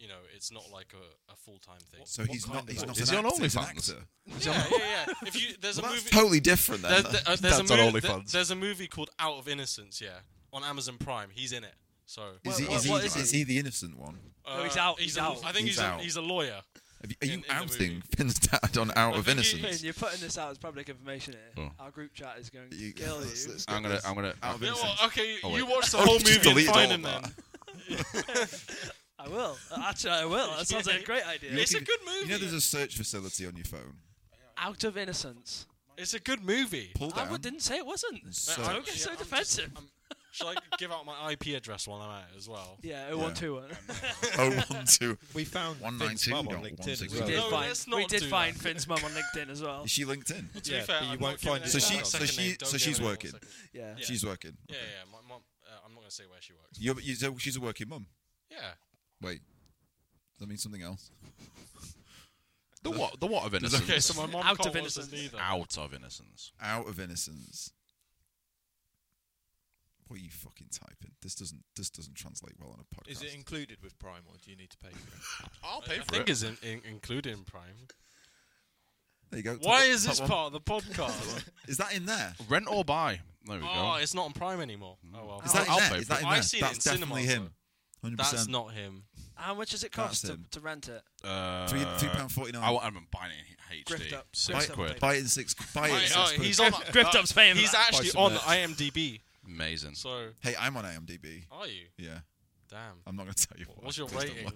you know, it's not like a, a full time thing.
So
What
he's
kind
not.
of
He's
boat?
not.
Is
an
he on
actor, he's an
OnlyFans?
actor.
Yeah, yeah, yeah. If you there's a
Well, that's
movie
totally different. Then
there's, there- uh, there's
That's
a
on
movie,
OnlyFans.
there's a movie called Out of Innocence, yeah, on Amazon Prime. He's in it. So
is, he,
What-
is, he,
what
is,
is
he the innocent one?
Oh, he's out, he's
a-
out.
I think
He's
he's, a,
out.
he's a lawyer.
Have you, are you
in- in the
outing
movie.
Finn's dad on Out
I
of
think he-
Innocence?
You're putting this out as public information here.
Oh.
Our group chat is going to
You-
kill you.
let's- let's get
I'm gonna,
this.
I'm gonna.
Out of
You know
Innocence.
what? Okay,
Oh,
you
wait.
watch the
Oh,
whole
just
movie and
deleted
find
all
him
of
then.
I will. Uh, Actually, I will. That sounds like a great idea.
It's a good movie.
You know, there's a search facility on your phone.
Out of innocence.
it's a good movie.
Pull
I
down.
would- didn't say it wasn't.
So-
Don't get
Yeah,
so
I'm just-
defensive.
Shall I give out my IP address while I'm at it as well?
yeah, 0121.
oh, one, two.
We found
One
Finn's
nine two
mum on
dot one
LinkedIn.
six
as
one.
We
well.
did
No, let's
find, we
not
did
do
find
that.
Finn's mum on LinkedIn as well.
Is she LinkedIn?
To
Yeah,
be fair,
but you
I'm
won't
not giving
find it.
So
anyone
she-
else
so
second
she-
name. Don't
so
give
she's
anyone
working.
second-
Yeah.
Yeah.
She's working.
Yeah, yeah. My mom. Uh, I'm not gonna say where she works.
You're, you, so she's a working mum.
Yeah.
Wait, does that mean something else?
The what? The what of innocence?
Okay, so my mom
Out of
can't watch this
innocence.
either.
Out of innocence.
Out of innocence. What are you fucking typing? This doesn't. This doesn't translate well on a podcast.
Is it included with Prime or do you need to pay for it?
I'll
I think it's in, in, included in Prime.
there you go.
Why
Top-
is
top
this
one.
part of the podcast?
Is that in there?
Rent or buy. There we
oh,
go.
it's not on Prime anymore. Oh well.
Mm. Is that
I'll
in
pay
there? Is
for
that
it.
in
I've
there?
seen it
That's
in
definitely
cinemas,
him. Hundred
That's
percent.
not him.
How much does it
That's
cost to,
him.
to rent it?
Uh,
Three three pound forty
I
nine.
wa- I haven't buying it in
Grift
HD.
up.
Six
Grift up,
quid.
baby.
Buy it in six. Buy it in
Right,
six.
oh,
quid.
he's on.
Griftup's paying for
He's
that.
actually
Buy some
on
merch.
IMDb.
Amazing.
So
Hey, I'm on IMDb.
are you?
Yeah,
Damn.
I'm not going to tell you. What
What's your rating?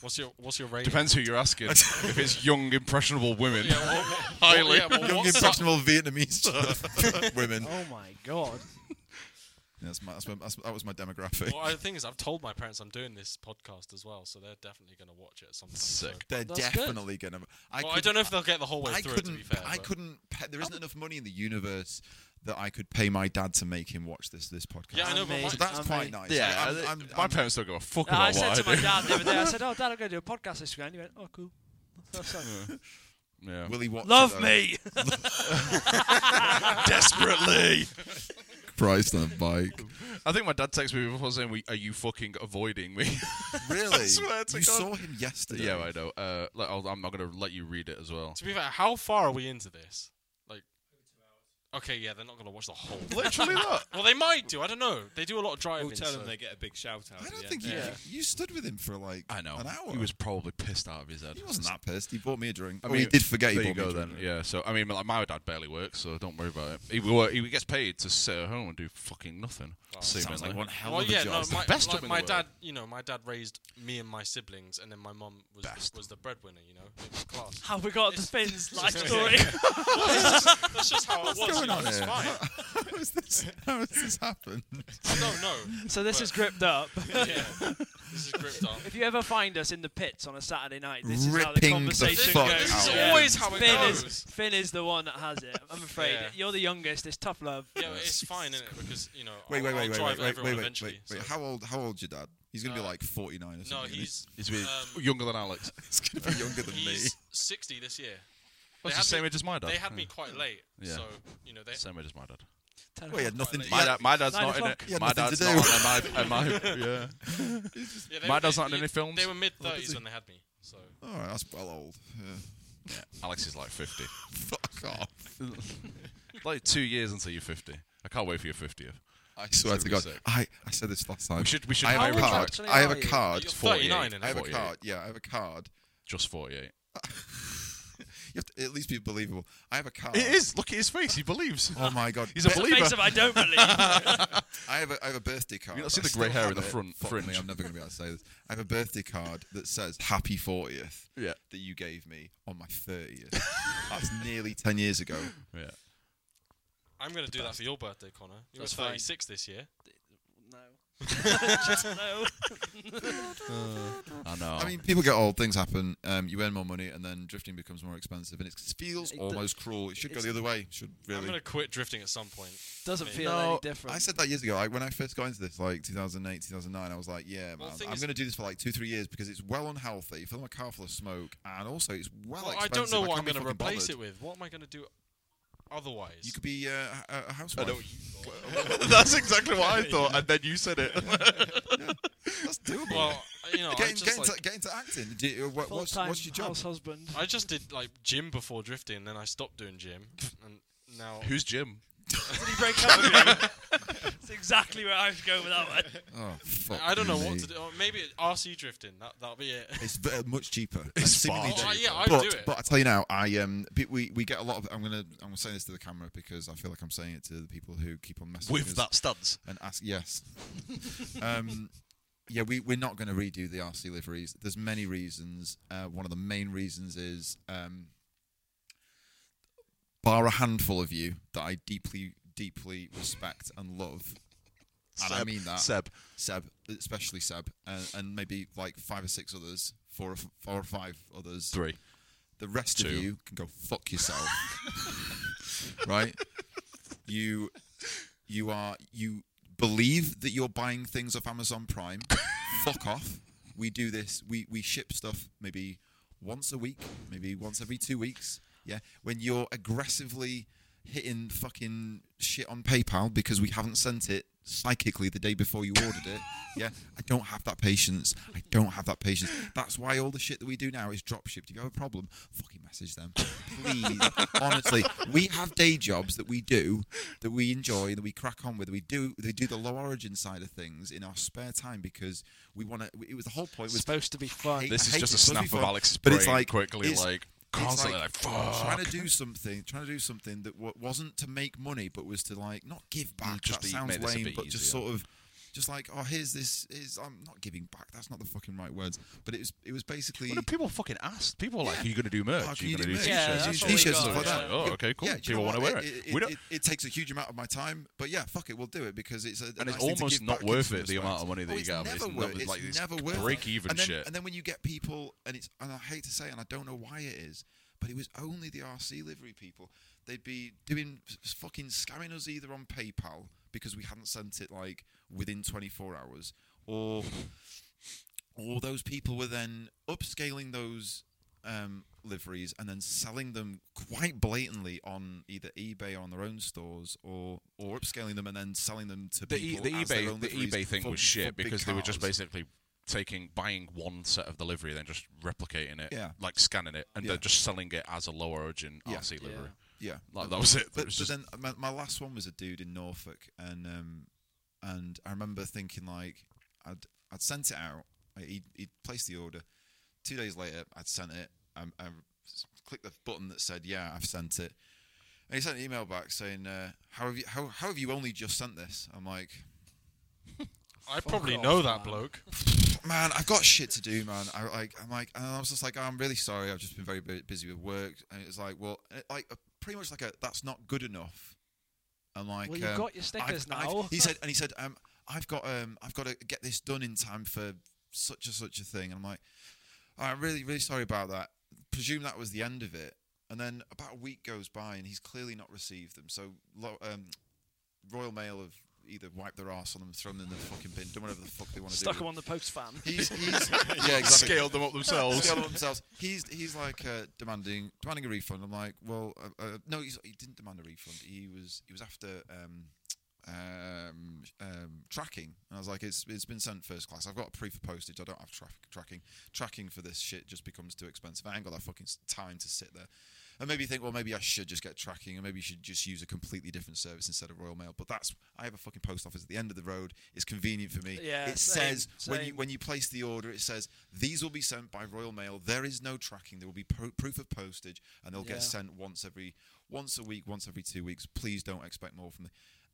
What's your What's your rating?
Depends who you're asking. if it's young, impressionable women,
Yeah, well, what-
highly.
yeah, well,
Young
what's
impressionable Vietnamese women.
Oh my god.
That's my, that's my, that's, that was my
that-
demographic.
Well, the thing is, I've told my parents I'm doing this podcast as well, so they're definitely going to watch it at some point. so-
Sick.
They're
That's good.
definitely going to. I,
Well, I
couldn't-
don't know if they'll get the whole way
I
through. it, To
couldn't.
be fair,
I
but- Oh.
couldn't. Pay, there isn't enough money in the universe that I could pay my dad to make him watch this this podcast.
Yeah, I know, but
Amazing.
my,
So that's
I'm
quite
mate.
nice.
Yeah,
I'm,
they-
I'm,
my
I'm-
parents don't give a fuck
Uh,
about
I
what
said
I
to my
do.
dad the other day, I said, "Oh, Dad, I'm going to do a podcast this weekend." He went, "Oh, cool." That's like,
Yeah.
will he watch it,
Love
though?
me.
Desperately.
Christ on a bike.
I think my dad texted me before saying, "We- "Are you fucking avoiding me?"
Really?
swear to
you
God.
saw him yesterday.
yeah, I know. Uh, like, I'll, I'm not gonna let you read it as well.
To be fair, how far are we into this? Like, okay, yeah, they're not going to watch the whole. thing.
Literally that.
well, they might do. I don't know. They do a lot of driving.
We'll tell
so-
them they get a big shout out.
I
at
don't
the
think
end.
you,
Yeah.
you stood with him for like
I know.
an hour.
He was probably pissed out of his head.
He wasn't that pissed. He bought me a drink.
I
oh, he
mean,
did forget
There
he
you
bought me
go
a drink.
then. Yeah. So I mean, like my dad barely works, so don't worry about it. He wor- he gets paid to sit at home and do fucking nothing.
Sounds like
seemingly.
one hell
Well,
of a
yeah, no,
job.
my,
best
like,
job in the
my
world.
dad, you know, my dad raised me and my siblings, and then my mum was
Best.
the, was the breadwinner, you know, in the class.
How we got to
It's-
Finn's life
just-
story.
That's just how it was. you
going
know,
on
it's
here?
fine.
how has this? How has this happened?
I don't know.
so this is gripped up.
Yeah, this is gripped on.
If you ever find us in the pits on a Saturday night, this is how the
Ripping the
conversation
fuck
goes.
This is
out.
Yeah.
always how it
Finn is
goes.
Finn is the one that has it. I'm afraid
Yeah.
you're the youngest. It's tough love.
Yeah, but it's fine, isn't it? Because you know,
Wait,
I'll,
wait,
I'll
wait, wait,
drive
wait, wait,
everyone
wait, wait,
eventually.
wait, wait.
so-
How old? How old's your dad? He's gonna
Uh,
be like forty nine or something.
no,
isn't he?
he's
He's a bit
um,
younger than Alex.
he's gonna be younger than me.
he's 60 this year.
That's
had
the same
me-
age as my dad.
They had
Yeah.
me quite late,
Yeah.
so you know they.
Same age as my dad.
Ten
Well, he had
o'clock.
nothing.
Eh? My,
he had-
dad, my dad's
Nine
not in
o'clock.
it.
He had
My
nothing to
dad's
do.
not in my, in my yeah.
Yeah, they
My
were-
dad's
they-
not in
you-
any films.
They were mid
Oh, does
30s
he?
when they had me, so.
All right, that's well old. Yeah.
Alex is like 50.
Fuck off!
like two years until you're 50. I can't wait for your 50th.
I swear to God,
sick.
I, I said this last time.
We should we should
I
hire
have a
a
How
card.
card.
actually
I have
are
a
you?
card.
You're
48.
39 and
I have a
48.
card. Yeah, I have a card.
Just 48.
You have to at least be believable. I have a card.
It is. Look at his face. He believes.
Oh my God!
He's a
Be-
believer.
Face of I don't believe.
I have a, I have a birthday card.
You don't see
I
the
still
grey hair
have
in the
it.
front
Fuck me,
fringe.
I'm never going to be able to say this. I have a birthday card that says "Happy 40th"
Yeah.
that you gave me on my 30th. That's nearly 10 years ago.
Yeah.
I'm going to do that for your birthday, Connor. You're
That's fine.
36 this year.
no. Just no.
I know.
I mean, people get old, things happen. Um, you earn more money, and then drifting becomes more expensive, and it feels
It-
almost cruel. It should go
it's-
the other way. Should
I'm
really.
going to quit drifting at some point.
Doesn't feel any
No,
different.
I said that years ago. Like when I first got into this, like 2008, 2009, I was like, "Yeah, man,
Well, the thing
I'm
is-
going to do this for like two, three years because it's well unhealthy. Fill my car full of smoke, and also it's well,
Well, I
expensive.
don't know what I'm
going to
replace it with. What am I going to do otherwise?
You could be uh, a, a housewife.
That's exactly what I thought, and then you said it.
That's doable.
well, uh, you know, I
Get, in,
just
get,
like,
into, get into acting. Do you, what, what's,
Full-time
what's your job?
house husband.
I just did like gym before drifting, then I stopped doing gym, and now
Who's Jim?
Did he break up with you? That's exactly where I was going with that one.
Oh, fuck
I don't know
me.
what to do. Or maybe it's RC drifting. That that'll be it.
It's ve- uh, much cheaper. It's
Oh, I- yeah, I would
but,
do it.
But I tell you now, I um, pe- we we get a lot of. I'm gonna I'm gonna say this to the camera because I feel like I'm saying it to the people who keep on messaging us
with that stance.
and ask. Yes. um, yeah, we we're not gonna redo the RC liveries. There's many reasons. Uh, one of the main reasons is, um, bar a handful of you that I deeply deeply respect and love. And I
Seb,
mean that.
Seb.
Seb, especially Seb, and, and maybe like five or six others, four or f- four or five others.
Three.
The rest of
Two.
you can go fuck yourself. right? You you are you believe that you're buying things off Amazon Prime. fuck off. We do this. We we ship stuff maybe once a week, maybe once every 2 weeks. Yeah. When you're aggressively hitting fucking shit on PayPal because we haven't sent it psychically the day before you ordered it. Yeah. I don't have that patience. I don't have that patience. That's why all the shit that we do now is drop shipped. If you have a problem, fucking message them. Please. Honestly. We have day jobs that we do that we enjoy that we crack on with. We do they do the low origin side of things in our spare time because we wanna it was the whole point was
It was supposed to be fun.
Hey,
This
I
is
hate
just a
it, bloody
snap of
fuck.
Alex's
But
brain
it's like-
quickly,
it's-
like
it's
constantly, like, fuck.
trying to do something, trying to do something that w- wasn't to make money, but was to like not give back.
Mm, just
that
be-
sounds
make this a
lame,
bit
but just
easier.
sort of, just like, oh, here's this. Is I'm not giving back. That's not the fucking right words. But it was, it was basically.
What do people fucking ask? People are like,
Yeah.
are you going to do merch?
Oh,
are
can
you
you
going
do
to do
merch?
t-shirts?
Yeah,
and
that's what we
stuff
T-shirts and stuff
got,
like
It's
that.
like, Oh, okay, cool.
Yeah, do you
people
know
want to
what?
wear it.
It,
we
it,
don't,
it- it takes a huge amount of my time, but yeah, fuck it, we'll do it because it's a, a nice
and it's
thing to
almost
give
not
back in
worth
some
it the amount
respects.
of money that
Oh,
you
it's
get. out of it.
Never
it's
worth.
not like
it's
this
never worth it.
break-even
and then,
shit.
And then when you get people, and it's and I hate to say, it, and I don't know why it is, but it was only the RC livery people. They'd be doing s- fucking scamming us either on PayPal because we hadn't sent it like within 24 hours, or or those people were then upscaling those um, liveries and then selling them quite blatantly on either eBay or on their own stores, or or upscaling them and then selling them to
the, e-
people.
the
as their own
eBay the
liveries
eBay thing
for-
was
for
shit
big
because they were just
cars.
basically taking buying one set of the livery and then just replicating it,
Yeah.
like scanning it, and
Yeah.
then just selling it as a low origin
Yeah.
RC livery.
Yeah,
Like that was it.
But,
It was
but
just-
then my, my last one was a dude in Norfolk, and um, and I remember thinking like I'd I'd sent it out. I- He'd, he'd placed the order. Two days later, I'd sent it. I, I s- clicked the button that said, "Yeah, I've sent it." And he sent an email back saying, uh, "How have you how, how have you only just sent this?" I'm like,
I probably
off,
know that
man.
bloke.
man, I've got shit to do, man. I like, I'm like, and I was just like, I'm really sorry. I've just been very bu- busy with work, and it's like, well, uh, like uh, pretty much like a that's not good enough. And like,
Well, you've
um,
got your stickers
I've- I've-
now.
he said, and he said, um, I've got, um, I've got to get this done in time for such and such a thing. And I'm like, "Oh, I'm really, really sorry about that. Presume that was the end of it. And then about a week goes by, and he's clearly not received them. So, lo- um, Royal Mail have either wiped their arse on them, thrown them in the fucking bin, done whatever the fuck they want to do.
Stuck
with
him on the post fan.
He's, he's yeah, exactly.
scaled them up themselves.
Scale them themselves. He's he's like uh, demanding demanding a refund. I'm like, well, uh, uh, no, he's, he didn't demand a refund. He was he was after um, um, um, tracking, and I was like, it's it's been sent first class. I've got a proof of postage. I don't have traffic tracking. Tracking for this shit just becomes too expensive. I ain't got that fucking s- time to sit there. And maybe you think, well, maybe I should just get tracking, and maybe you should just use a completely different service instead of Royal Mail. But that's I have a fucking post office at the end of the road. It's convenient for me.
Yeah,
it
same,
says when you
same.
when you place the order, it says these will be sent by Royal Mail. There is no tracking. There will be pro- proof of postage, and they'll
Yeah.
get sent once every once a week, once every two weeks. Please don't expect more from the.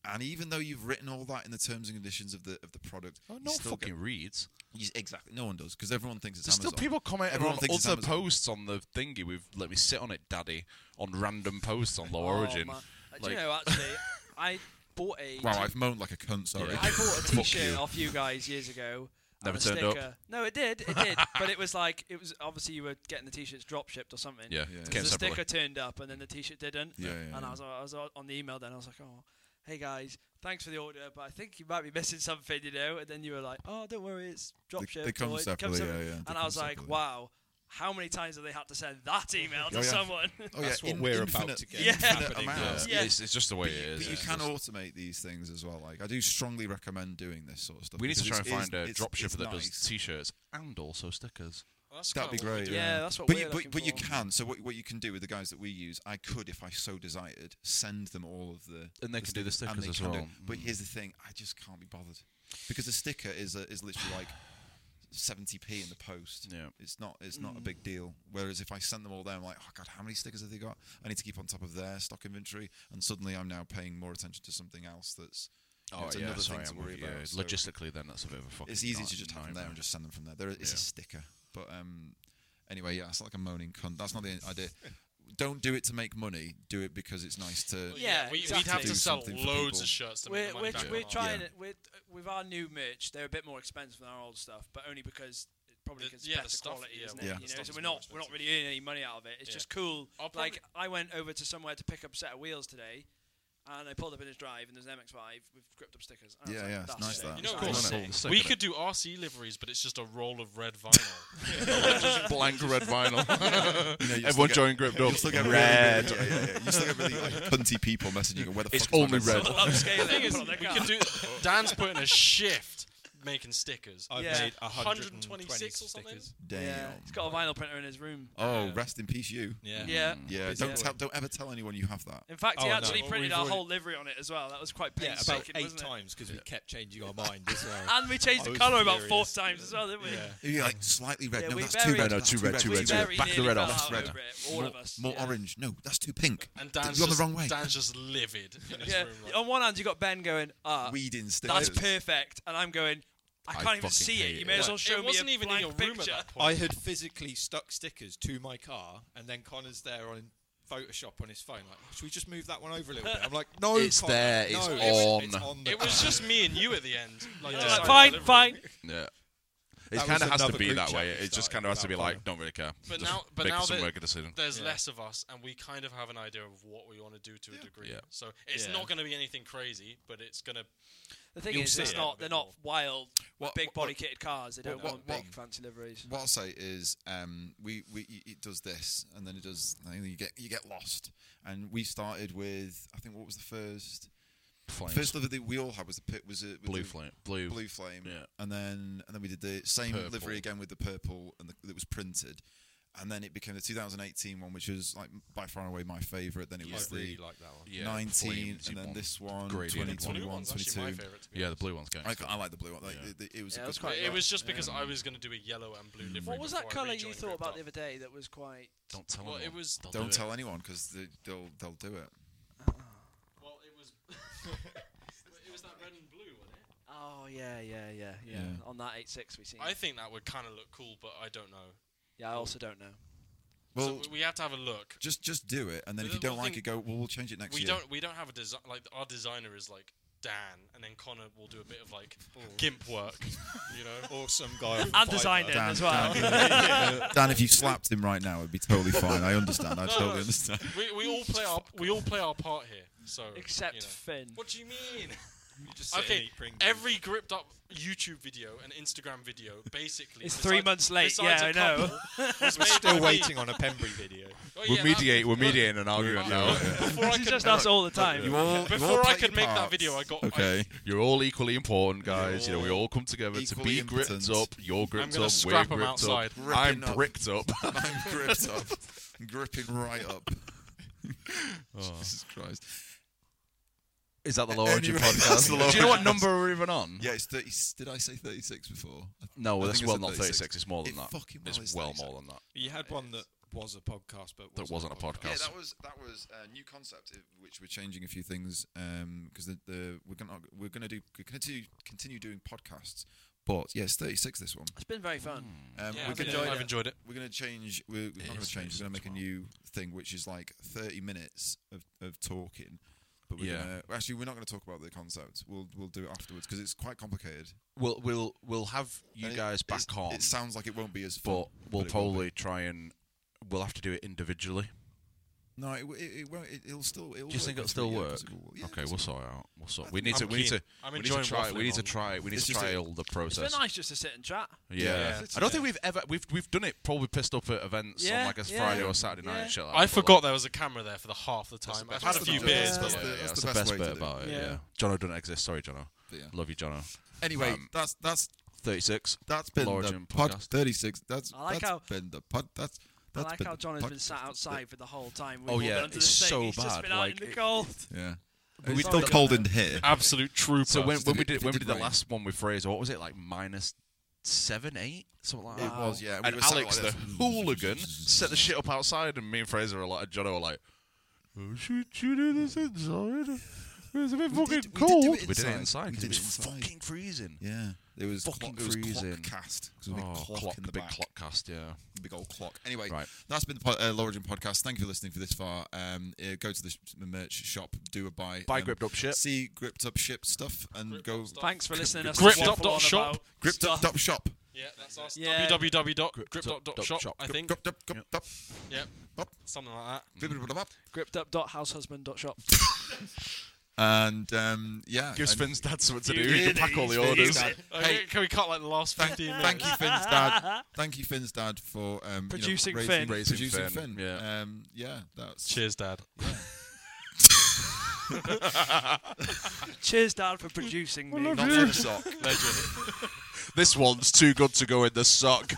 And even though you've written all that in the terms and conditions of the of the product,
Oh,
you
no
still
fucking
get-
reads.
you- exactly. No one does because everyone thinks it's
There's
Amazon.
still people commenting
Everyone
on
thinks it's
other
Amazon.
posts on the thingy. We've let me sit on it, daddy, on random posts on Low
Oh,
Origin.
man. Uh, Do
Like-
you know, actually, I bought a.
Wow, I've moaned like a cunt. Sorry.
I bought a
Fuck
T-shirt
you.
off you guys years ago. and
Never
a
turned up.
sticker. No, it did, it did. but it was like it was obviously you were getting the T-shirts drop shipped or something.
Yeah,
Yeah.
yeah.
Because
came
the
separately.
sticker turned up and then the T-shirt didn't.
Yeah, yeah,
and
yeah.
I was I was on the email then. I was like, oh, hey guys, thanks for the order, but I think you might be missing something, you know. And then you were like, oh, don't worry, it's drop
They-
shipped.
they come
or it comes
separately,
separate."
yeah, yeah, they
And I
come
was like,
separately.
wow, how many times have they had to send that email to
Oh, yeah.
someone?
Oh,
That's
yeah,
what
in-
we're about
infinite-
to get.
Yeah.
happening
infinite
now.
amount.
Yeah,
Yeah.
It's, it's just the way
But,
it
you,
is.
but you
It's
can
just-
automate these things as well. Like I do strongly recommend doing this sort of stuff.
we need to try
because
and
it is-
find a
it's- it's
dropshipper that does
nice.
t-shirts and also stickers.
Well, that's
That'd be
kinda what we
great.
do.
Yeah, that's what
but
we're
you, but,
looking
but you
for.
can. So what, what you can do with the guys that we use, I could, if I so desired, send them all of the
And
the
they can do the
and
stickers
they
as
can do-
well.
But here's the thing: I just can't be bothered because the sticker is a, is literally like. 70p in the post.
Yeah.
It's not it's not a big deal. Whereas if I send them all there, I'm like, oh god, how many stickers have they got? I need to keep on top of their stock inventory, and suddenly I'm now paying more attention to something else. That's you know, it's another
Oh, sorry,
thing to
I'm
worry
with you.
about. so-
Logistically, then that's a bit of a fucking.
it's easy
night-
to just have them there
nightmare.
and just send them from there. There it's
Yeah.
a sticker, but um, anyway, yeah, it's like a moaning cunt. That's not the idea. Don't do it to make money. Do it because it's nice to.
Well,
Yeah,
we,
exactly.
we'd have to
Do
sell
something for
loads
people.
of shirts to
We're,
make the money
we're,
back
we're
on
trying
Yeah.
it with with our new merch. They're a bit more expensive than our old stuff, but only because it probably
The-
because
yeah, the
better
stuff-
quality,
yeah,
isn't
well,
it?
Yeah.
You
the
know,
stuff
so
is
we're
more
not we're not
expensive.
really earning any money out of it. It's
Yeah.
just cool.
I'll probably-
Like I went over to somewhere to pick up a set of wheels today, and I pulled up in his drive, and there's an MX5 with gripped up stickers. And I was
Yeah,
like,
yeah, it's
"That's
nice
sick."
that.
You know,
Of
what
course.
I'm saying?
Cool. Sick,
we
innit?
could do RC liveries, but it's just a roll of red vinyl.
blank red vinyl.
You know, you
Everyone
still
joined gripped
Get,
up.
you still get
red.
Really, really, yeah, yeah, yeah. You still get really like cunty people messaging. you, Where the
It's
fuck is my
only
message?"
red.
We'll upscale
the thing
it and
is,
put it on
we
their car.
can do. Dan's putting a shift making stickers.
I've
Yeah.
made 126
126 or something?
stickers.
Damn.
Yeah, he's got a vinyl printer in his room.
Oh, rest in peace, you.
Yeah.
Yeah.
Mm,
Yeah.
Busy
Don't
boy.
tell, don't ever tell anyone you have that.
In fact,
Oh,
he
no.
actually
Well,
printed
we've
our
already-
whole livery on it as well. That was quite
Yeah, about
painstaking,
eight
wasn't it?
times because we kept changing our mind as well.
And we changed
I
the
was
colour about
furious.
four times as well, didn't we?
Yeah.
You're like slightly red.
Yeah,
no,
we
that's
very-
too red.
no,
That's too red. Too
We
red. Too
very
red. Back the
nearly
red
fell
off.
out
That's red.
over it, all
more,
of us.
more
yeah.
orange. No, that's too pink.
And Dan's
You're on
just,
the wrong way.
Dan's just livid in his
Yeah.
room. Like,
On one hand, you got Ben going, ah,
Weeding stickers.
that's perfect, and I'm going, I
I
can't even
fucking
see
hate
it. You
it.
may as
Like,
well show
it
me
wasn't
a
even in
blank
your
picture.
room at that point.
I had physically stuck stickers to my car, and then Connor's there on Photoshop on his phone. Like, should we just move that one over a little bit? I'm like, no,
It's
Connor,
there,
No,
it's
It's,
on.
on the
it was
car."
just me and you at the end. Like,
I was
deciding
like, fine,
delivery.
fine.
Yeah. It
That
kind
was
of has to
another
be
group
that
chat
way.
we
It just
started
kind of has to be
without
like, don't really care.
But
Just
now- but
make
now
some
that-
work a decision.
There's
Yeah.
less of us, and we kind of have an idea of what we want to do to a degree.
Yeah.
So it's
Yeah.
not going to be anything crazy, but it's going to.
The thing
You'll
is,
see
it's
it.
not, they're not wild,
What-
big
what-
body kitted cars. They don't
what-
want
what-
big fancy liveries.
What I'll say is, um, we, we y- it does this, and then it does. And then you get you get lost. And we started with I think what was the first
Flames.
first livery that we all had was the pit was it was
blue
the
flame. Blue.
blue flame,
Yeah.
and then and then we did the same
Purple.
livery again with the purple and the, that was printed, and then it became the 2018 one, which was like by far and away my favorite. Then it
I
was the
really like that one.
Yeah,
19,
flamesy
and then
one.
this one,
Gradient one.
20,
Blue
21,
one's actually
22.
my favorite. To be
Yeah, the
honest.
blue one's going.
I, I like the blue one. Like,
Yeah.
it- it, it was
Yeah,
a
it
good
was quite
It was just because
Um,
I was going to do a yellow and blue livery.
What was that
before I
colour you
rejoined
thought
Ripped
about
Up.
the other day that was quite.
Don't tell
Well,
anyone.
it was.
They'll
Don't
do
tell
it.
anyone because they, they'll they'll do it.
Well, it was. it was that red and blue, wasn't it?
Oh, yeah, yeah, yeah, yeah.
Yeah.
On that 8.6 we seen.
I think that would kind of look cool, but I don't know.
yeah, I also don't know.
Well,
so we- we have to have a look.
just just do it, and then if
The-
you don't
the
like
thing-
it, go. Well, we'll change it next
We
year.
don't. We don't have a design. Like our designer is like Dan, and then Connor will do a bit of like gimp work. You know.
Or some guy. on
And
Fiverr.
designed it
Dan,
as well.
Dan, Dan, if you slapped him right now, it'd be totally fine. I understand. I
No,
totally
no.
understand.
we, we all play our we all play our part here. So
Except
you know.
Finn.
What do you mean?
You just sit and
okay,
eat Pringles.
every gripped up YouTube video and Instagram video, basically.
It's three
besides-
months late,
besides
yeah,
a
I know.
couple, was made by
Still
me.
waiting on a Pembury video.
Oh,
We're
yeah, that-
mediate. We're
look,
mediating an argument now.
Oh, Before I
It's
could,
just us all the time.
You all, you all
before I
play
could
your
make that
parts.
video, I got I-
Okay.
You're all equally important, guys. You know, we all come together to
Equally
be gripped
impotent.
up. You're gripped
gonna
up.
strap 'em
we're gripped
outside.
Up. I'm
Ripping up.
bricked up.
I'm gripped up. I'm gripping right up.
Oh.
Jesus Christ.
Is that the low
Anyway,
origin
that's
podcast?
the Low
Do you know what
Origin
number we're even on?
Yeah, it's 30. Did I say 36 before? I-
No, well,
I
that's
think I
well
said
not 36. It's more than
It
that.
fucking well
it's
is
well
36.
more than that.
You had one that was a podcast, but
That wasn't a podcast.
Yeah, that was that was a new concept uh, which we're changing a few things because the, the we're gonna we're gonna do we're gonna do, continue doing podcasts, but yeah, it's 36 this one.
It's been very fun.
Mm.
Um,
Yeah,
we're
I've,
gonna
enjoyed, I've enjoyed it.
we're gonna change. We're, we're not gonna
is
change. We're gonna make a
36
new thing which is like 30 minutes of, of talking. But we're
Yeah.
gonna, actually we're not gonna talk about the concept. We'll we'll do it afterwards because it's quite complicated.
We'll we'll we'll have you
And it-
guys back
it's-
on,
It sounds like it won't be as fun.
but we'll
it will be.
probably try and we'll have to do it individually.
No, it, w- it, it won't. It, it'll still. It'll
Do you think it'll still work? okay, we'll sort it out. We'll sort. We need to.
I'm
We need
keen.
to.
I'm
we need to
enjoying
try. We
waffling
need to
on.
try. We need
It's
to
just
try
a-
all the
It's
process.
been nice just to sit and chat.
Yeah.
Yeah.
I don't think we've ever we've we've done it probably pissed up at events on
Yeah,
like a
yeah,
Friday or Saturday night
yeah.
and shit. Like
I
that, but,
forgot there was a camera there for the half the time. I've had a
best way
few
to do it.
beers,
Yeah.
Like,
That's
but
yeah,
the-
yeah,
that's
that's
the
the
best
best
way to
bit
do it.
about it.
Yeah.
Yeah. Jono doesn't exist. Sorry, Jono. Love you, Jono.
Anyway,
Um,
that's that's
Thirty six.
that's been
Origin
the pod
podcast.
thirty six. That's
I like
that's
how-
been the pod. That's
I
that's
like
been
how
the
John has been
podcast.
sat outside for the whole time. We've
Oh,
all
yeah,
been under
it's
this thing.
so
He's just
bad,
been out
like,
in the
it-
cold.
Yeah,
But
we
we
still
did-
cold in here.
absolute trooper.
So when,
Just
when
if it-
we
if
did
it
when we
did
did the
rain.
last one with Fraser, what was it like minus seven, eight, something like
It
that.
was, yeah. We
and
were sat
Alex,
like
the
this.
hooligan, set the shit up outside, and me and Fraser were like, and Jono were like, "Oh, should you do this inside? It's a bit
We
fucking
did- we did do
cold.
it
We did
inside.
it inside
We
because
did
it was
it inside.
fucking freezing.
Yeah, it was
Fucking
clock, it was clock
freezing.
cast. It was a big
Oh,
clock, in
the,
the
big
back.
clock cast, yeah.
big old clock. Anyway,
Right.
that's been the po- uh, Law Origin podcast. Thank you for listening for this far. Um, uh, go to the, sh- the merch shop, do a buy,
Buy
um,
gripped up shit.
see gripped up ship stuff, and go
Thanks for listening. Us
Grip
waffle
dot dot
on
shop.
about
gripped
stuff.
up shop.
Yeah, that's us.
Yeah.
www.gripdot.shop, I think.
Gripped up, gripped up,
Mm.
Yep.
up,
Something like that.
gripped up,
Gripped up dot househusband dot shop.
and um, yeah.
Gives
and
Finn's dad something to do. He can pack all the orders.
Okay, Can we cut like the last 15 minutes?
Thank you, Finn's dad. Thank you, Finn's dad, for um,
Producing
you know,
Finn.
raising,
Raising
producing
Finn,
Finn.
yeah.
um, yeah. That's
Cheers, Dad.
Cheers, Dad, for producing me.
not in a sock.
This one's too good to go in the sock.